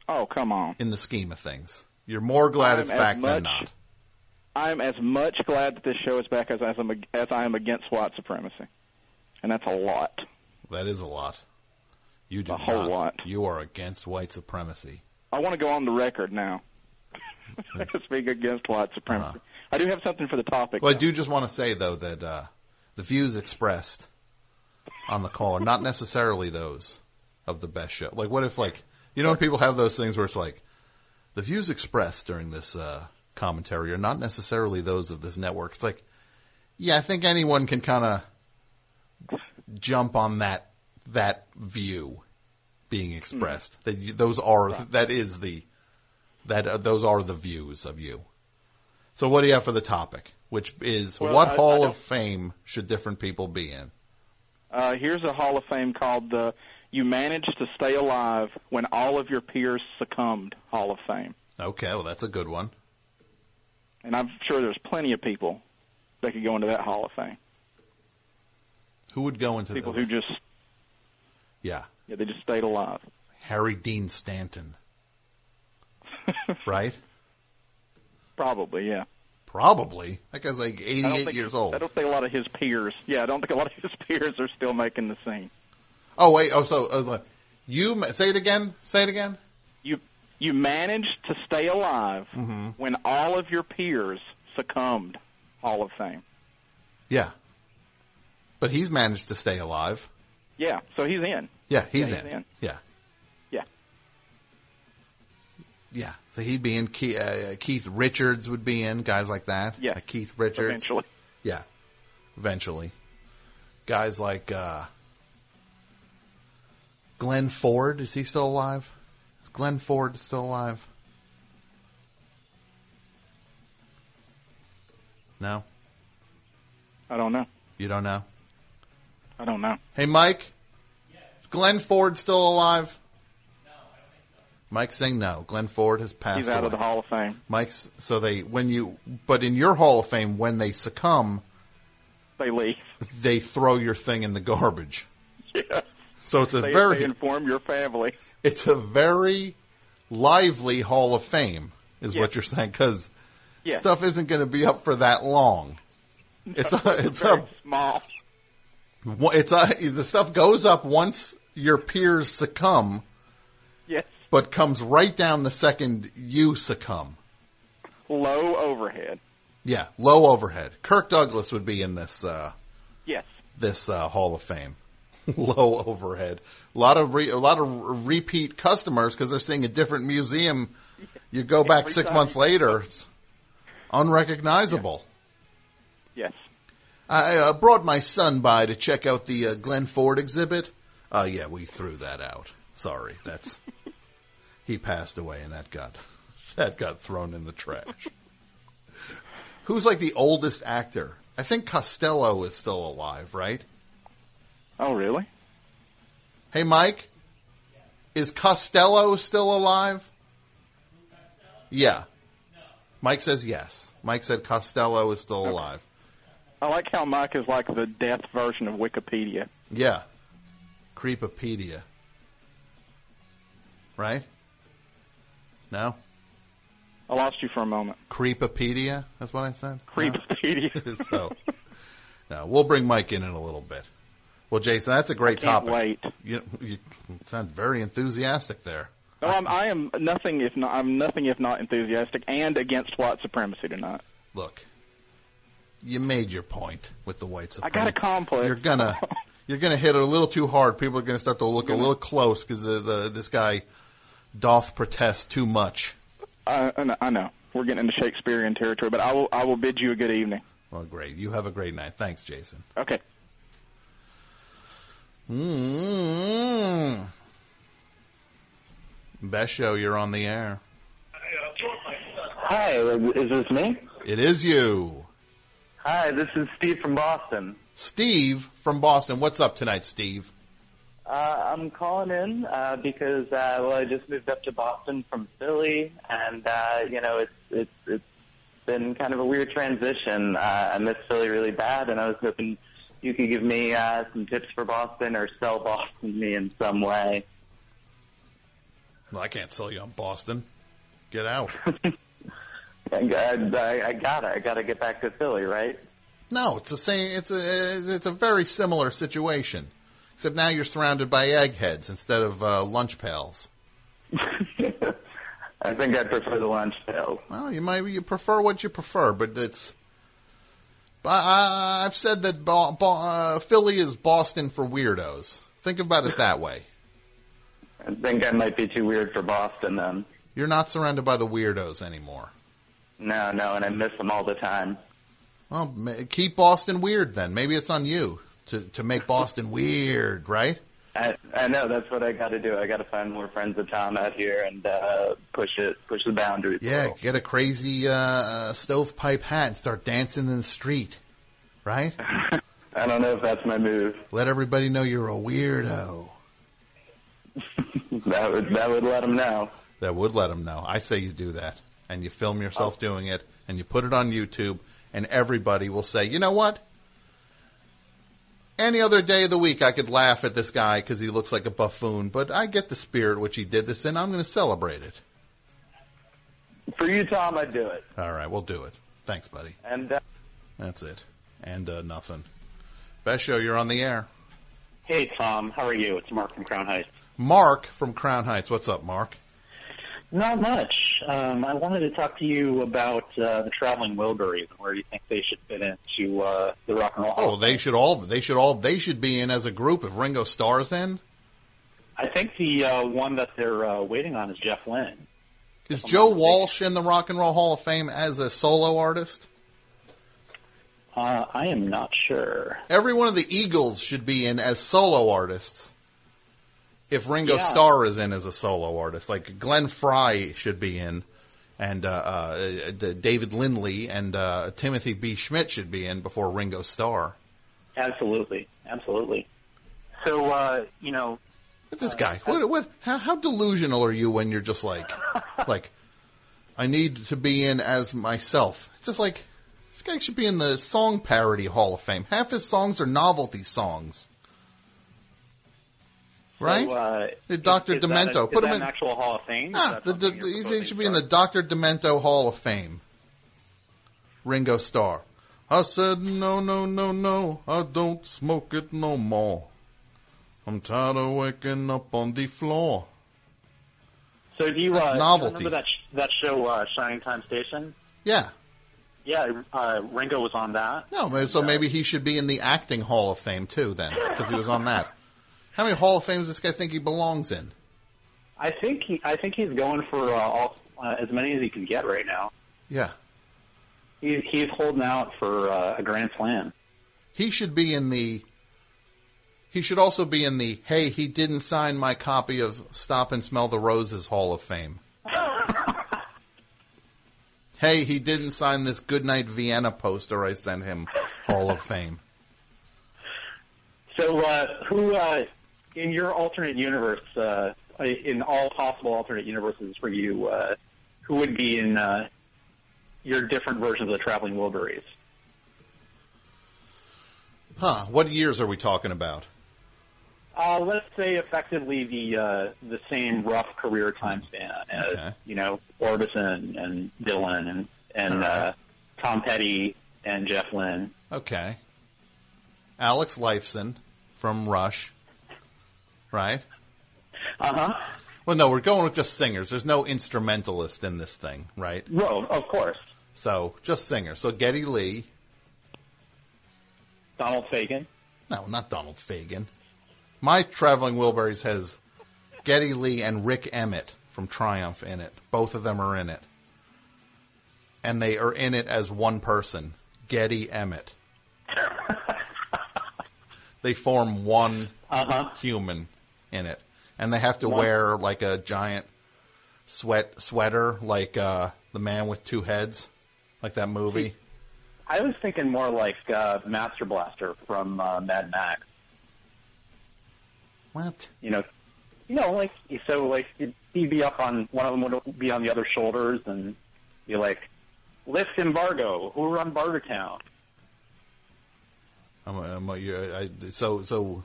Oh come on!
In the scheme of things, you're more glad
I'm
it's
as
back
much-
than not.
I'm as much glad that this show is back as, as I'm ag- as I am against white supremacy, and that's a lot.
That is a lot. You do
A whole
not.
lot.
You are against white supremacy.
I want to go on the record now. Speak against white supremacy. I do have something for the topic.
Well, I do just want to say though that uh, the views expressed on the call are not necessarily those of the best show. Like, what if like you know when people have those things where it's like the views expressed during this uh, commentary are not necessarily those of this network. It's like, yeah, I think anyone can kind of jump on that that view being expressed. That you, those are that is the that uh, those are the views of you. So what do you have for the topic? Which is
Well,
what
I- I
Hall
don't-
of Fame should different people be in?
Uh, here's a Hall of Fame called the "You Managed to Stay Alive When All of Your Peers Succumbed" Hall of Fame.
Okay, well that's a good one.
And I'm sure there's plenty of people that could go into that Hall of Fame.
Who would go into
People
the,
who just
Yeah,
yeah, they just stayed alive.
Harry Dean Stanton. right?
Probably, yeah.
Probably. That guy's like
I don't
88
think-
years old.
I don't think a lot of his peers. Yeah, I don't think a lot of his peers are still making the scene.
Oh wait, oh so uh, look. you ma- say it again? Say it again?
You you managed to stay alive
Mhm.
when all of your peers succumbed. Hall of Fame.
Yeah. But he's managed to stay alive.
Yeah, so he's in.
Yeah, he's,
Yeah, he's
in.
in.
Yeah.
Yeah.
Yeah. So he'd be in. Keith, uh, Keith Richards would be in. Guys like that.
Yeah.
Like Keith Richards.
Eventually.
Yeah. Eventually. Guys like uh, Glenn Ford. Is he still alive? Is Glenn Ford still alive? No.
I don't know.
You don't know.
I don't know.
Hey, Mike. Is Glenn Ford still alive? Mike's saying no. Glenn Ford has passed.
He's out of
away.
the Hall of Fame.
Mike's so they when you but in your Hall of Fame when they succumb,
They leave.
they throw your thing in the garbage.
Yeah.
So it's a
they,
very
they inform your family.
it's a very lively Hall of Fame, is what you're saying, because
Yeah.
stuff isn't going to be up for that long. It's a, it's
very
up
small.
It's a, the stuff goes up once your peers succumb,
Yes.
but comes right down the second you succumb.
Low overhead.
Yeah, low overhead. Kirk Douglas would be in this uh,
Yes.
this uh, Hall of Fame. Low overhead. A lot of re- a lot of repeat customers because they're seeing a different museum. You go back
Every
six
time.
months later, it's unrecognizable.
Yes.
I uh, brought my son by to check out the uh, Glenn Ford exhibit. Uh, yeah, we threw that out. Sorry, that's he passed away, and that got that got thrown in the trash. Who's like the oldest actor? I think Costello is still alive, right?
Oh, really?
Hey, Mike, is Costello still alive? Yeah. Mike says yes. Mike said Costello is still alive.
I like how Mike is like the death version of Wikipedia.
Yeah. Creepopedia. Right? No?
I lost you for a moment.
Creepopedia? That's what I said?
Creepopedia.
No? so, no, we'll bring Mike in in a little bit. Well, Jason, that's a great
can't
topic. Wait. You, you sound very enthusiastic there.
No, I'm, I am nothing if not I'm nothing if not enthusiastic and against white supremacy tonight.
Look, you made your point with the white
I
supremacy.
got a complex.
You're gonna, you're gonna hit it a little too hard. People are gonna start to look a little close because the, the, this guy doth protest too much.
I, I know- I know we're getting into Shakespearean territory, but I will I will bid you a good evening.
Well, great. You have a great night. Thanks, Jason.
Okay.
mm Best show, you're on the air.
Hi, is this me?
It is you.
Hi, this is Steve from Boston.
Steve from Boston. What's up tonight, Steve?
Uh, I'm calling in uh, because uh, well, I just moved up to Boston from Philly, and uh, you know it's it's it's been kind of a weird transition. Uh, I miss Philly really bad, and I was hoping you could give me uh, some tips for Boston or sell Boston to me in some way.
Well, I can't sell you on Boston. Get out.
I, I, I gotta I gotta get back to Philly, right?
No, it's the same. It's a it's a very similar situation, except now you're surrounded by eggheads instead of uh, lunch pals.
I think I prefer the lunch pail.
Well, you might you prefer what you prefer, but it's. I- I, I've said that Bo, Bo, uh, Philly is Boston for weirdos. Think about it that way.
I think I might be too weird for Boston then.
You're not surrounded by the weirdos anymore.
No, no, and I miss them all the time.
Well, ma- keep Boston weird then. Maybe it's on you to to make Boston weird, right?
I, I know that's what I got to do. I got to find more friends of Tom out here and uh, push it, push the boundaries.
Yeah, get a crazy uh, uh, stovepipe hat and start dancing in the street, right?
I don't know if that's my move.
Let everybody know you're a weirdo.
That would that would let them know.
That would let them know. I say you do that, and you film
Oh.
yourself doing it, and you put it on YouTube, and everybody will say, you know what? Any other day of the week, I could laugh at this guy because he looks like a buffoon, but I get the spirit which he did this in. I'm going to celebrate it.
For you, Tom, I'd do it.
All right, we'll do it. Thanks, buddy.
And uh,
That's it. And uh, nothing. Best show, you're on the air.
Hey, Tom. How are you? It's Mark from Crown Heights.
Mark from Crown Heights. What's up, Mark?
Not much. Um, I wanted to talk to you about uh, the traveling Wilburys and where you think they should fit into uh, the Rock and Roll Hall.
Oh, they should all they should all they should be in as a group if Ringo Starr's in.
I think the uh, one that they're uh, waiting on is Jeff Lynne.
Is Joe Walsh in the Rock and Roll Hall of Fame as a solo artist?
Uh, I am not sure.
Every one of the Eagles should be in as solo artists. If Ringo
Yeah.
Starr is in as a solo artist, like Glenn Fry should be in, and uh, uh, uh, David Lindley and uh, Timothy B. Schmidt should be in before Ringo Starr.
Absolutely, absolutely.
So uh, you know,
What's this guy? What? What? How, how delusional are you when you're just like, like, I need to be in as myself? It's just like this guy should be in the song parody Hall of Fame. Half his songs are novelty songs, right?
So, uh,
The Dr.
is that
Demento.
a- is
Put
that
him
an
in-
actual Hall of Fame. Is
Ah,
that
the, the,
something
the,
you're
he
proposing?
should be in the Dr. Demento Hall of Fame. Ringo Starr. I said, no, no, no, no, I don't smoke it no more. I'm tired of waking up on the floor.
So do you,
That's
uh, do you
novelty.
remember that sh- that show uh, Shining Time Station?
Yeah.
Yeah, uh, Ringo was on that.
No, ma- so maybe he should be in the acting Hall of Fame too then, because he was on that. How many Hall of Fames does this guy think he belongs in?
I think he, I think he's going for uh, all, uh, as many as he can get right now.
Yeah.
He, he's holding out for uh, a grand slam.
He should be in the, he should also be in the, hey, he didn't sign my copy of Stop and Smell the Roses Hall of Fame. hey, he didn't sign this Goodnight Vienna poster I sent him Hall of Fame.
So uh, who uh, in your alternate universe, uh, in all possible alternate universes for you, uh, who would be in uh, your different versions of the Traveling Wilburys?
Huh, what years are we talking about?
Uh, let's say effectively the uh, the same rough career time span as you know Orbison and Dylan and and uh, Tom Petty and Jeff Lynne.
Okay. Alex Lifeson from Rush. Right?
Uh huh.
Well, no, we're going with just singers. There's no instrumentalist in this thing, right?
No, of course.
So, just singers. So, Getty Lee.
Donald Fagen.
No, not Donald Fagen. My Traveling Wilburys has Getty Lee and Rick Emmett from Triumph in it. Both of them are in it. And they are in it as one person, Getty Emmett. they form one human in it. And they have to
One-
wear like a giant sweat sweater like uh the man with two heads like that movie.
I was thinking more like uh, Master Blaster from uh, Mad Max.
What?
You know, you know, like so, like he'd be up on one of them would be on the other shoulders and be like, "Lift embargo, who run Barter Town?"
I'm, I'm, you're, I, so so,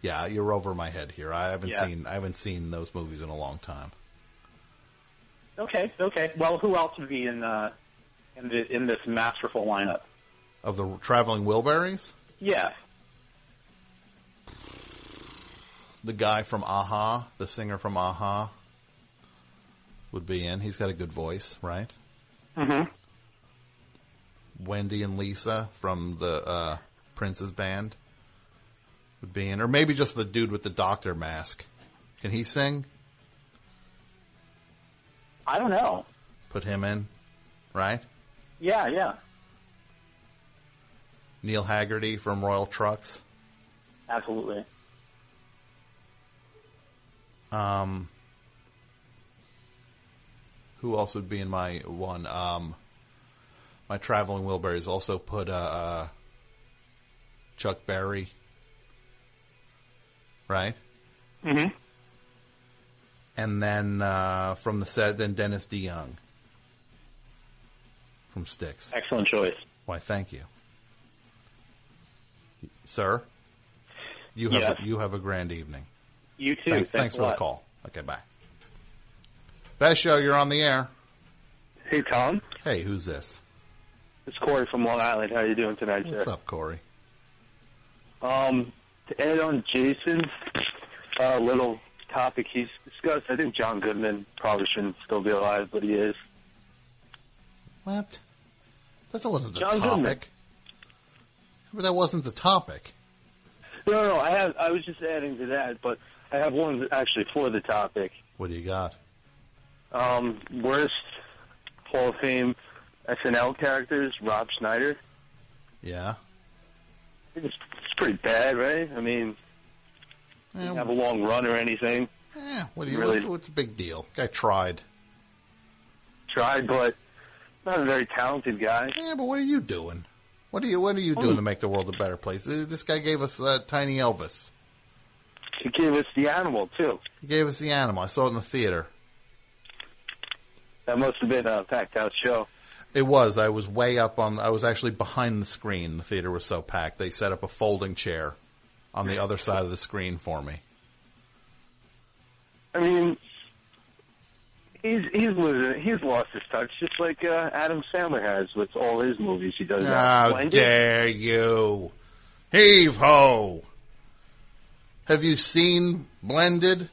yeah, you're over my head here. I haven't
Yeah.
seen I haven't seen those movies in a long time.
Okay, okay. Well, who else would be in uh, in, the, in this masterful lineup?
Of the traveling Wilburys,
Yeah,
the guy from Aha, the singer from Aha, would be in. He's got a good voice, right?
Mm-hmm.
Wendy and Lisa from the uh, Prince's band would be in, or maybe just the dude with the doctor mask. Can he sing?
I don't know.
Put him in, right?
Yeah, yeah,
Neil Haggerty from Royal Trucks.
absolutely.
Um, who else would be in my one? Um, my traveling Wilburys also put uh, uh, Chuck Berry, right?
Mm-hmm.
And then uh, from the set, then Dennis DeYoung from Styx.
Excellent choice.
Why? Thank you, sir. You have
Yes.
a, you have a grand evening.
You too. Thanks
Thanks, thanks
a
for the
lot.
call. Okay, bye. Best show, you're on the air.
Hey, Tom.
Hey, who's this?
It's Corey from Long Island. How are you doing tonight, sir?
What's up, Corey?
Um, to add on Jason's uh, little topic he's discussed, I think John Goodman probably shouldn't still be alive, but he is.
What? That wasn't the
John
topic.
Goodman.
But that wasn't the topic.
No, no, I have. I was just adding to that, but I have one actually for the topic.
What do you got?
Um, worst Hall of Fame SNL characters, Rob Schneider.
Yeah.
It's, it's pretty bad, right? I mean, didn't have a long run or anything.
Yeah, What do you,
really
what- what's the big deal? Guy tried.
tried, but not a very talented guy.
Yeah, but what are you doing?
What are you What are you doing to make the world a better place? Uh, This guy gave us uh, Tiny Elvis.
He gave us the animal too.
He gave us the animal. I saw it in the theater.
That must have been a packed out show.
It was. I was way up on. I was actually behind the screen. The theater was so packed. They set up a folding chair on the other side of the screen for me.
I mean, he's he's losing. He's lost his touch, just like uh, Adam Sandler has with all his movies. He does
Ah,
that.
How
Blended.
dare you? Heave ho! Have you seen Blended?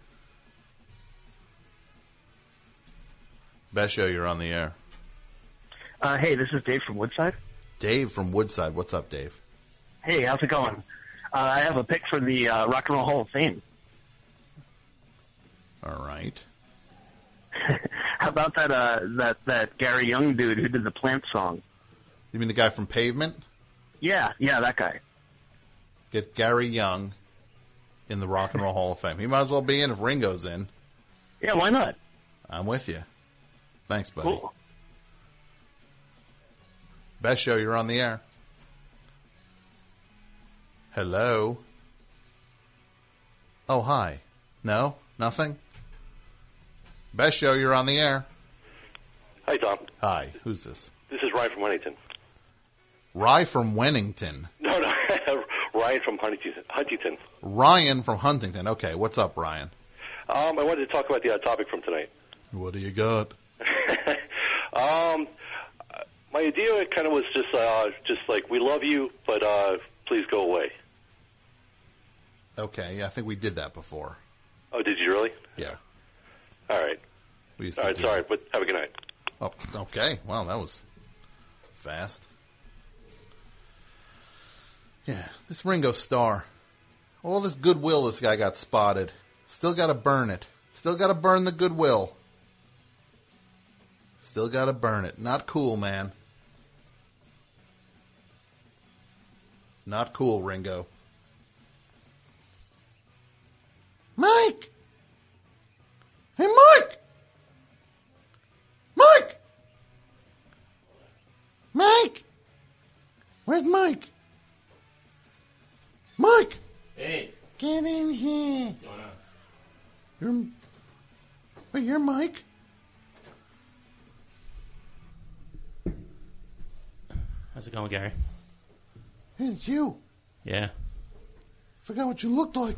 Besho, you're on the air.
Uh, hey, this is Dave from Woodside.
Dave from Woodside. What's up, Dave?
Hey, how's it going? Uh, I have a pick for the uh, Rock and Roll Hall of Fame.
All right.
How about that uh, that that Gary Young dude who did the Plant song?
You mean the guy from Pavement?
Yeah, yeah, that guy.
Get Gary Young in the Rock and Roll Hall of Fame. He might as well be in if Ringo's in.
Yeah, why not?
I'm with you. Thanks, buddy. Best show, you're on the air. Hello. Oh, hi. No, nothing. Best show, you're on the air.
Hi, Tom.
Hi, who's this?
This is Ryan from Huntington.
Rye from Wennington.
No, no, Ryan from Huntington. Huntington.
Ryan from Huntington. Okay, what's up, Ryan?
Um, I wanted to talk about the uh, topic from tonight.
What do you got?
Um, uh, my idea kind of was just, uh, just like we love you, but uh, please go away.
Okay, yeah, I think we did that before.
Oh, did you really?
Yeah.
All right.
We used
All
to
right.
do
Sorry, but have a good night.
Oh, okay. Wow, that was fast. Yeah, this Ringo Starr. All this goodwill this guy got spotted. Still gotta burn it. Still gotta burn the goodwill. Still gotta burn it. Not cool, man. Not cool, Ringo. Mike! Hey, Mike! Mike! Mike! Where's Mike? Mike!
Hey,
Get in here.
what's going on?
You're. Wait, you're Mike?
How's it going, Gary?
Hey, it's you.
Yeah,
Forgot what you looked like.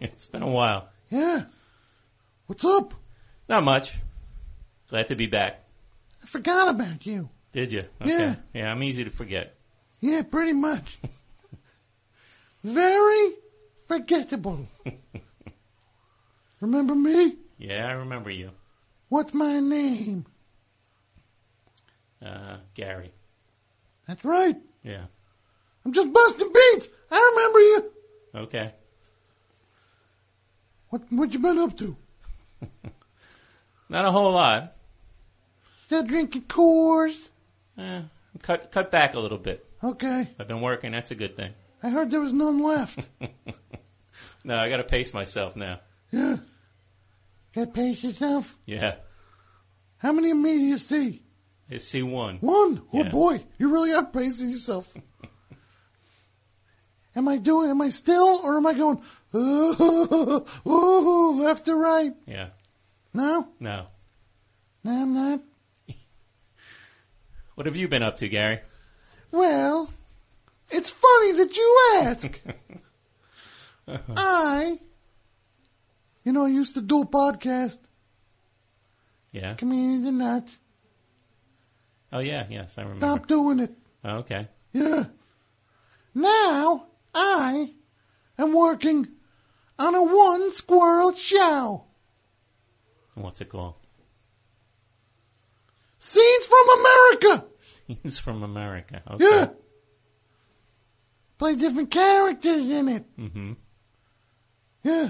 it's been a while.
Yeah. What's up?
Not much. Glad to be back.
I forgot about you.
Did you?
Yeah.
Yeah, I'm easy to forget.
Yeah, pretty much. Very forgettable. Remember me?
Yeah, I remember you,
What's my name?
uh, Gary.
That's right.
Yeah.
I'm just busting beats. I remember you.
Okay.
What what you been up to?
Not a whole lot.
Still drinking Coors?
Eh, cut cut back a little bit.
Okay.
I've been working. That's a good thing.
I heard there was none left.
No, I got to pace myself now.
yeah. Got pace yourself.
Yeah.
How many of me do you see?
It's C one.
One. Oh
Yeah.
boy, you really are praising yourself. am I doing? Am I still, or am I going? Ooh, ooh, left to right?
Yeah.
No,
No.
no, I'm not.
What have you been up to, Gary?
Well, it's funny that you ask. I, you know, I used to do a podcast,
Yeah.
comedians and nuts.
Oh yeah. Yes, I remember.
Stop doing it.
Oh, okay.
Yeah. Now I am working on a one squirrel show.
What's it called?
Scenes from America.
Scenes from America. Okay.
Yeah. Play different characters in it.
Mm-hmm.
Yeah.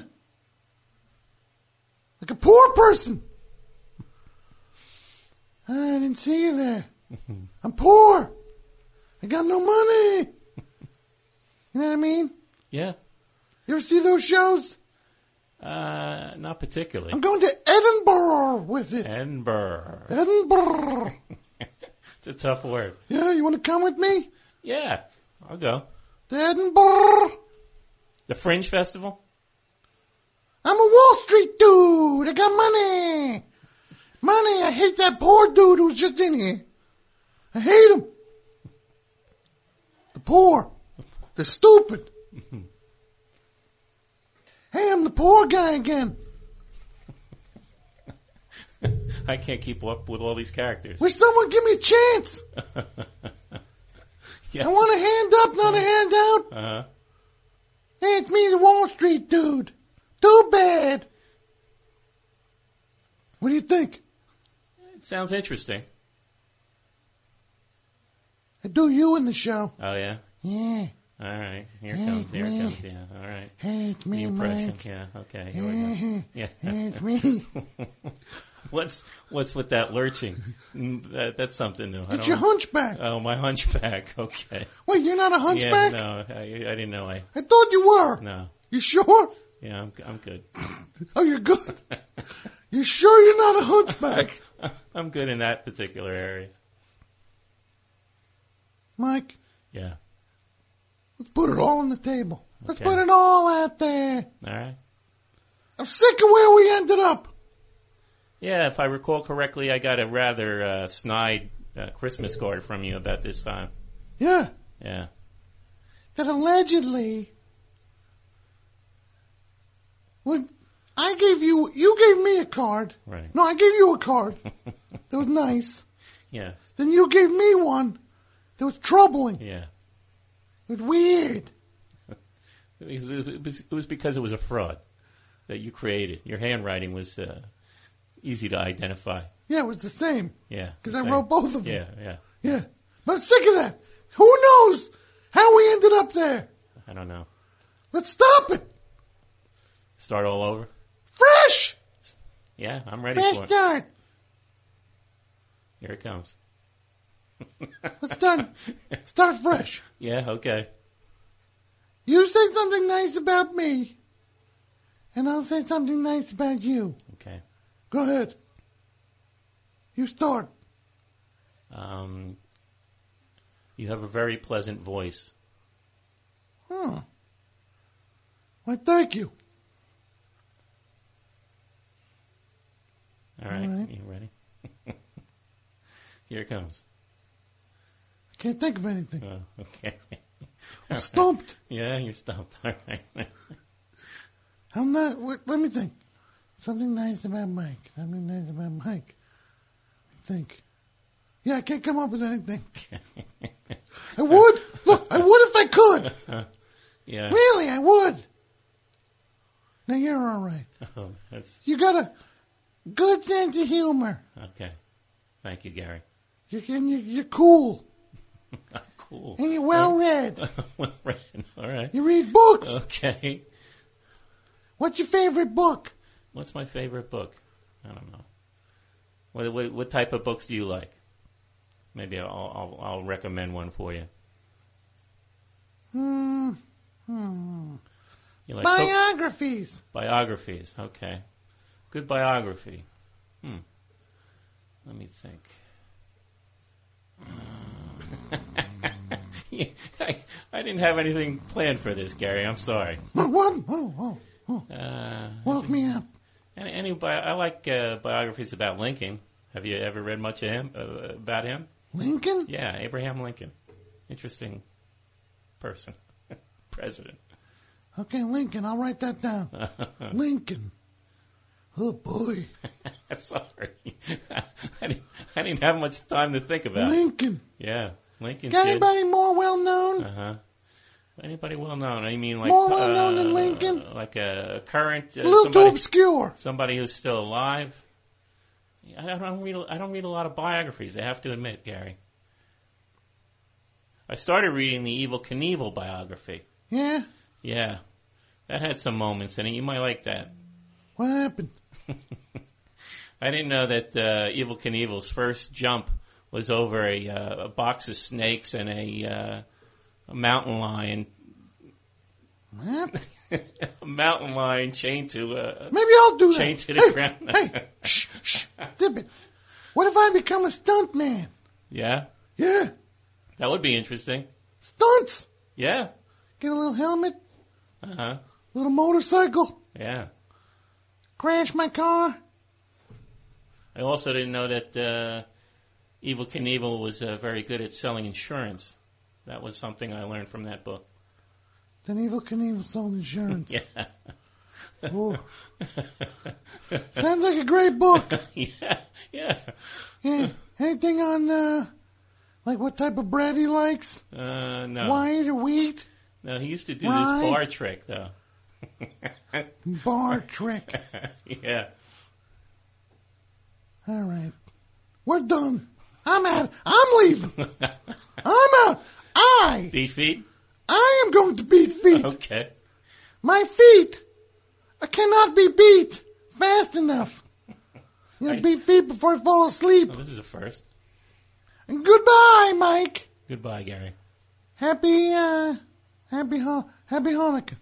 Like a poor person. I didn't see you there. I'm poor. I got no money. You know what I mean?
Yeah.
You ever see those shows?
Uh, not particularly.
I'm going to Edinburgh with it.
Edinburgh.
Edinburgh.
It's a tough word.
Yeah, you want to come with me?
Yeah, I'll go. The Fringe Festival.
I'm a Wall Street dude. I got money. Money. I hate that poor dude who's just in here. I hate him. The poor. The stupid. hey, I'm the poor guy again.
I can't keep up with all these characters.
Will someone give me a chance?
Yeah.
I want a hand up, not a hand out.
Uh-huh.
Hey, it's me, the Wall Street dude. Too bad. What do you think?
It sounds interesting.
I do you in the show.
Oh yeah.
Yeah.
All right. Here
Hey,
it comes. Here it
man.
comes. Yeah. All right.
Hey, it's me,
The impression.
Mike.
Yeah. Okay. Here we go. Yeah.
Hey, it's me.
What's what's with that lurching? Mm, That, that's something new. I
It's
don't-
your hunchback.
Oh, my hunchback. Okay.
Wait, you're not a
Yeah,
hunchback?
no, I, I didn't know. I
I thought you were.
no.
You sure?
Yeah, I'm I'm good.
Oh, you're good. you sure you're not a hunchback?
I'm good in that particular area.
Mike,
Yeah.
let's put it all on the table. Let's
Okay.
put it all out there.
All right.
I'm sick of where we ended up.
Yeah, if I recall correctly, I got a rather uh, snide uh, Christmas card from you about this time.
Yeah.
Yeah.
that allegedly when I gave you you gave me a card.
Right.
No, I gave you a card that was nice.
Yeah.
Then you gave me one that was troubling.
Yeah.
It was weird.
Because It was, it was because it was a fraud that you created. Your handwriting was uh, easy to identify.
Yeah, it was the same.
Yeah.
Because I
Same.
wrote both of them.
Yeah, yeah.
Yeah. But I'm sick of that. Who knows how we ended up there?
I don't know.
Let's stop it.
Start all over.
Fresh.
Yeah, I'm ready
Fresh
for it.
start.
Here it comes.
It's done. start fresh.
Yeah, okay.
You say something nice about me, and I'll say something nice about you.
Okay.
Go ahead. You start.
Um, you have a very pleasant voice.
Hmm. Why, thank you.
All right.
All right.
You ready? Here it comes.
I can't think of anything.
Oh, okay.
I'm
All right.
stumped.
Yeah, you're stumped. All right.
I'm not. Wait, let me think. Something nice about Mike. Something nice about Mike. I think. Yeah, I can't come up with anything. I would. Look, I would if I could.
Uh, yeah.
Really, I would. Now you're all right.
Oh, that's
You got a good sense of humor.
okay. Thank you, Gary. Ah,
You're, and you you're cool.
Cool.
And you're well read.
well read. All right.
You read books.
Okay.
What's your favorite book?
What's my favorite book? I don't know. What what, what type of books do you like? Maybe I'll, I'll I'll recommend one for you.
Hmm. Hmm.
You like cook-
Biographies.
biographies? Okay. Good biography. Hmm. Let me think. Yeah, I, I didn't have anything planned for this, Gary. I'm sorry.
Whoa, whoa, whoa, whoa, whoa.
Uh,
Walk me up.
Any, any bi- I like uh, biographies about Lincoln. Have you ever read much of him uh, about him?
Lincoln?
Yeah, Abraham Lincoln. Interesting person, president.
Okay, Lincoln. I'll write that down. Lincoln. Oh boy,
Sorry, I didn't, I didn't have much time to think about. it.
Lincoln.
Yeah, Lincoln.
Got
did.
anybody more well known?
Uh huh. Anybody well known? I mean, like
More well-known than
uh,
Lincoln?
like a current, uh,
A little
somebody,
too obscure.
somebody who's still alive. Yeah, I don't read. I don't read a lot of biographies. I have to admit, Gary. I started reading the Evil Knievel biography.
Yeah.
Yeah, that had some moments in it. You might like that.
What happened?
I didn't know that uh, Evil Knievel's first jump was over a, uh, a box of snakes and a, uh, a mountain lion.
What?
a mountain lion chained to a
Maybe I'll do that.
chained to the
Hey,
ground.
hey, shh, shh, dip it. What if I become a stunt man?
yeah,
Yeah.
that would be interesting.
Stunts.
Yeah.
Get a little helmet,
Uh huh.
little motorcycle.
Yeah.
Crash my car.
I also didn't know that uh, Evil Knievel was uh, very good at selling insurance. That was something I learned from that book.
Then Evil Knievel sold insurance.
Yeah.
Ooh. Sounds like a great book.
yeah. Yeah.
Yeah. Anything on, uh, like what type of bread he likes?
Uh, no.
White or wheat?
No, he used to do
Why?
this bar trick though.
Bar trick.
yeah.
All right. We're done. I'm out. I'm leaving. I'm out. I,
Beat feet.
I am going to beat feet.
Okay.
My feet cannot be beat fast enough. You know, beat feet before I fall asleep.
Well, this is a first.
And goodbye, Mike.
Goodbye, Gary.
Happy, uh, happy, Hol- happy Hanukkah.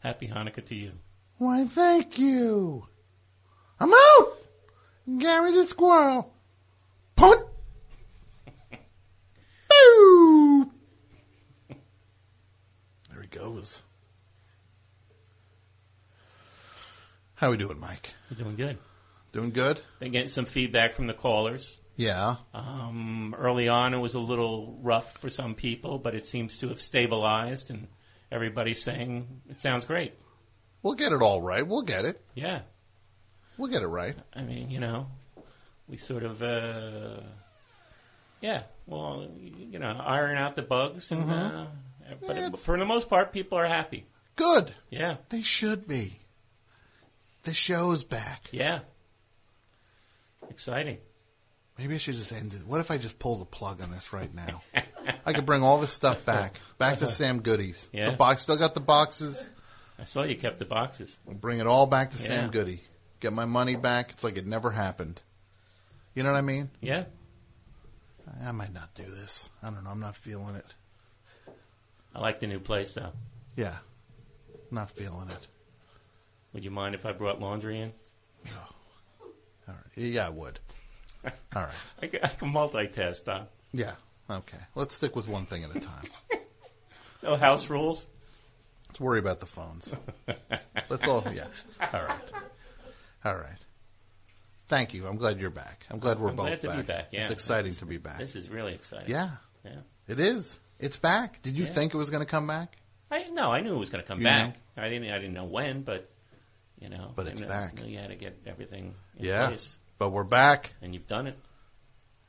Happy Hanukkah to you.
Why, thank you. I'm out! Gary the squirrel. Punt! Boo! There he goes. How we doing, Mike?
You're doing good.
Doing good?
Been getting some feedback from the callers.
Yeah.
Um, early on, it was a little rough for some people, but it seems to have stabilized, and everybody's saying it sounds great.
We'll get it all right. We'll get it.
Yeah.
We'll get it right.
I mean, you know, we sort of, uh, yeah, well, you know, iron out the bugs, and
Mhm.
uh, but
It's-
for the most part, people are happy.
Good.
Yeah.
They should be. The show's back.
Yeah. Exciting.
Maybe I should just end it. What if I just pull the plug on this right now? I could bring all this stuff back. Back to Sam Goody's.
Uh-huh. Yeah.
The box still got the boxes.
I saw you kept the boxes.
Bring it all back to Sam
Yeah.
Goody. Get my money back. It's like it never happened. You know what I mean?
Yeah.
I might not do this. I don't know. I'm not feeling it.
I like the new place, though.
Yeah. Not feeling it.
Would you mind if I brought laundry in?
All right. Yeah, I would. All right.
I can, I can multitask, Don.
Yeah. Okay. Let's stick with one thing at a time.
No house rules.
Let's worry about the phones. Let's all, yeah. All right. All right. Thank you. I'm glad you're back. I'm glad we're
I'm glad
both
to be
back.
back, yeah.
It's exciting to be back.
This is really exciting.
Yeah.
Yeah.
It is. It's back. Did you
Yeah.
think it was going to come back?
I no, I knew it was going to come
You
back. I didn't. I didn't know when, but you know.
But
I
it's
knew-
back.
Knew you had to get everything. In
Yeah.
Place,
But we're back.
and you've done it.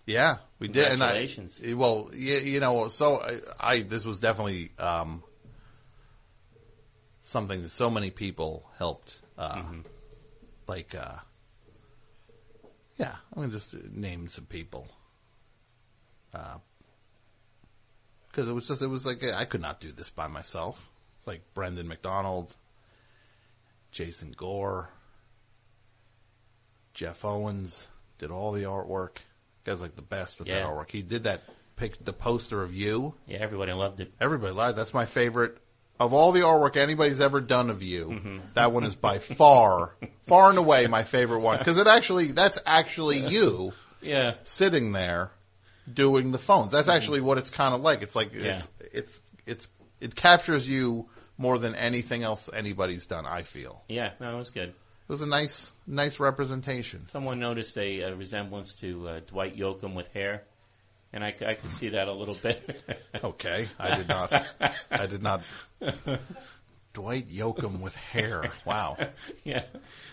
Yeah, we did. And I,
Congratulations.
well, you, you know, so I, I this was definitely um, something that so many people helped. Uh,
Mm-hmm.
Like, uh, yeah, I'm gonna just name some people. Because Uh, it was just, it was like I could not do this by myself. Like Brendan McDonald, Jason Gore, Jeff Owens did all the artwork. Guy's like the best with that
Yeah.
artwork. He did that pic, the poster of you.
Yeah, everybody loved it.
Everybody lied. That's my favorite of all the artwork anybody's ever done of you.
Mm-hmm.
That one is by far, far and away my favorite one because it actually that's actually you
Yeah.
sitting there doing the phones.
Mm-hmm.
That's actually what it's kind of like. It's like it's it's it's it captures you more than anything else anybody's done. I feel
Yeah. No, it was good.
it was a nice nice representation.
Someone noticed a, uh resemblance to uh, Dwight Yoakam with hair, and I, c- I could see that a little bit.
Okay, I did not. I did not. Dwight Yoakam with hair. Wow.
yeah.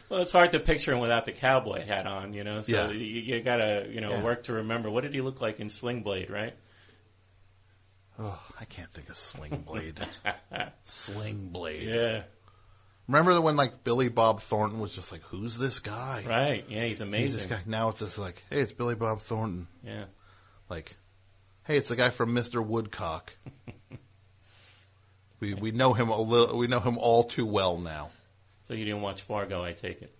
Well, it's hard to picture him without the cowboy hat on, you know. So
Yeah.
you, you gotta, you know,
Yeah.
work to remember. What did he look like in Sling Blade, right?
Oh, I can't think of Sling Blade. Sling Blade.
Yeah.
Remember when like Billy Bob Thornton was just like, "Who's this guy?"
Right. Yeah, he's amazing.
He's this guy. Now it's just like, "Hey, it's Billy Bob Thornton."
Yeah.
Like, "Hey, it's the guy from Mister Woodcock." we we know him a little. We know him all too well now.
So you didn't watch Fargo, Oh, I take it.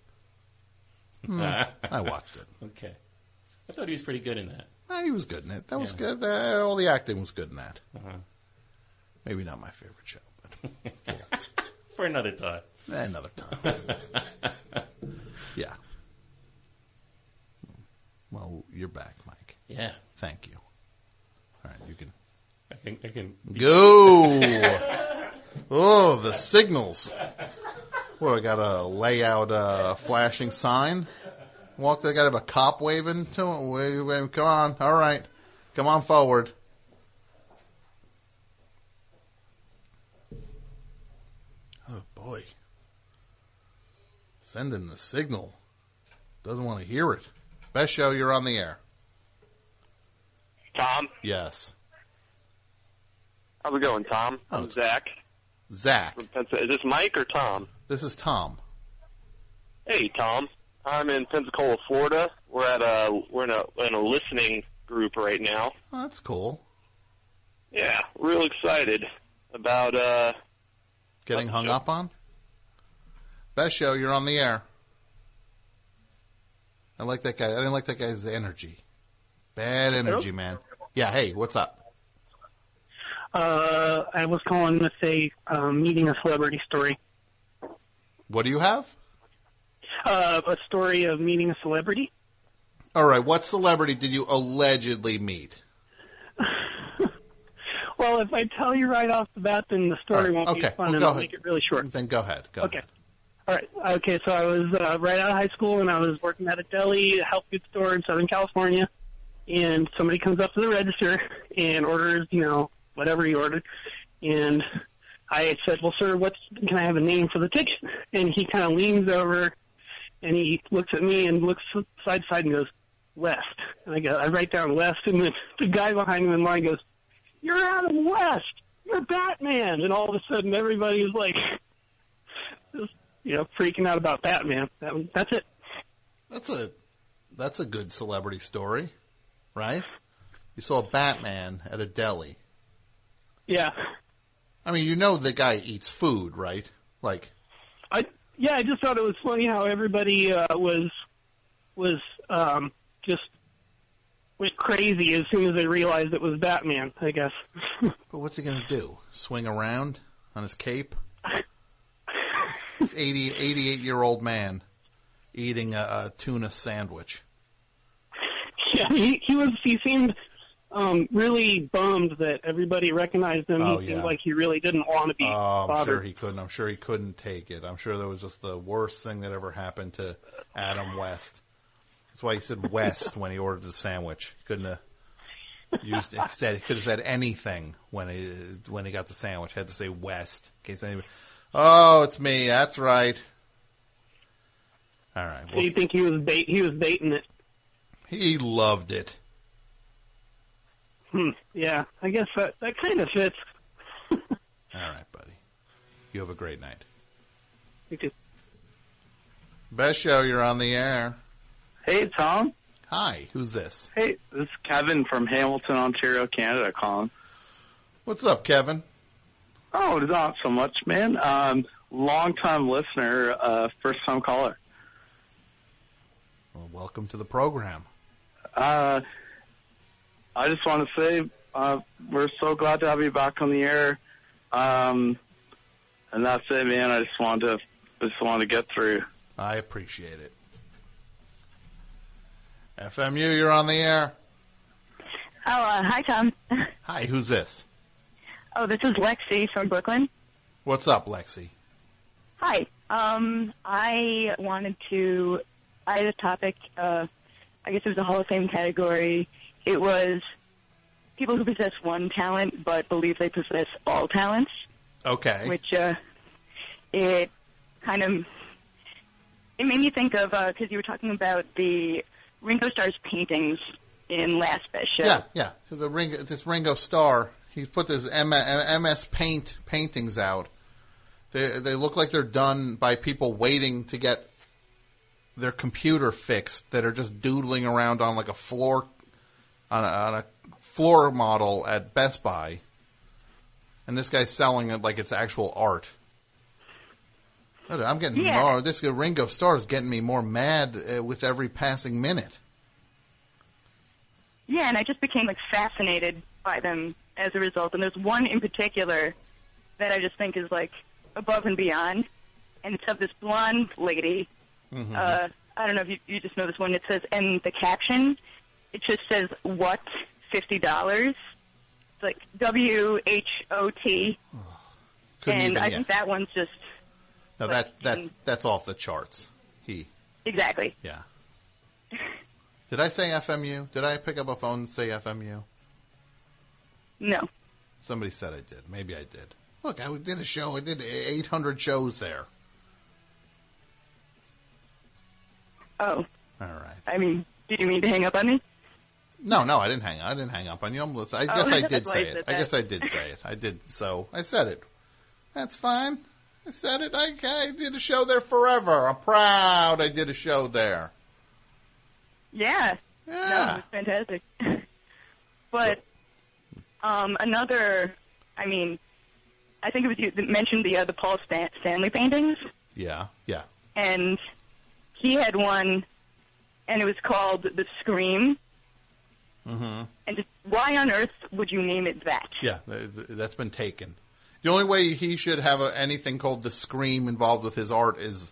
Hmm. I watched it.
Okay. I thought he was pretty good in that.
Ah, he was good in it. That was
Yeah. Uh-huh.
good. Uh, all the acting was good in that. Maybe not my favorite show, but
For another time.
another time. yeah. Well, you're back, Mike.
Yeah.
Thank you. All right, you can
I think I can.
Go. oh, the signals. What, I got to lay out a flashing sign? Walk there, got to have a cop waving to him. Wave, wave, come on, all right. Come on forward. Oh, boy. Sending the signal. Doesn't want to hear it. Best show, you're on the air.
Tom,
Yes.
how's it going, Tom? I'm Zach.
Oh, Zach,
From Pensa- Is this Mike or Tom?
this is Tom.
Hey, Tom. I'm in Pensacola, Florida. We're at a we're in a in a listening group right now.
Oh, that's cool.
Yeah, real excited about uh
Getting hung up on? Best show, you're on the air. I like that guy. I didn't like that guy's energy. Bad energy, man. Yeah, hey, what's up?
Uh, I was calling with a um, meeting a celebrity story.
What do you have?
Uh, a story of meeting a celebrity.
All right, what celebrity did you allegedly meet?
Well, if I tell you right off the bat, then the story won't
okay,
be fun,
well,
and
go
I'll
ahead.
make it really short.
Then go ahead. Go
okay. All right. Okay. So I was uh, right out of high school, and I was working at a deli, a health food store in Southern California. And somebody comes up to the register and orders, you know, whatever he ordered. And I said, "Well, sir, what's can I have a name for the ticket?" And he kind of leans over, and he looks at me and looks side to side and goes, "West." And I go, I write down West, and then the guy behind him in line goes, "You're Adam West. You're Batman." And all of a sudden, everybody was like. you know, freaking out about Batman. That, was- that's it.
That's a that's a good celebrity story, right? You saw Batman at a deli.
Yeah.
I mean, you know the guy eats food, right? Like
I yeah, I just thought it was funny how everybody uh, was was um, just went crazy as soon as they realized it was Batman. I guess.
But what's he going to do? Swing around on his cape? He's 80, 88 year old man eating a, a tuna sandwich.
Yeah, he, he was. He seemed um, really bummed that everybody recognized him.
Oh,
he
yeah.
seemed like he really didn't want to be
Oh, I'm
bothered.
sure he couldn't. I'm sure he couldn't take it. I'm sure that was just the worst thing that ever happened to Adam West. That's why he said West when he ordered the sandwich. He couldn't have used he said he could have said anything when he when he got the sandwich. had to say West in case anybody. Oh, it's me. That's right. All right.
so you think he was bait? He was baiting it.
He loved it.
Hmm. Yeah, I guess that that kind of fits.
All right, buddy. You have a great night.
You too.
Best show, you're on the air.
Hey, Tom.
Hi, who's this?
Hey, this is Kevin from Hamilton, Ontario, Canada, calling.
What's up, Kevin?
Oh, not so much, man. Um, long time listener, uh, first time caller.
Well, welcome to the program.
Uh, I just want to say uh, we're so glad to have you back on the air. Um, and that's it, man. I just wanted to just wanted to get through.
I appreciate it. FMU, you're on the air.
Oh, uh, hi, Tom.
Hi, who's this?
Oh, this is Lexi from Brooklyn.
What's up, Lexi?
Hi. Um, I wanted to. I had a topic. Uh, I guess it was a Hall of Fame category. It was people who possess one talent but believe they possess all talents,
Okay.
which uh, it kind of it made me think of because you were talking about the Ringo Starr's paintings in last best show.
Yeah, yeah. The Ringo, this Ringo Starr, he's put this M- M- MS Paint paintings out. They they look like they're done by people waiting to get their computer fixed that are just doodling around on like a floor on a, on a floor model at Best Buy. And this guy's selling it like it's actual art. I'm getting
Yeah.
more. This Ringo Starr is getting me more mad uh, with every passing minute.
Yeah, and I just became like fascinated by them as a result. And there's one in particular that I just think is like above and beyond, and it's of this blonde lady.
Mm-hmm.
Mhm.
Uh, I don't know if you, you just know this one. It says, and the caption, it just says, "What fifty dollars?" like W H O T.
Couldn't
And
even
I
get-
think that one's just
No, that that that's off the charts. He,
exactly.
yeah. Did I say FMU? Did I pick up a phone and say FMU?
No.
Somebody said I did. Maybe I did. Look, I did a show. I did 800 shows there.
Oh,
All right.
I mean, did you mean to hang up on me?
No, no, I didn't hang. I didn't hang up on you. I'm listening. I
Oh,
guess I did
that's why
say
you
it.
said
I
that.
guess I did say it. I did. So I said it. That's fine. I said it. I, I did a show there forever. I'm proud. I did a show there.
Yeah.
No,
it was fantastic. but um, another, I mean, I think it was you that mentioned the uh, the Paul Stan- Stanley paintings,
Yeah. Yeah.
and he had one, and it was called The Scream.
Mm-hmm.
And just, why on earth would you name it that?
Yeah. th- th- That's been taken. The only way he should have a, anything called the scream involved with his art is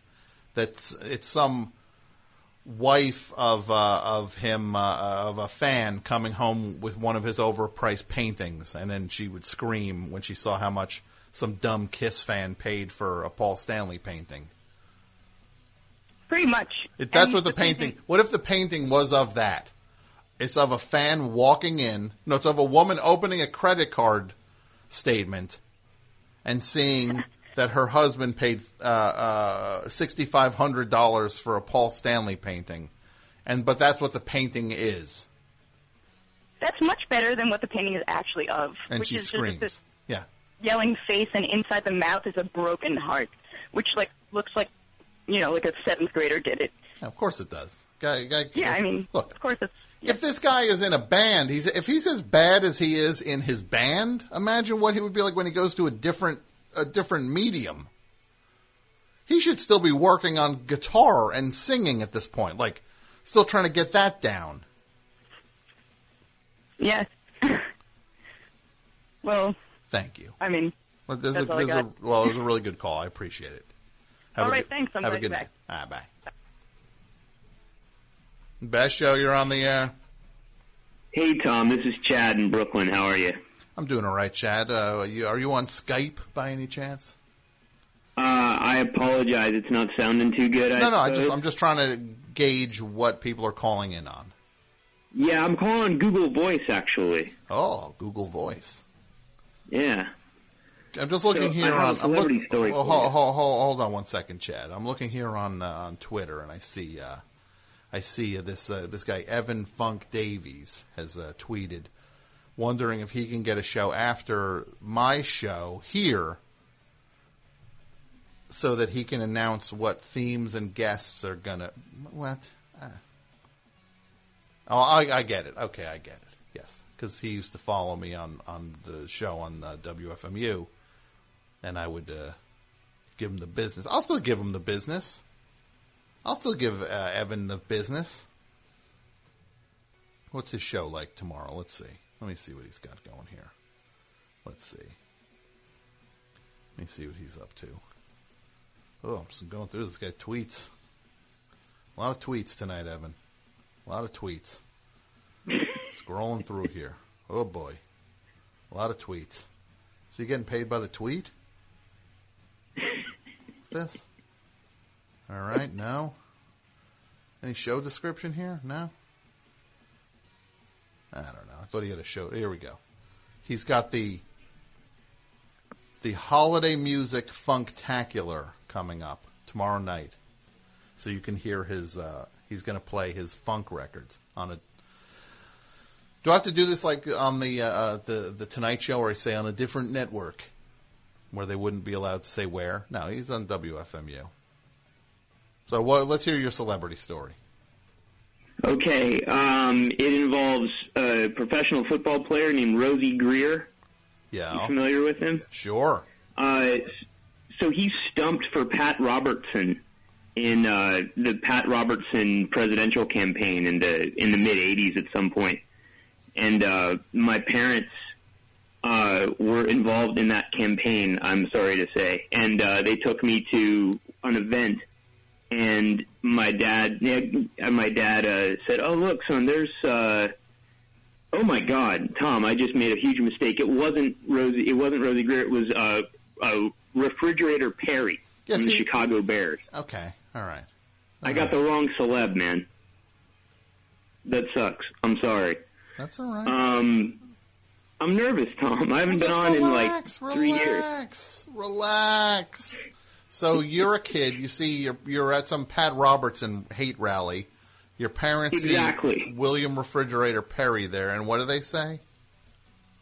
that it's some wife of uh, of him uh, of a fan coming home with one of his overpriced paintings, and then she would scream when she saw how much some dumb Kiss fan paid for a Paul Stanley painting.
Pretty much.
If that's
And
what the painting, What if the painting was of that? It's of a fan walking in. No, it's of a woman opening a credit card statement and seeing that her husband paid uh, uh, sixty five hundred dollars for a Paul Stanley painting, and but that's what the painting is,
That's much better than what the painting is actually of.
and
which
she
is just this
screams. Yeah,
yelling face, and inside the mouth is a broken heart, which like looks like, you know, like a seventh grader did it.
of course it does. Guy, guy,
Yeah, I mean,
look,
of course it's
If this guy is in a band, he's if he's as bad as he is in his band, imagine what he would be like when he goes to a different a different medium. He should still be working on guitar and singing at this point, like still trying to get that down.
Yes. well,
Thank you.
I mean,
Well, this is-
That's all I
this is a-
got.
well, it was a really good call. I appreciate it.
All
a
right,
good-
thanks. I'm
have a
glad
good
you're
night. All right, bye. Best show you're on the air.
Hey, Tom, this is Chad in Brooklyn. How are you?
I'm doing all right, Chad. Uh, are you, are you on Skype by any chance?
Uh, I apologize. It's not sounding too good.
no, no. I just
suppose.
I'm just trying to gauge what people are calling in on.
Yeah, I'm calling Google Voice, actually.
Oh, Google Voice.
Yeah.
I'm just looking
So, I
here
have a
on. I'm
celebrity
looking,
story for
oh,
you.
hold, hold, hold, hold on one second, Chad. I'm looking here on uh, on Twitter, and I see uh, I see uh, this uh, this guy Evan Funk Davies has uh, tweeted, wondering if he can get a show after my show here, so that he can announce what themes and guests are gonna. What? Uh, oh, I, I get it. Okay, I get it. Yes, because he used to follow me on on the show on uh, WFMU and I would uh, give him the business. I'll still give him the business. I'll still give uh, Evan the business. What's his show like tomorrow? Let's see. Let me see what he's got going here. Let's see. Let me see what he's up to. Oh, I'm just going through this guy tweets. A lot of tweets tonight, Evan. A lot of tweets. Scrolling through here. Oh boy. A lot of tweets. So you getting paid by the tweet? this? All right, no. Any show description here? No. I don't know. I thought he had a show. Here we go. He's got the the holiday music funktacular coming up tomorrow night, so you can hear his. Uh, he's going to play his funk records on a do I have to do this like on the uh, uh, the the Tonight Show, or say on a different network, where they wouldn't be allowed to say where? No, he's on WFMU. So what, let's hear your celebrity story.
Okay. Um, it involves a professional football player named Rosie Greer.
Yeah.
You familiar with him?
Sure.
Uh, so he stumped for Pat Robertson in uh, the Pat Robertson presidential campaign in the in the mid '80s at some point, and uh, my parents uh, were involved in that campaign. I'm sorry to say, and uh, they took me to an event, and my dad, yeah, my dad uh, said, "Oh look, son, there's." Uh,
Oh my God, Tom! I just made a huge mistake. It wasn't Rosie. It wasn't Rosie Greer. It was uh, uh, refrigerator Perry from the Chicago Bears.
Okay. All right.
I got the wrong celeb, man. That sucks. I'm sorry.
That's all right.
Um, I'm nervous, Tom. I haven't been
Just
on in like
relax,
three years.
Relax, relax. So you're a kid. You see, you're you're at some Pat Robertson hate rally. Your parents see
Exactly.
William Refrigerator Perry there, and what do they say?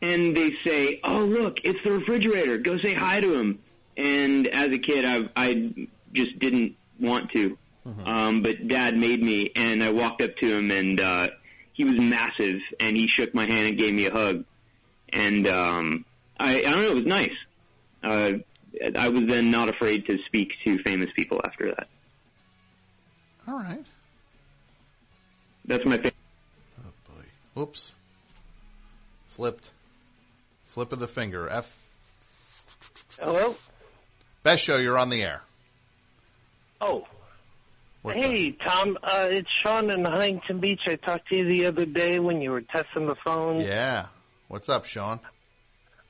and they say, "Oh, look, it's the refrigerator. Go say hi to him." And as a kid, I I just didn't want to, um, but Dad made me, and I walked up to him, and uh, he was massive, and he shook my hand and gave me a hug, and um, I I don't know, it was nice. Uh, I was then not afraid to speak to famous people after that.
All right.
That's my favorite.
Oops. Slipped. Slip of the finger. F.
Hello?
Best show. You're on the air.
Oh.
What's
hey, Tom. Uh, it's Sean in Huntington Beach. I talked to you the other day when you were testing the phone.
Yeah. What's up, Sean?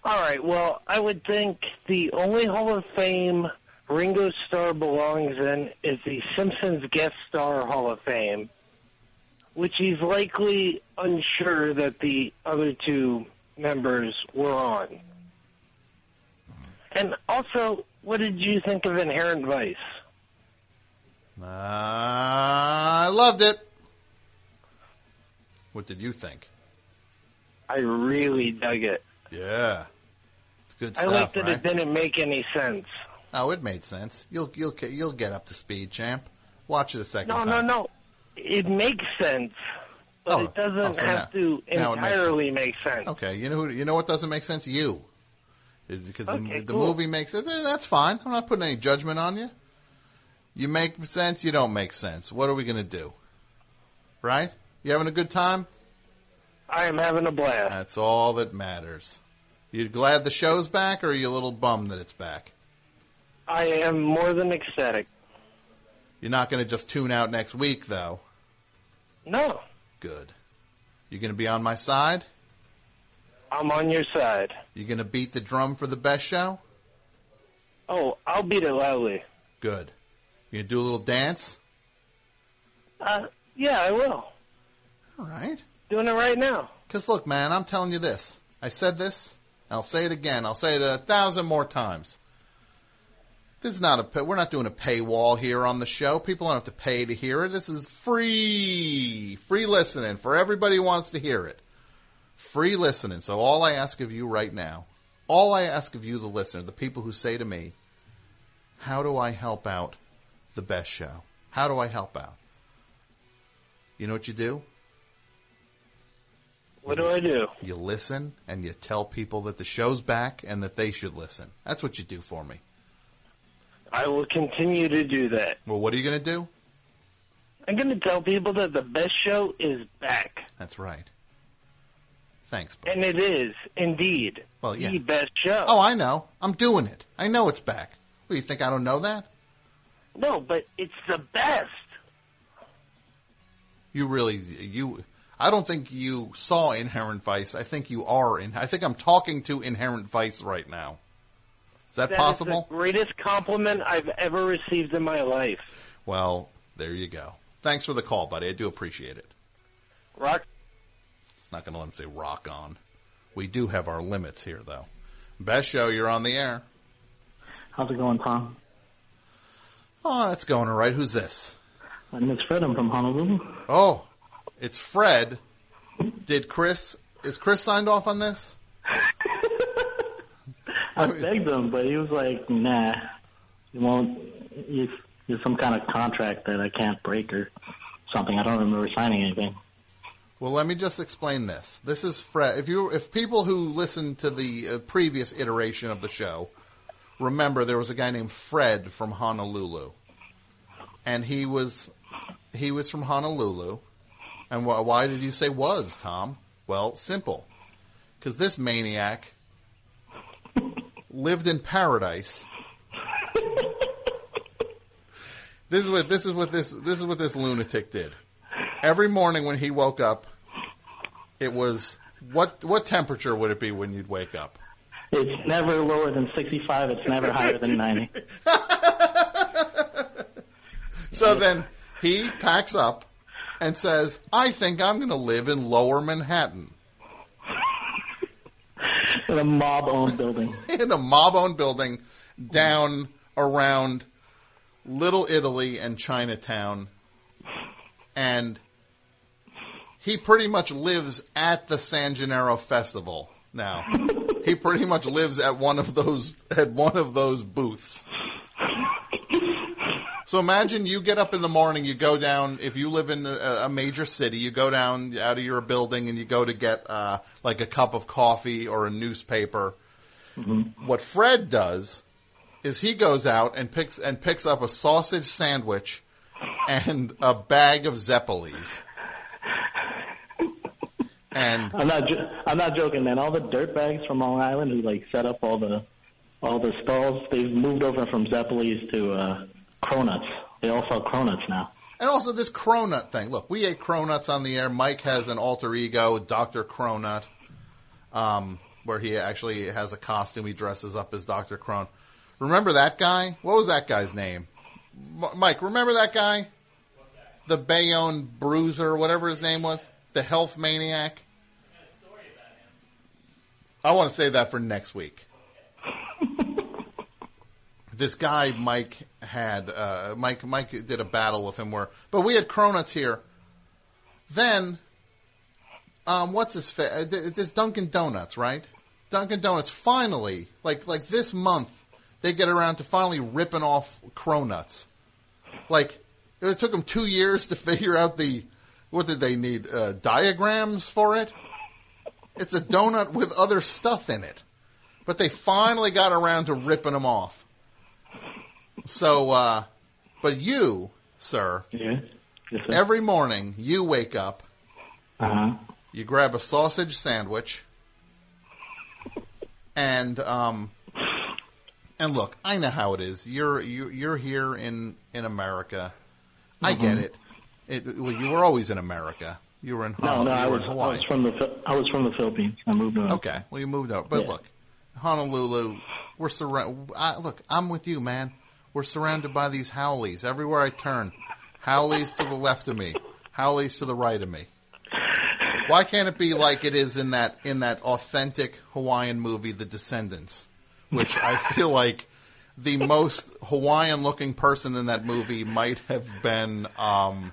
All right. Well, I would think the only Hall of Fame Ringo Starr belongs in is the Simpsons Guest Star Hall of Fame, which he's likely unsure that the other two members were on. And also, what did you think of Inherent Vice?
I loved it. What did you think?
I really dug it.
Yeah. It's good
I
stuff,
liked that
right?
it didn't make any sense.
Oh, it made sense. You'll you'll get- you'll get up to speed, champ. Watch it a second
No,
time.
no, no. It makes sense, but
Oh,
it doesn't
oh, so
have
now-
to
now it makes
entirely make sense.
Okay, you know who, you know what doesn't make sense? You, It- because
Okay,
the, the
cool.
movie makes eh, that's fine. I'm not putting any judgment on you. You make sense. You don't make sense. What are we gonna do? Right? You having a good time?
I am having a blast.
That's all that matters. You glad the show's back, or are you a little bummed that it's back?
I am more than ecstatic.
You're not gonna just tune out next week, though.
No,
Good. You're gonna be on my side.
I'm on your side.
You're gonna beat the drum for the best show.
Oh, I'll beat it loudly.
Good. You gonna do a little dance?
Uh, yeah, I will.
All right.
Doing it right now.
Because look, man, I'm telling you this. I said this. and I'll say it again. I'll say it a thousand more times. This is not a. pay- We're not doing a paywall here on the show. People don't have to pay to hear it. This is free, free listening for everybody who wants to hear it. Free listening. So all I ask of you right now, all I ask of you, the listener, the people who say to me, "How do I help out the best show? How do I help out?" You know what you do?
What do I do?
You listen and you tell people that the show's back and that they should listen. That's what you do for me.
I will continue to do that.
Well, what are you going to do?
I'm going to tell people that the best show is back.
That's right. Thanks.
And it is, indeed.
Well, yeah.
The best show.
Oh, I know. I'm doing it. I know it's back. What, you think I don't know that?
No, but it's the best.
You really, you, I don't think you saw Inherent Vice. I think you are in, I think I'm talking to Inherent Vice right now. Is that,
is
possible?
the greatest compliment I've ever received in my life.
Well, there you go. Thanks for the call, buddy. I do appreciate it.
Rock.
Not going to let him say rock on. We do have our limits here, though. Best show, you're on the air.
How's it going, Tom?
Oh, that's going all right. Who's this?
My name is Uh, Fred. I'm from Honolulu.
Oh, it's Fred. Did Chris? Is Chris signed off on this?
I begged him, but he was like, "Nah, you won't. You, there's some kind of contract that I can't break or something. I don't remember signing anything."
Well, let me just explain this. This is Fred. If you, if people who listened to the uh, previous iteration of the show remember, there was a guy named Fred from Honolulu, and he was, he was from Honolulu. And wh- why did you say was Tom? Well, simple, because this maniac lived in paradise. this is what this is what this this is what this lunatic did. Every morning when he woke up, it was What what temperature would it be when you'd wake up?
It's never lower than 65. It's never higher than 90.
So then he packs up and says, "I think I'm going to live in Lower Manhattan."
In a mob-owned building.
in a mob-owned building down around Little Italy and Chinatown, and he pretty much lives at the San Gennaro Festival now. he pretty much lives at one of those at one of those booths. So imagine you get up in the morning, you go down. If you live in a, a major city, you go down out of your building and you go to get uh, like a cup of coffee or a newspaper.
Mm-hmm.
What Fred does is he goes out and picks and picks up a sausage sandwich and a bag of Zeppelis. And
I'm not. Jo- I'm not joking, man. All the dirtbags from Long Island who like set up all the all the stalls, they've moved over from Zeppeli's to uh, Cronuts. They all sell Cronuts now.
And also this Cronut thing. Look, we ate Cronuts on the air. Mike has an alter ego, Dr. Cronut, um, where he actually has a costume. He dresses up as Dr. Cron. Remember that guy? What was that guy's name? M- Mike, remember that guy? The Bayonne Bruiser, whatever his name was? The Health Maniac? I want to save that for next week this guy Mike had uh, Mike Mike did a battle with him where but we had Cronuts here. Then, um, what's his fa- uh, th- this Dunkin' Donuts right? Dunkin' Donuts finally like like this month they get around to finally ripping off Cronuts. Like it took them two years to figure out the what did they need uh, diagrams for it. It's a donut with other stuff in it, but they finally got around to ripping them off. So, uh, but you, sir, every morning you wake up,
Uh-huh.
you grab a sausage sandwich, and um, and look, I know how it is. You're you, you're here in in America. I get
Mhm.
it. It well, you were always in America. You were in
No,
Honolulu.
no, I
you were
was,
in
I
Hawaii.
was from the Phil- I was from the Philippines. I moved on.
Okay, well, you moved out, but
Yeah.
look, Honolulu, we're surrounded. Look, I'm with you, man. We're surrounded by these howlies everywhere I turn. Howlies to the left of me, howlies to the right of me. Why can't it be like it is in that in that authentic Hawaiian movie, The Descendants, which I feel like the most Hawaiian looking person in that movie might have been um,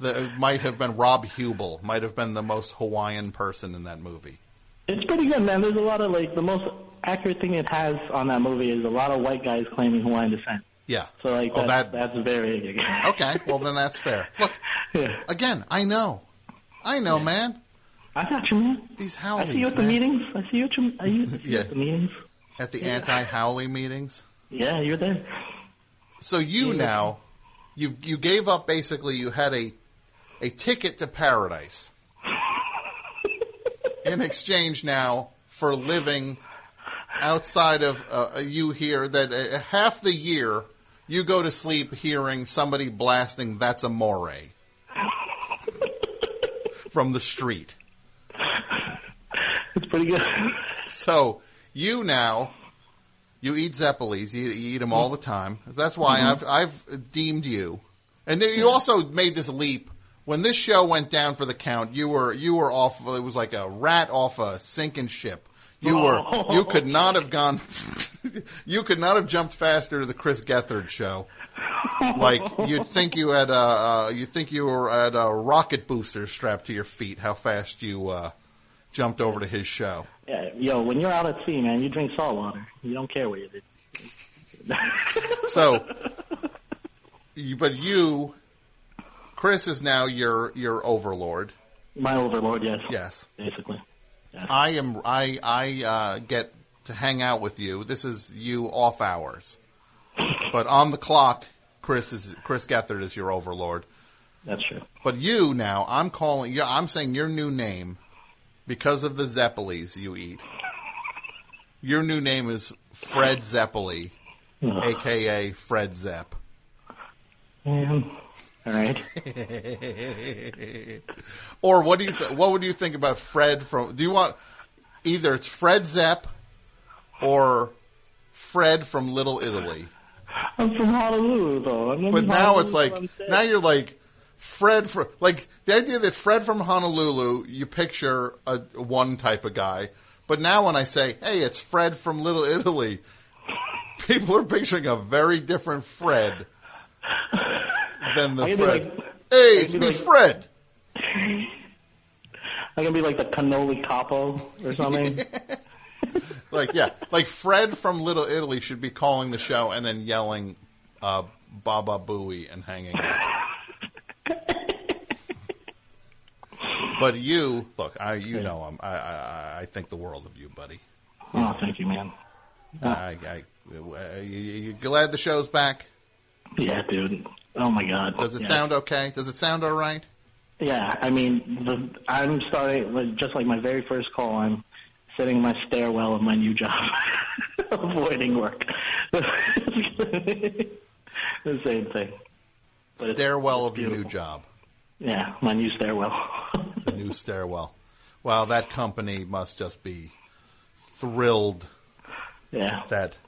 the might have been Rob Hubel, might have been the most Hawaiian person in that movie.
It's pretty good, man. There's a lot of like the most accurate thing it has on that movie is a lot of white guys claiming Hawaiian descent.
Yeah.
So like
Oh,
that's, that's very
okay. Well, then that's fair. Look, again, I know, I know, man.
I got you, man.
These howlies.
I see you at the
man.
meetings. I see you at your, are you,
Yeah.
the meetings.
At the
Yeah.
anti-Howley meetings.
Yeah, you're there.
So you now, you you gave up basically. You had a a ticket to paradise in exchange now for living outside of uh, you here. That uh, half the year you go to sleep hearing somebody blasting "That's a More" from the street.
It's pretty good.
So you now, you eat Zeppelis. You, you eat them all the time. That's why
Mhm.
I've I've deemed you, and you also made this leap when this show went down for the count. You were you were off. It was like a rat off a sinking ship. You were you could not have gone. you could not have jumped faster to the Chris Gethard show. Like you'd think you had uh, uh you think you were at a rocket booster strapped to your feet. How fast you uh, jumped over to his show.
Yeah, yo, when you're out at sea, man, you drink salt water. You don't care what you do.
So, you- but you, Chris is now your your overlord.
My overlord, yes.
Yes,
basically.
I am. I I uh, get to hang out with you. This is you off hours, but on the clock, Chris is Chris Gethard is your overlord.
That's true.
But you now, I'm calling. Yeah, I'm saying your new name because of the Zeppelis you eat. Your new name is Fred Zeppeli, aka Fred Zepp.
Man. All right.
or what do you th- what would you think about Fred from? Do you want either it's Fred Zepp or Fred from Little Italy?
I'm from Honolulu, though. I'm
But
from
now
Honolulu,
it's like
I'm sick.
now you're like Fred from like the idea that Fred from Honolulu, you picture a one type of guy, but now when I say, "Hey, it's Fred from Little Italy," people are picturing a very different Fred than the
I
Fred.
could be
hey,
I
it's
could
me,
be like-
Fred.
I can be like the cannoli capo or something.
Like yeah, like Fred from Little Italy should be calling the show and then yelling, uh, "Baba Booey" and hanging up. But you, look, I you know I'm, I, I I think the world of you, buddy.
oh, thank you, man.
I, I, uh, you, you glad the show's back?
Yeah, dude. Oh my God.
Does it
Yeah.
sound okay? Does it sound all right?
Yeah, I mean, the, I'm starting like, just like my very first call. I'm sitting in my stairwell of my new job, avoiding work. the same thing.
Stairwell of your new job.
Yeah, my new stairwell.
the new stairwell. Wow, that company must just be thrilled.
Yeah.
That.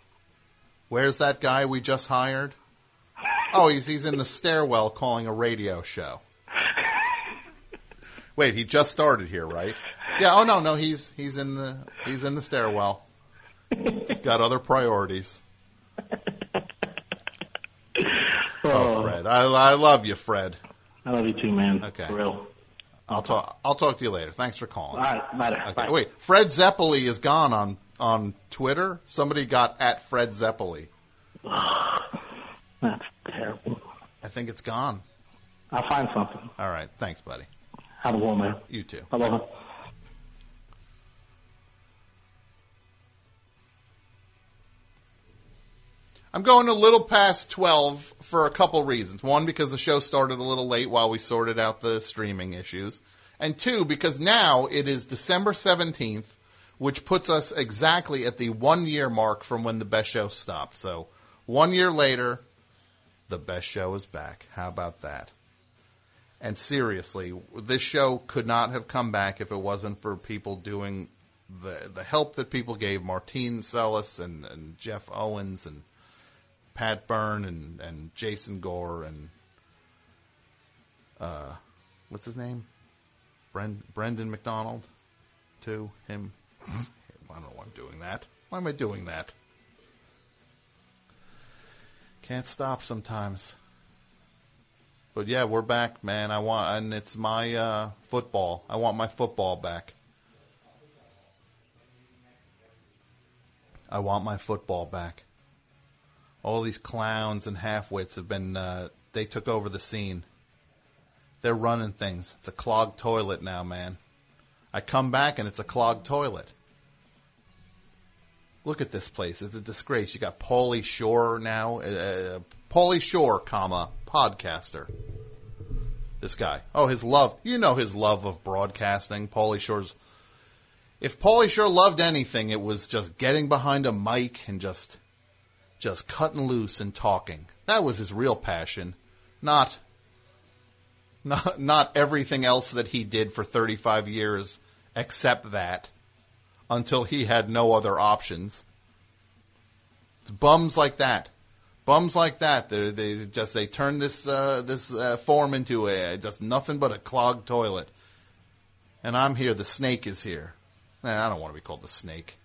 Where's that guy we just hired? Oh, he's he's in the stairwell calling a radio show. Wait, he just started here, right? Yeah. Oh no, no, he's he's in the he's in the stairwell. He's got other priorities. Oh, Fred, I, I love you, Fred.
I love you too, man.
Okay,
real.
I'll talk. I'll talk to you later. Thanks for calling.
All right, later.
Okay.
Bye.
Wait, Fred Zeppeli is gone on on Twitter. Somebody got at Fred Zeppeli.
That's terrible.
I think it's gone.
I'll find something.
All right, thanks, buddy.
Have a warm man.
You too.
I love it.
I'm going a little past 12 for a couple reasons. One, because the show started a little late while we sorted out the streaming issues. And two, because now it is December 17th, which puts us exactly at the one year mark from when the best show stopped. So one year later, the best show is back. How about that? And seriously, this show could not have come back if it wasn't for people doing the the help that people gave Martine Sellis and, and Jeff Owens and Pat Byrne and, and Jason Gore and uh, what's his name? Bren, Brendan McDonald. To him. I don't know why I'm doing that. Why am I doing that? Can't stop sometimes. But yeah, we're back, man. I want, and it's my uh, football. I want my football back. I want my football back. All these clowns and halfwits have been, uh, they took over the scene. They're running things. It's a clogged toilet now, man. I come back and it's a clogged toilet. Look at this place. It's a disgrace. You got Paulie Shore now. Uh, Paulie Shore, comma, podcaster. This guy. Oh, his love. You know his love of broadcasting. Paulie Shore's. If Paulie Shore loved anything, it was just getting behind a mic and just just cutting loose and talking. That was his real passion, not not not everything else that he did for 35 years except that until he had no other options. It's bums like that. Bums like that. They they just they turn this uh, this uh, form into a just nothing but a clogged toilet. And I'm here. The snake is here. Nah, I don't want to be called the snake.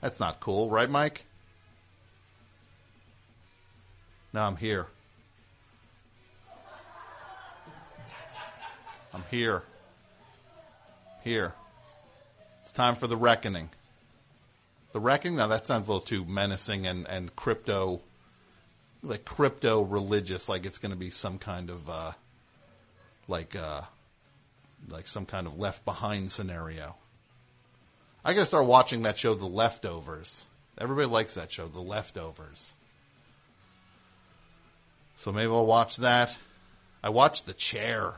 That's not cool, right, Mike? Now I'm here. I'm here. Here. It's time for the reckoning. The reckoning? Now that sounds a little too menacing and, and crypto, like crypto religious, like it's going to be some kind of, uh, like, uh, like some kind of left behind scenario. I gotta start watching that show, The Leftovers. Everybody likes that show, The Leftovers. So maybe I'll watch that. I watched The Chair.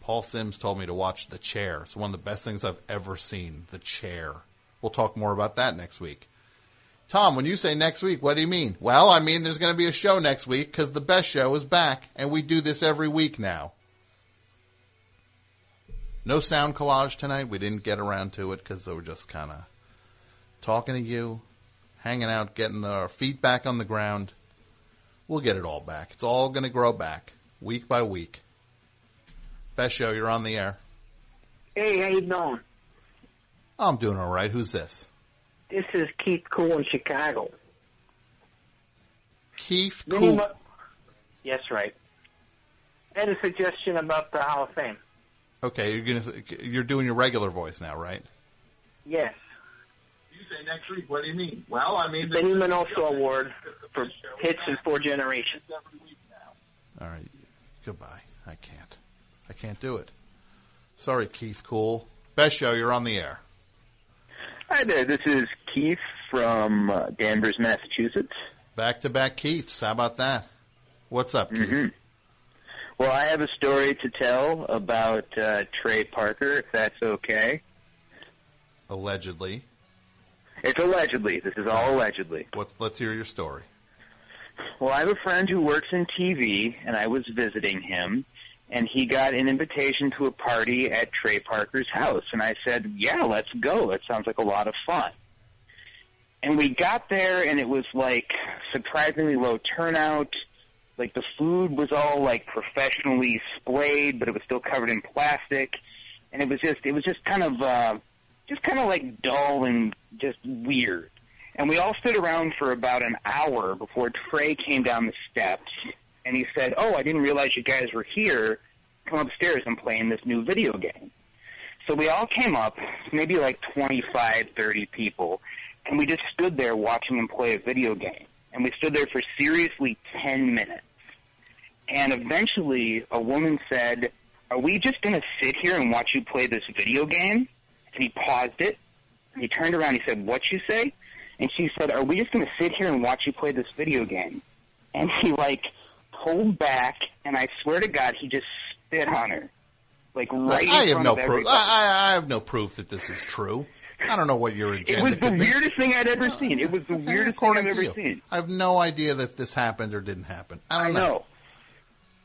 Paul Sims told me to watch The Chair. It's one of the best things I've ever seen. The Chair. We'll talk more about that next week. Tom, when you say next week, what do you mean? Well, I mean there's going to be a show next week because the best show is back, and we do this every week now. No sound collage tonight. We didn't get around to it because they were just kind of talking to you, hanging out, getting our feet back on the ground. We'll get it all back. It's all going to grow back week by week. Best show, you're on the air.
Hey, how you doing?
I'm doing all right. Who's this?
This is Keith Cool in Chicago.
Keith
Cool. yes, right. I had a suggestion about the Hall of Fame.
Okay, you're gonna you're doing your regular voice now, right?
Yes.
You say next week. What do you mean? Well, I mean,
Benny Minoso Award for hits in four generations.
All right. Goodbye. I can't. I can't do it. Sorry, Keith Cool. Best show, you're on the air.
Hi there, this is Keith from uh, Danvers, Massachusetts.
Back to back Keiths. How about that? What's up, Keith?
Mm-hmm. Well, I have a story to tell about uh, Trey Parker, if that's okay.
Allegedly.
It's allegedly. This is all allegedly.
What's, let's hear your story.
Well, I have a friend who works in TV, and I was visiting him, and he got an invitation to a party at Trey Parker's house. And I said, Yeah, let's go. That sounds like a lot of fun. And we got there, and it was like surprisingly low turnout. Like the food was all like professionally splayed, but it was still covered in plastic. And it was just, it was just kind of, uh, just kind of like dull and just weird. And we all stood around for about an hour before Trey came down the steps and he said, Oh, I didn't realize you guys were here. Come upstairs and play in this new video game. So we all came up, maybe like 25, 30 people, and we just stood there watching him play a video game. And we stood there for seriously 10 minutes. And eventually a woman said, Are we just going to sit here and watch you play this video game? And he paused it. And he turned around and he said, What you say? And she said, Are we just going to sit here and watch you play this video game? And he like pulled back, and I swear to God, he just spit on her, like right.
I
in
have
front
no
of
proof.
everybody.
I, I, I have no proof that this is true. I don't know what your
It
agenda
was the
could be.
weirdest thing I'd ever seen. It was the weirdest thing I've
According to
ever
you.
seen.
I have no idea if this happened or didn't happen. I don't know.
Um,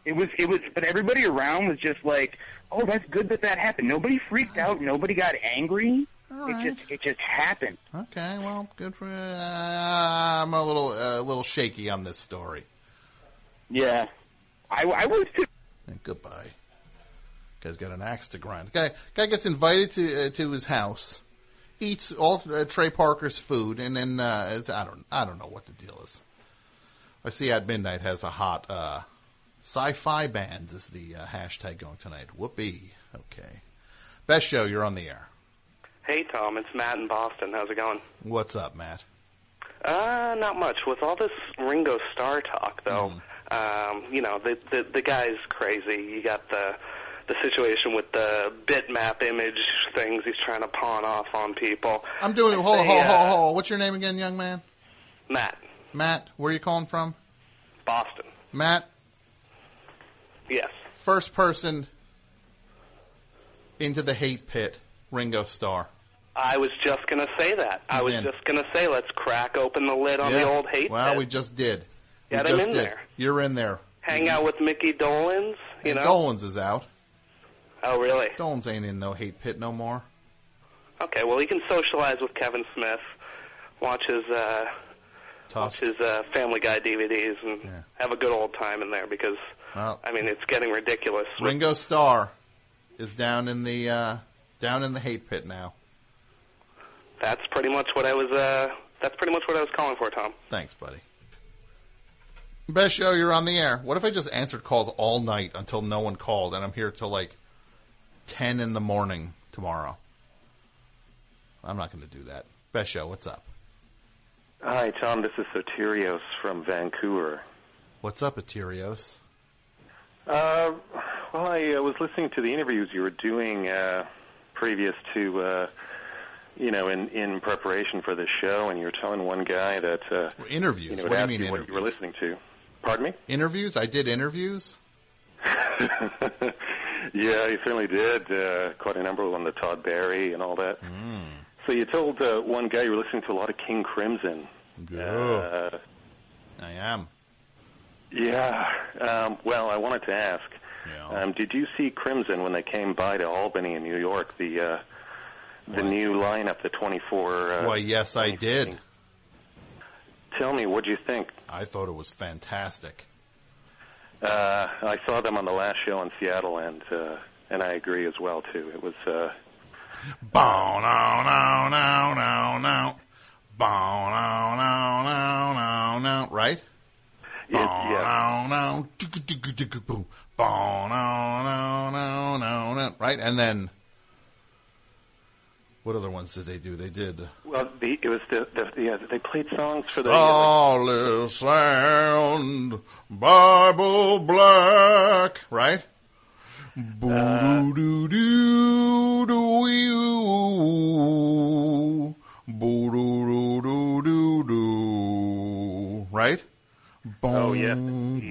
It was it was, but everybody around was just like, "Oh, that's good that that happened." Nobody freaked out. Nobody got angry.
All
it
right.
just it just happened.
Okay, well, good for. Uh, I'm a little a little shaky on this story.
Yeah, I, I was too.
And goodbye. Guy's got an axe to grind. Guy guy gets invited to uh, to his house, eats all uh, Trey Parker's food, and then uh, I don't I don't know what the deal is. I see at midnight has a hot uh, sci-fi bands is the uh, hashtag going tonight. Whoopee. Okay, best show. You're on the air.
Hey, Tom, it's Matt in Boston. How's it going?
What's up, Matt?
Uh, not much. With all this Ringo Starr talk, though,
Hmm.
um, you know the, the the guy's crazy. You got the the situation with the bitmap image things he's trying to pawn off on people.
I'm doing.
I'd
Hold on,
say,
hold on,
uh,
hold on, hold on. What's your name again, young man?
Matt,
Matt, where are you calling from?
Boston.
Matt,
Yes.
first person into the hate pit, Ringo Starr.
I was just gonna say that. I
He's
was
in.
just gonna say, let's crack open the lid on the
Yeah.
old hate.
Well,
pit.
we just did.
Get
we
him
just
in
did.
there.
You're in there.
hang out with Mickey Dolans. You
And
know?
Dolan's is out.
Oh, really?
Dolan's ain't in no hate pit no more.
Okay, well, he can socialize with Kevin Smith, watch his uh, watch his uh, Family Guy DVDs, and have a good old time in there because
Well,
I mean it's getting ridiculous.
Ringo Starr is down in the uh, down in the hate pit now.
That's pretty much what I was. Uh, that's pretty much what I was calling for, Tom.
Thanks, buddy. Best show, you're on the air. What if I just answered calls all night until no one called and I'm here till like 10 in the morning tomorrow? I'm not going to do that. Best show, what's up?
Hi, Tom. This is Soterios from Vancouver.
What's up, Eterios?
Uh, well, I uh, was listening to the interviews you were doing uh, previous to, uh, you know, in, in preparation for this show, and you were telling one guy that uh,
interviews?
You know,
What
would
do you
ask
mean
you what you were listening to. Pardon me.
Interviews? I did interviews.
Yeah, you certainly did. Uh, quite a number on the
Hmm.
Todd Barry and all that. So you told uh, one guy you were listening to a lot of King Crimson.
Uh, I am.
Yeah. Um, well, I wanted to ask. Um, did you see Crimson when they came by to Albany in New York? The uh, the new lineup, the twenty four. Uh,
Why, yes, I did.
Tell me, what do you think?
I thought it was fantastic.
Uh, I saw them on the last show in Seattle, and uh, and I agree as well too. It was. Uh,
Bow, no, no, no, no, no. Bow, no, no, no, no, no. Right? Bow, no, no. Digga, digga, digga, boo. Bow, no, no, no, no, no. Right? And then, what other ones did they do? They did.
well, the, it was the, the yeah. They played songs for the.
Oh.
uh,
Solid sound, Bible black, right?
Uh.
Boo doo doo doo wee oo. Boo doo doo doo doo doo. Right? Bong, oh yeah. Bong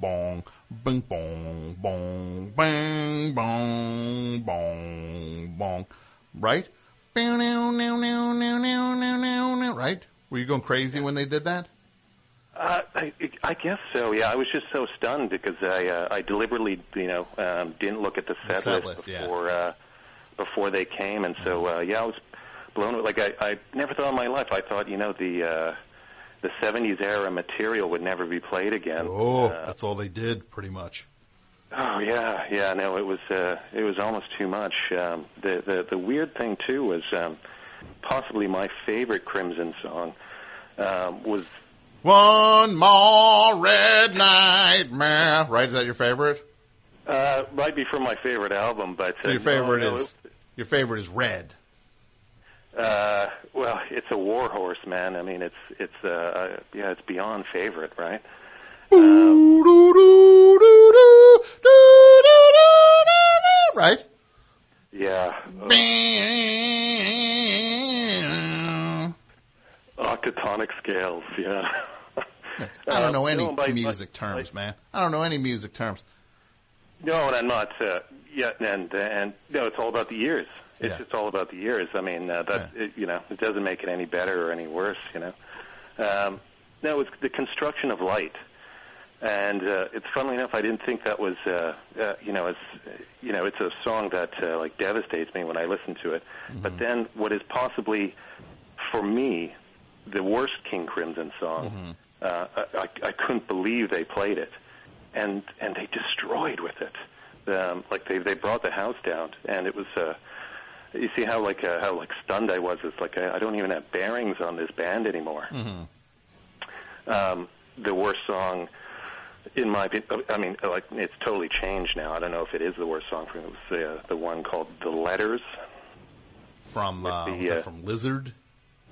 bong bing bong bong bang bong bong bong. Right? Right? Were you going crazy when they did that?
Uh, I, I guess so. Yeah, I was just so stunned because I uh, I deliberately you know um, didn't look at the set,
set
list
list, yeah.
before uh, before they came, and so uh, yeah, I was blown. away. Like I, I never thought in my life I thought you know the uh, the '70s era material would never be played again. Uh,
Oh, that's all they did, pretty much.
Oh yeah, yeah. No, it was uh, it was almost too much. Um, the the the weird thing too was um, possibly my favorite Crimson song um, was
One more red nightmare. Right? Is that your favorite?
uh, might be from my favorite album, but uh,
So your
no,
favorite
no,
is your favorite is red.
it- uh, well, it's a war horse, man. I mean, it's it's uh, uh, yeah, it's beyond favorite, right?
Right?
Yeah. Octatonic scales, yeah.
I don't know
Uh,
any
no, by- by-
music terms, man. I don't know any music terms.
No, and I'm not. Uh, yeah, and and no, it's all about the years. It's
Yeah.
just all about the years. I mean, uh, that it, you know, it doesn't make it any better or any worse. You know, um, no, it's the construction of light. And uh, it's funnily enough, I didn't think that was, uh, uh, you know, it's, you know, it's a song that uh, like devastates me when I listen to it. But then, what is possibly, for me, the worst King Crimson song, uh, I, I- I couldn't believe they played it, and and they destroyed with it. Um, like they they brought the house down, and it was. Uh, you see how like uh, how like stunned I was. It's like I, I don't even have bearings on this band anymore
Mm-hmm.
um, the worst song in my opinion. I mean, like it's totally changed now. I don't know if it is the worst song for me. It was the, uh, the one called "The Letters."
From uh,
the,
was it
uh,
from Lizard.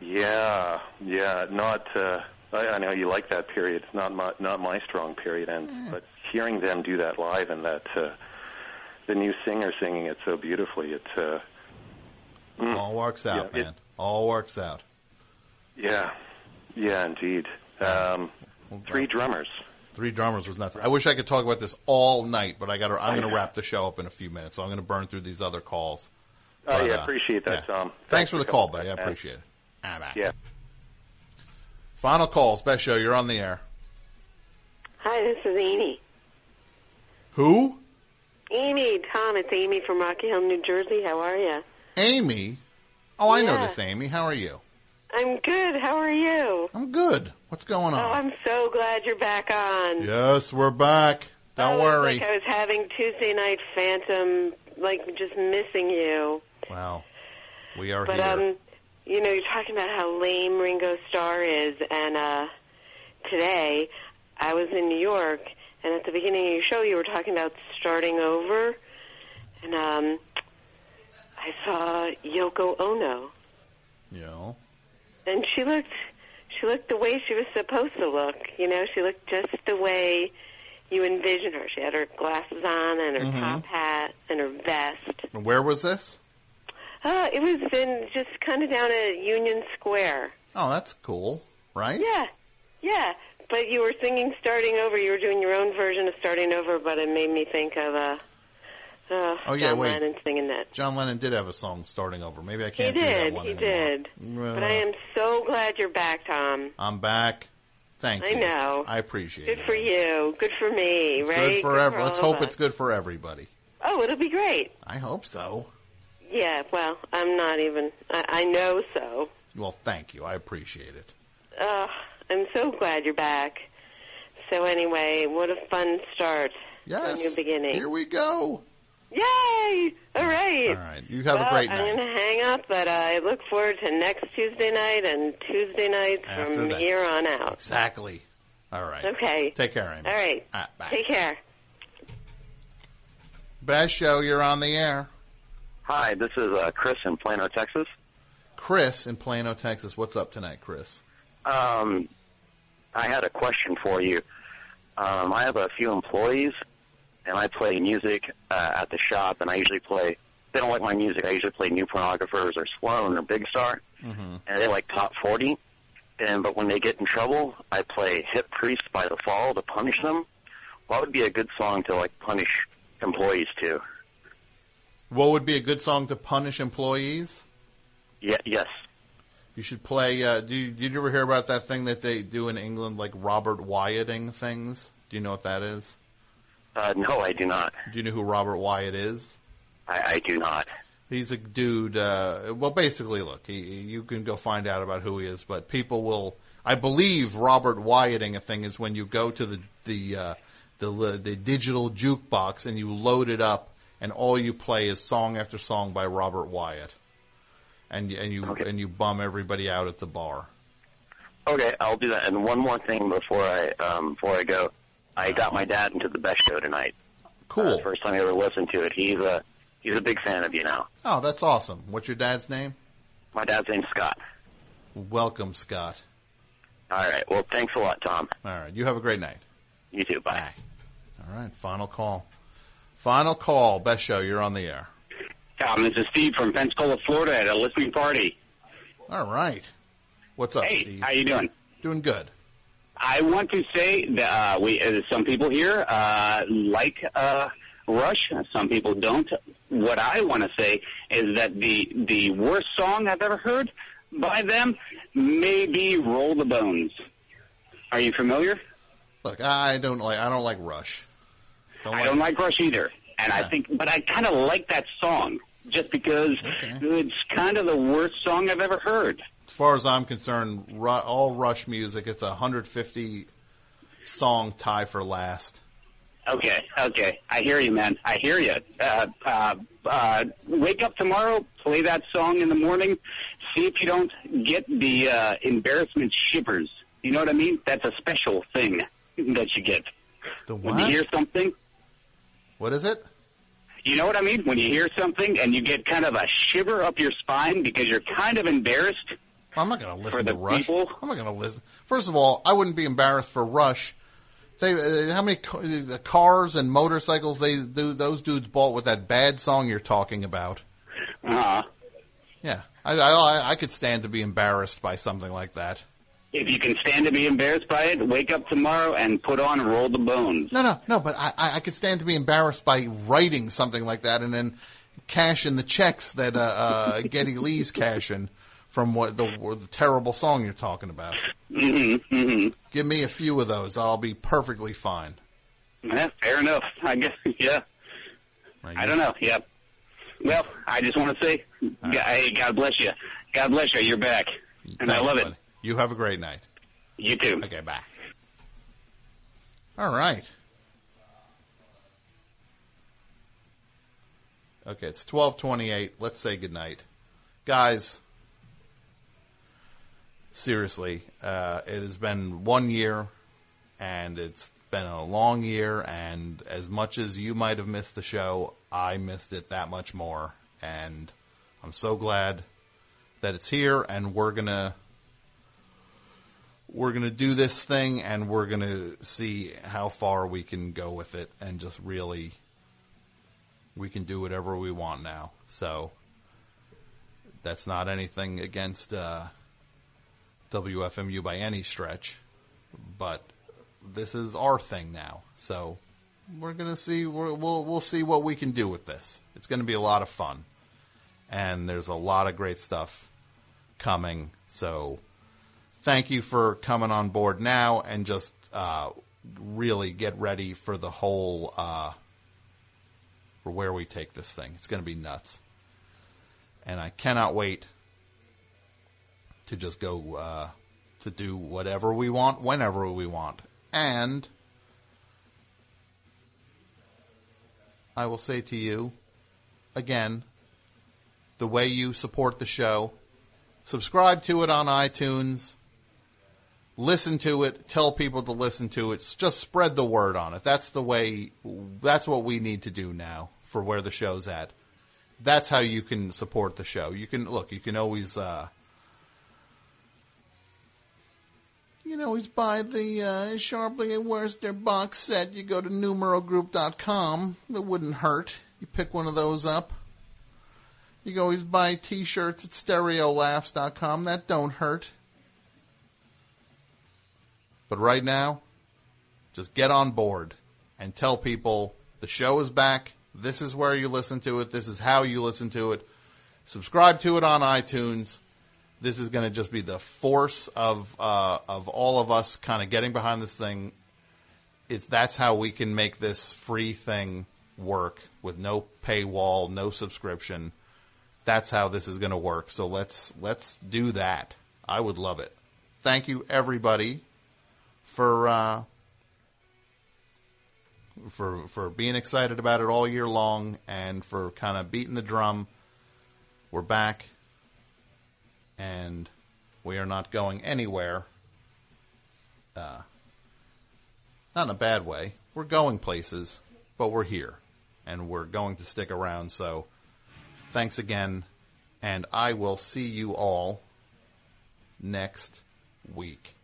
Yeah, yeah. Not. Uh, I, I know you like that period. It's not my not my strong period. And but hearing them do that live and that uh, the new singer singing it so beautifully, it uh, mm,
All works out,
yeah, it-
man. All works out.
yeah, yeah, indeed. Um, three drummers.
Three drummers was nothing. I wish I could talk about this all night, but I got. to I'm
I
going to
know.
wrap the show up in a few minutes, so I'm going to burn through these other calls.
Oh,
But,
yeah,
uh,
appreciate that, Tom.
Thanks for the call, buddy. I
man.
appreciate it. I'm out.
Yeah.
Final calls, best show. You're on the air.
Hi, this is Amy.
Who?
Amy, Tom, it's Amy from Rocky Hill, New Jersey. How are you?
Amy. Oh, I know
Yeah.
this Amy. How are you?
I'm good. How are you?
I'm good. What's going
Oh,
on?
I'm so glad you're back on. Oh,
yes, we're back. Don't worry.
Like I was having Tuesday night phantom, like just missing you.
Wow. We are
but
here.
um, you know, you're talking about how lame Ringo Starr is, and uh, today I was in New York, and at the beginning of your show, you were talking about starting over, and um, I saw Yoko Ono,
yeah.
and she looked, she looked the way she was supposed to look. You know, she looked just the way you envision her. She had her glasses on, and her
Mhm.
top hat, and her vest.
And Where was this?
Uh, it was in just kind of down at Union Square.
Oh, that's cool, right?
Yeah, yeah. But you were singing "Starting Over." You were doing your own version of "Starting Over," but it made me think of uh, Ugh,
Oh, yeah,
John
wait.
Lennon's singing that.
John Lennon did have a song starting over. Maybe I
He
can't do that
did.
one
He
anymore. Uh.
did. But I am so glad you're back, Tom.
I'm back. Thank
I
you.
know.
I appreciate
Good
it.
for you. Good for me. Right?
Good forever.
for all
Let's
of
hope
us.
it's good for everybody.
Oh, it'll be great.
I hope so.
Yeah. Well, I'm not even. I, I know so.
Well, thank you. I appreciate it.
Uh, I'm so glad you're back. So anyway, what a fun start.
Yes.
A new beginning.
Here we go.
Yay! All right.
All right. You have
well,
a great night.
I'm going to hang up, but uh, I look forward to next Tuesday night and Tuesday nights
After
from
that.
here on out.
Exactly. All right.
Okay.
Take care, Amy.
All right.
Ah, bye.
Take care.
Best show. You're on the air.
Hi, this is uh, Chris in Plano, Texas.
Chris in Plano, Texas. What's up tonight, Chris?
Um, I had a question for you. Um, I have a few employees, and I play music uh, at the shop, and I usually play. if They don't like my music. I usually play New Pornographers or Sloan or Big Star,
Mm-hmm.
and they like Top 40. And but when they get in trouble, I play Hip Priest by The Fall to punish them. What would be a good song to like punish employees to?
What would be a good song to punish employees?
Yeah, yes.
You should play. Uh, do you, did you ever hear about that thing that they do in England, like Robert Wyatting things? Do you know what that is?
Uh, no, I do not.
Do you know who Robert Wyatt is?
I, I do not.
He's a dude. Uh, well, basically, look, he, you can go find out about who he is, but people will. I believe Robert Wyatting a thing is when you go to the the uh, the li- the digital jukebox and you load it up, and all you play is song after song by Robert Wyatt, and you- and you and you bum everybody out at the bar.
Okay, I'll do that. And one more thing before I um, before I go, I got my dad into the best show tonight.
Cool.
Uh, first time he ever listened to it. He's a he's a big fan of you now.
Oh, that's awesome. What's your dad's name?
My dad's name's Scott.
Welcome, Scott.
All right. Well, thanks a lot, Tom.
All right. You have a great night.
You too. Bye.
All right. Final call. Final call. Best show. You're on the air.
Tom, this is Steve from Pensacola, Florida, at a listening party.
All right. What's up,
hey,
Steve?
how you doing?
Doing good.
I want to say that uh, we, uh, some people here uh, like uh, Rush, some people don't. What I want to say is that the the worst song I've ever heard by them may be "Roll the Bones." Are you familiar?
Look, I don't like I don't like Rush.
I don't like Rush either, and I think, but I kind of like that song just because it's kind of the worst song I've ever heard.
As far as I'm concerned, Ru- all Rush music. It's a 150 song tie for last.
Okay, okay. I hear you, man. I hear you. Uh, uh, uh, wake up tomorrow, play that song in the morning, see if you don't get the uh, embarrassment shivers. You know what I mean? That's a special thing that you get.
The
When you
what?
hear something.
What is it?
You know what I mean? When you hear something and you get kind of a shiver up your spine because you're kind of embarrassed.
I'm not going to listen
for the
to Rush.
People.
I'm not going to listen. First of all, I wouldn't be embarrassed for Rush. They uh, how many ca- the cars and motorcycles they do those dudes bought with that bad song you're talking about.
Uh,
Yeah, I, I I could stand to be embarrassed by something like that.
if you can stand to be embarrassed by it, wake up tomorrow and put on Roll the Bones.
No, no, no. But I I I could stand to be embarrassed by writing something like that and then cashing the checks that uh, uh Getty Lee's cashing from what the, the terrible song you're talking about.
Mm-hmm, mm-hmm.
Give me a few of those. I'll be perfectly fine.
Yeah, fair enough. I guess. Yeah. I don't know. Yeah. Well, I just want to say, G hey, God bless you. God bless you. You're back, and I
Thanks,
love it.
buddy. You have a great night.
You too.
Okay, bye. All right. Okay, it's 12:28. Let's say goodnight. Guys, seriously, uh, it has been 1 year and it's been a long year and as much as you might have missed the show, I missed it that much more and I'm so glad that it's here and we're going to we're going to do this thing and we're going to see how far we can go with it and just really we can do whatever we want now. So that's not anything against uh, WFMU by any stretch, but this is our thing now. So we're gonna see. We're, we'll we'll see what we can do with this. It's gonna be a lot of fun, and there's a lot of great stuff coming. So, thank you for coming on board now, and just uh, really get ready for the whole uh, for where we take this thing. It's gonna be nuts, and I cannot wait to just go uh, to do whatever we want, whenever we want, and. I will say to you again the way you support the show, subscribe to it on iTunes, listen to it, tell people to listen to it, s- just spread the word on it. That's the way, that's what we need to do now for where the show's at. That's how you can support the show. You can, look, you can always, uh, You can always buy the uh, Sharply and Worcester box set. You go to numerogroup.com. It wouldn't hurt. You pick one of those up. You can always buy t-shirts at stereolaughs.com. That don't hurt. But right now, just get on board and tell people the show is back. This is where you listen to it. This is how you listen to it. Subscribe to it on iTunes. This is going to just be the force of uh, of all of us kind of getting behind this thing. It's that's how we can make this free thing work with no paywall, no subscription. That's how this is going to work. So let's let's do that. I would love it. Thank you everybody for uh, for for being excited about it all year long and for kind of beating the drum. We're back, and we are not going anywhere. Uh, not in a bad way. We're going places, but we're here, and we're going to stick around. So, thanks again, and I will see you all next week.